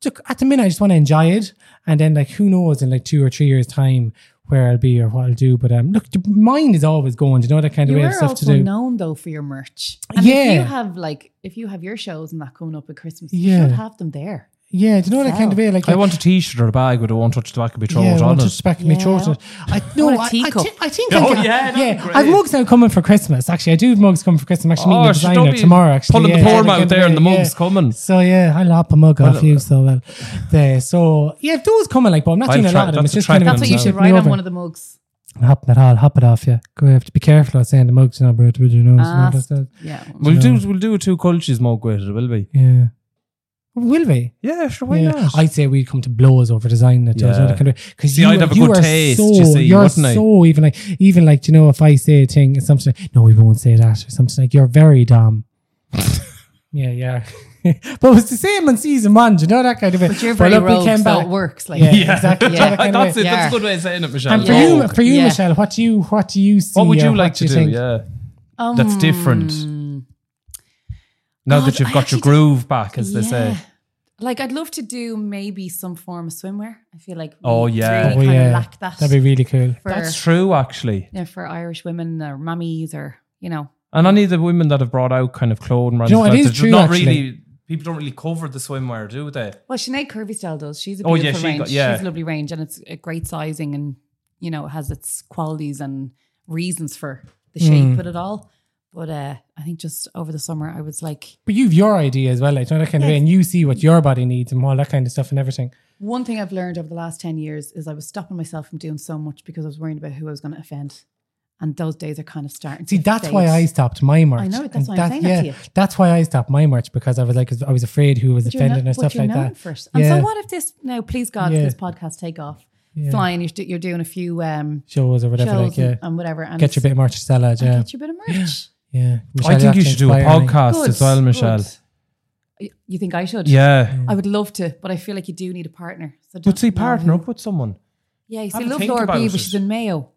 Speaker 2: look at the minute I just want to enjoy it, and then like who knows in like two or three years time where I'll be or what I'll do. But um, look, the mind is always going. Do you know that kind of
Speaker 3: You
Speaker 2: way of
Speaker 3: are
Speaker 2: stuff to
Speaker 3: also
Speaker 2: do.
Speaker 3: known though for your merch. And
Speaker 2: Yeah.
Speaker 3: if you have like if you have your shows and that coming up at Christmas,
Speaker 2: Yeah.
Speaker 3: you should have them there.
Speaker 2: yeah, do you know that kind of way? Like
Speaker 1: I want a t shirt or a bag with a one touch tobacco be thrown
Speaker 2: Yeah, I
Speaker 1: on
Speaker 2: want to
Speaker 1: it.
Speaker 2: respect me
Speaker 3: Yeah.
Speaker 2: shorter. I no,
Speaker 3: I
Speaker 2: I,
Speaker 3: want a
Speaker 2: I,
Speaker 3: teacup.
Speaker 2: thi- I think.
Speaker 1: Oh, yeah,
Speaker 2: I,
Speaker 1: that'd be
Speaker 2: yeah.
Speaker 1: great.
Speaker 2: I've mugs now coming for Christmas. Actually, I do have mugs coming for Christmas. I'm actually meeting
Speaker 1: Oh,
Speaker 2: a
Speaker 1: shit,
Speaker 2: designer
Speaker 1: don't be
Speaker 2: tomorrow. Actually,
Speaker 1: pulling the
Speaker 2: yeah,
Speaker 1: form
Speaker 2: yeah,
Speaker 1: out
Speaker 2: kind of
Speaker 1: there and
Speaker 2: way,
Speaker 1: the mug's
Speaker 2: yeah.
Speaker 1: coming.
Speaker 2: So yeah, I'll hop a mug off you. So well, there. So yeah, if those coming like, but I'm not
Speaker 1: I'll
Speaker 2: doing a
Speaker 1: try-
Speaker 2: lot of them.
Speaker 1: that's
Speaker 2: It's
Speaker 1: a
Speaker 2: just
Speaker 1: try
Speaker 2: kind of
Speaker 1: for
Speaker 3: That's what you
Speaker 1: Exactly.
Speaker 3: should write on one of the mugs.
Speaker 2: I'm hopping it all, hop it off you. Go, you have to be careful about saying the mugs not brought with your nose. and all
Speaker 3: Ah,
Speaker 2: that stuff.
Speaker 3: yeah.
Speaker 1: We'll do we'll do a two cultures mug with it, will we?
Speaker 2: Yeah. Will we?
Speaker 1: Yeah, sure, why
Speaker 2: Yeah.
Speaker 1: not?
Speaker 2: I'd say we'd come to blows over designing it.
Speaker 1: Yeah.
Speaker 2: Because
Speaker 1: See,
Speaker 2: you,
Speaker 1: I'd have a
Speaker 2: you
Speaker 1: good
Speaker 2: are
Speaker 1: taste,
Speaker 2: so,
Speaker 1: you see,
Speaker 2: you're
Speaker 1: wouldn't I?
Speaker 2: so even like even like you know if I say a thing it's something like, no we won't say that or something like you're very dumb. yeah, yeah. but it was the same on season one. Do you know that kind of way?
Speaker 3: But you're very
Speaker 2: look, we
Speaker 3: rogue,
Speaker 2: came
Speaker 3: so
Speaker 2: back.
Speaker 3: it works. Like
Speaker 2: Yeah, exactly.
Speaker 3: Yeah.
Speaker 2: Yeah, kind of
Speaker 1: that's
Speaker 2: way.
Speaker 1: it. That's
Speaker 3: Yeah.
Speaker 1: a good way of saying it, Michelle.
Speaker 2: And for
Speaker 3: Yeah.
Speaker 2: you, for you,
Speaker 3: Yeah.
Speaker 2: Michelle, what do you, what do you see?
Speaker 1: what would
Speaker 2: or
Speaker 1: you like to
Speaker 2: do
Speaker 1: do?
Speaker 2: think?
Speaker 1: Yeah,
Speaker 3: um,
Speaker 1: that's different. Now that
Speaker 3: God,
Speaker 1: you've
Speaker 3: Hmm.
Speaker 1: got
Speaker 3: I
Speaker 1: your
Speaker 3: actually don't-
Speaker 1: groove back, as they say.
Speaker 3: Yeah. Like I'd love to do maybe some form of swimwear. I feel like we
Speaker 1: Oh, yeah.
Speaker 3: really
Speaker 2: Oh,
Speaker 3: kind
Speaker 2: yeah.
Speaker 3: of lack that.
Speaker 2: That'd be really cool.
Speaker 3: for,
Speaker 1: That's true, actually.
Speaker 3: yeah, for Irish women or mummies or you know.
Speaker 1: And any of the women that have brought out kind of clothing,
Speaker 2: You
Speaker 1: brands
Speaker 2: know, it
Speaker 1: like
Speaker 2: is
Speaker 1: that, they're
Speaker 2: true,
Speaker 1: Not
Speaker 2: actually.
Speaker 1: really. People don't really cover the swimwear, do they?
Speaker 3: Well, Sinead Curvy style does. She's a
Speaker 1: Oh,
Speaker 3: beautiful
Speaker 1: yeah, she
Speaker 3: range.
Speaker 1: got- yeah.
Speaker 3: She's a lovely range, and it's a great sizing, and you know it has its qualities and reasons for the shape
Speaker 2: Mm.
Speaker 3: of it all. But uh, I think just over the summer, I was like,
Speaker 2: But you've your idea as well, like you know, that kind of way, and you see what your body needs and all that kind of stuff and everything.
Speaker 3: one thing I've learned over the last ten years is I was stopping myself from doing so much because I was worrying about who I was going to offend, and those days are kind of starting.
Speaker 2: See,
Speaker 3: to
Speaker 2: that's
Speaker 3: fade.
Speaker 2: why I stopped my merch.
Speaker 3: I know it,
Speaker 2: And
Speaker 3: that's why I'm saying that to you.
Speaker 2: That's why I stopped my merch because I was like, I was afraid who was
Speaker 3: But you're
Speaker 2: offending
Speaker 3: not-
Speaker 2: or
Speaker 3: but
Speaker 2: stuff
Speaker 3: you're
Speaker 2: like
Speaker 3: known
Speaker 2: that.
Speaker 3: for it. And
Speaker 2: Yeah.
Speaker 3: so what if this? No, please God,
Speaker 2: Yeah.
Speaker 3: if this podcast take off, flying. You're, do- you're doing a few um,
Speaker 2: Shows or whatever,
Speaker 3: shows
Speaker 2: like yeah,
Speaker 3: and, and whatever. And
Speaker 2: get your
Speaker 3: it's-
Speaker 2: bit of merch to sell out.
Speaker 3: and
Speaker 2: Yeah,
Speaker 3: Get your bit of merch.
Speaker 2: yeah. Michelle,
Speaker 1: I think you
Speaker 2: actually
Speaker 1: should do a
Speaker 2: inspire me.
Speaker 1: podcast
Speaker 3: Good,
Speaker 1: as well, Michelle.
Speaker 3: good. Y- You think I should?
Speaker 1: Yeah.
Speaker 2: Mm.
Speaker 3: I would love to, but I feel like you do need a partner. So
Speaker 1: But see,
Speaker 3: don't know
Speaker 1: partner
Speaker 3: who-
Speaker 1: up with someone.
Speaker 3: Yeah, you see,
Speaker 1: Have
Speaker 3: I
Speaker 1: a
Speaker 3: love
Speaker 1: think
Speaker 3: Laura
Speaker 1: about
Speaker 3: B,
Speaker 1: it.
Speaker 3: but she's in Mayo.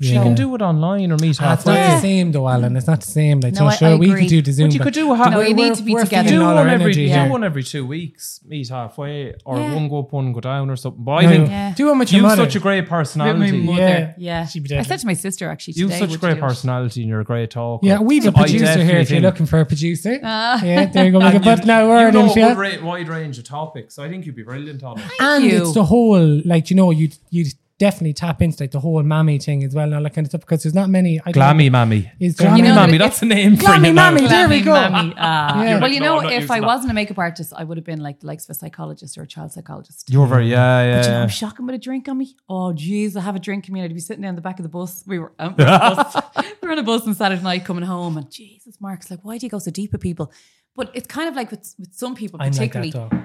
Speaker 1: She
Speaker 2: Yeah.
Speaker 1: can do it online or meet
Speaker 2: Ah, it's
Speaker 1: halfway.
Speaker 2: not
Speaker 3: Yeah.
Speaker 2: the same though, Alan. It's not the same. Like,
Speaker 3: No,
Speaker 2: no,
Speaker 3: I-
Speaker 2: sure,
Speaker 3: I
Speaker 2: we could
Speaker 3: agree.
Speaker 2: do the Zoom,
Speaker 1: But you could do half.
Speaker 3: No, you need to be
Speaker 2: we're
Speaker 3: together.
Speaker 2: feeding
Speaker 1: do
Speaker 2: all our
Speaker 1: one every
Speaker 2: energy
Speaker 1: do
Speaker 2: here.
Speaker 1: one every two weeks, meet halfway, or
Speaker 3: Yeah.
Speaker 1: one go up, one go down, or something. But I
Speaker 2: No,
Speaker 1: think
Speaker 3: Yeah.
Speaker 2: Do one with your
Speaker 1: you've
Speaker 2: mother.
Speaker 1: such a great personality.
Speaker 3: My mother.
Speaker 2: Yeah.
Speaker 3: Yeah.
Speaker 2: She'd be
Speaker 3: I
Speaker 2: dead.
Speaker 3: said to my sister actually today.
Speaker 1: You've such a
Speaker 3: would
Speaker 1: great
Speaker 3: you do it?
Speaker 1: personality, and you're a great talker.
Speaker 2: Yeah, we've a
Speaker 1: I
Speaker 2: producer here.
Speaker 1: definitely
Speaker 2: If you're
Speaker 1: think-
Speaker 2: looking for a producer,
Speaker 3: Ah.
Speaker 2: yeah, there you go. We
Speaker 1: And
Speaker 2: can
Speaker 1: you-
Speaker 2: put now
Speaker 1: you
Speaker 2: word
Speaker 1: know
Speaker 2: in
Speaker 1: a
Speaker 2: for you.
Speaker 1: wide- wide range of topics. I think you'd be brilliant on it.
Speaker 3: Thank
Speaker 2: and
Speaker 3: you.
Speaker 2: it's the whole like you know you you definitely tap into like the whole mammy thing as well and all that kind of stuff because there's not many. I don't
Speaker 1: Glammy
Speaker 2: know,
Speaker 1: Mammy.
Speaker 2: Is
Speaker 1: Glammy
Speaker 2: Glammy- You know,
Speaker 1: Mammy,
Speaker 3: if-
Speaker 1: that's the name for
Speaker 2: Glammy
Speaker 1: you now.
Speaker 2: Mammy, there we
Speaker 3: Glammy
Speaker 2: go.
Speaker 3: mammy, ah.
Speaker 2: Yeah.
Speaker 3: Well, you
Speaker 4: No,
Speaker 3: know,
Speaker 4: I'm not
Speaker 3: if
Speaker 4: using
Speaker 3: I
Speaker 4: that.
Speaker 3: wasn't a makeup artist, I would have been like the likes of a psychologist or a child psychologist.
Speaker 1: You're very, yeah, yeah.
Speaker 3: But you know,
Speaker 1: yeah.
Speaker 3: I'm shocking with a drink on me. Oh, jeez, I have a drink. I mean, I'd be sitting down the back of the bus. We were, um, we were on a bus. we were on a bus on Saturday night coming home, and Jesus, Mark's like, why do you go so deep with people? But it's kind of like with, with some people,
Speaker 2: I'm like
Speaker 3: particularly.
Speaker 2: that though.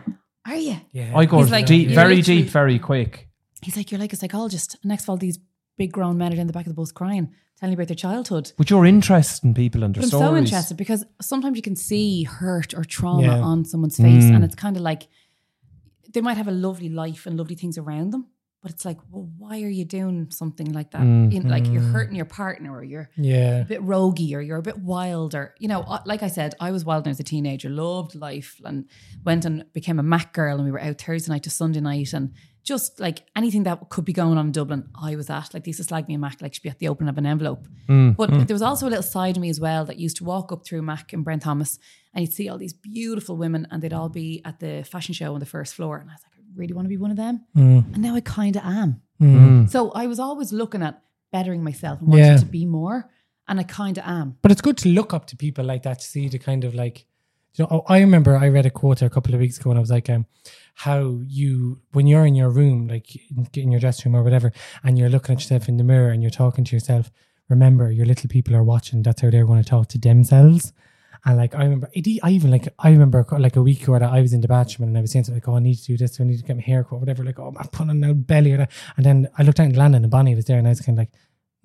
Speaker 3: Are you?
Speaker 2: Yeah.
Speaker 1: I go
Speaker 3: He's like,
Speaker 1: deep,
Speaker 3: you're
Speaker 1: very
Speaker 3: literally-
Speaker 1: deep, very quick.
Speaker 3: He's like, you're like a psychologist. And next of all, these big grown men are down the back of the bus crying, telling you about their childhood.
Speaker 1: But you're interested in people and their
Speaker 3: But I'm
Speaker 1: stories.
Speaker 3: so interested because sometimes you can see hurt or trauma
Speaker 2: Yeah.
Speaker 3: on someone's face, and it's kind of like they might have a lovely life and lovely things around them, but it's like, well, why are you doing something like that? You know, like you're hurting your partner, or you're
Speaker 2: Yeah.
Speaker 3: a bit roguey, or you're a bit wilder. You know, I- like I said, I was wild when I was a teenager, loved life, and went and became a Mac girl, and we were out Thursday night to Sunday night, and just like anything that could be going on in Dublin, I was at. Like, they used to slag me a Mac, like she'd be at the opening of an envelope. But there was also a little side of me as well that used to walk up through Mac and Brent Thomas, and you'd see all these beautiful women, and they'd all be at the fashion show on the first floor. And I was like, I really want to be one of them. And now I kind of am.
Speaker 1: Mm.
Speaker 3: So I was always looking at bettering myself and wanting
Speaker 2: Yeah.
Speaker 3: to be more. And I kind of am.
Speaker 2: But it's good to look up to people like that to see the kind of like, you know, oh, I remember I read a quote a couple of weeks ago and I was like, um, how you, when you're in your room, like in- in your dressing room or whatever, and you're looking at yourself in the mirror and you're talking to yourself, remember your little people are watching. That's how they're going to talk to themselves. And like, I remember, it, e- I even like, I remember co- like a week ago that I was in the bathroom and I was saying something like, oh, I need to do this, I need to get my hair cut, whatever. Like, oh, I'm putting on a belly or that. And then I looked out and Landon and Bonnie was there and I was kind of like,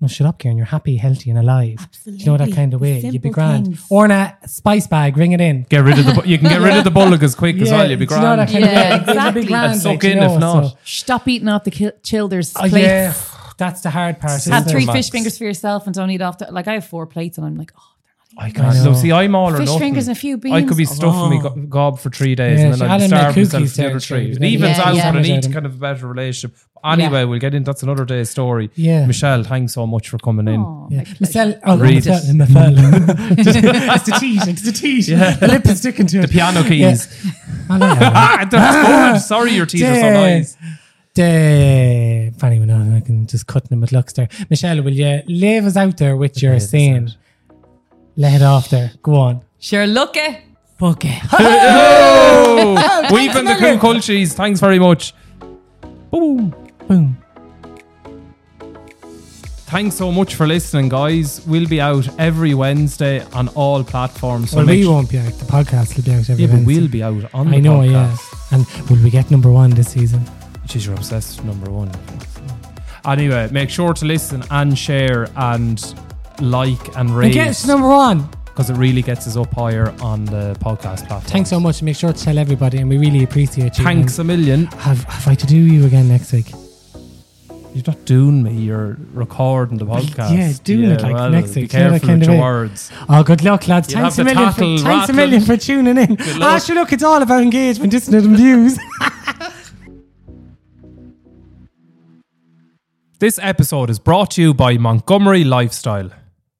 Speaker 2: no, shut up, Kieran. You're happy, healthy, and alive.
Speaker 3: Absolutely.
Speaker 2: You know that kind of
Speaker 3: The
Speaker 2: way. You'd be
Speaker 3: simple
Speaker 2: grand.
Speaker 3: things.
Speaker 2: Or in a spice bag, ring it in.
Speaker 1: Get rid of the, bu- you can get rid of the bullock as quick as all. You'd be
Speaker 2: do you know that
Speaker 1: grand.
Speaker 2: kind of
Speaker 3: Yeah,
Speaker 2: way? It'd be
Speaker 3: exactly.
Speaker 2: grand,
Speaker 1: And soak
Speaker 2: like, you
Speaker 1: in if
Speaker 2: know,
Speaker 1: not.
Speaker 2: so-
Speaker 3: Stop eating off the ki- childers'
Speaker 2: Oh,
Speaker 3: plates.
Speaker 2: yeah, that's the hard part.
Speaker 3: Have
Speaker 2: Isn't
Speaker 3: three
Speaker 2: it?
Speaker 1: Max.
Speaker 3: fish fingers for yourself and don't eat off the. Like, I have four plates and I'm like, oh,
Speaker 1: I can't. So see, I'm all or
Speaker 3: Fish
Speaker 1: nothing.
Speaker 3: fingers and a few
Speaker 1: I could be
Speaker 3: beans.
Speaker 1: stuffing me go- gob for three days
Speaker 2: Oh. Yeah,
Speaker 1: and
Speaker 2: so
Speaker 1: then I'd
Speaker 2: Alan
Speaker 1: starve
Speaker 2: McCookie's
Speaker 1: myself for the
Speaker 2: there,
Speaker 1: other three.
Speaker 2: actually.
Speaker 1: It evens
Speaker 3: Yeah,
Speaker 1: out
Speaker 3: yeah.
Speaker 1: and
Speaker 2: Yeah.
Speaker 1: eat kind of a better relationship. Anyway, we'll get into that's another day's story.
Speaker 2: Yeah.
Speaker 1: Michelle, thanks so much for coming in.
Speaker 3: oh my pleasure.
Speaker 2: Michelle, oh,
Speaker 1: Read
Speaker 2: Michelle,
Speaker 1: it.
Speaker 2: Michelle. it's the teeth, it's the teeth. The lip is sticking to it. The
Speaker 1: Piano keys. Ah, that's good. Sorry, your teeth are so nice.
Speaker 2: Day. Funny when I can just cut them with looks there. Michelle, will you leave us out there with your saying? Let it off there. Go on.
Speaker 3: Sure, look it. Fuck it.
Speaker 1: Oh, we've been the crew cultures. Thanks very much. Boom, boom. Thanks so much for listening, guys. We'll be out every Wednesday on all platforms. So
Speaker 2: well,
Speaker 1: make
Speaker 2: we
Speaker 1: sure-
Speaker 2: won't be out. The podcast will be out every
Speaker 1: Yeah, but
Speaker 2: Wednesday.
Speaker 1: we'll be out on the
Speaker 2: I know,
Speaker 1: podcast.
Speaker 2: yeah. And will we get number one this season?
Speaker 1: Jeez, you're obsessed with number one. Anyway, make sure to listen and share and like and
Speaker 2: And get us
Speaker 1: rate
Speaker 2: to number one.
Speaker 1: because it really gets us up higher on the podcast platform.
Speaker 2: Thanks so much. Make sure to tell everybody, and we really appreciate you.
Speaker 1: Thanks a million.
Speaker 2: And Have, have I to do you again next week?
Speaker 1: You're not doing me. You're recording the podcast.
Speaker 2: yeah, doing it like next
Speaker 1: Be
Speaker 2: week, you know, that
Speaker 1: careful
Speaker 2: kind
Speaker 1: with
Speaker 2: of
Speaker 1: your
Speaker 2: way.
Speaker 1: words.
Speaker 2: Oh, good luck, lads.
Speaker 1: You'll
Speaker 2: Thanks a
Speaker 1: have the
Speaker 2: million.
Speaker 1: tattle
Speaker 2: For, thanks a
Speaker 1: rattling.
Speaker 2: million for tuning in. Ah,
Speaker 1: luck.
Speaker 2: sure, look, it's all about engagement, isn't it? And views.
Speaker 1: This episode is brought to you by Montgomery Lifestyle.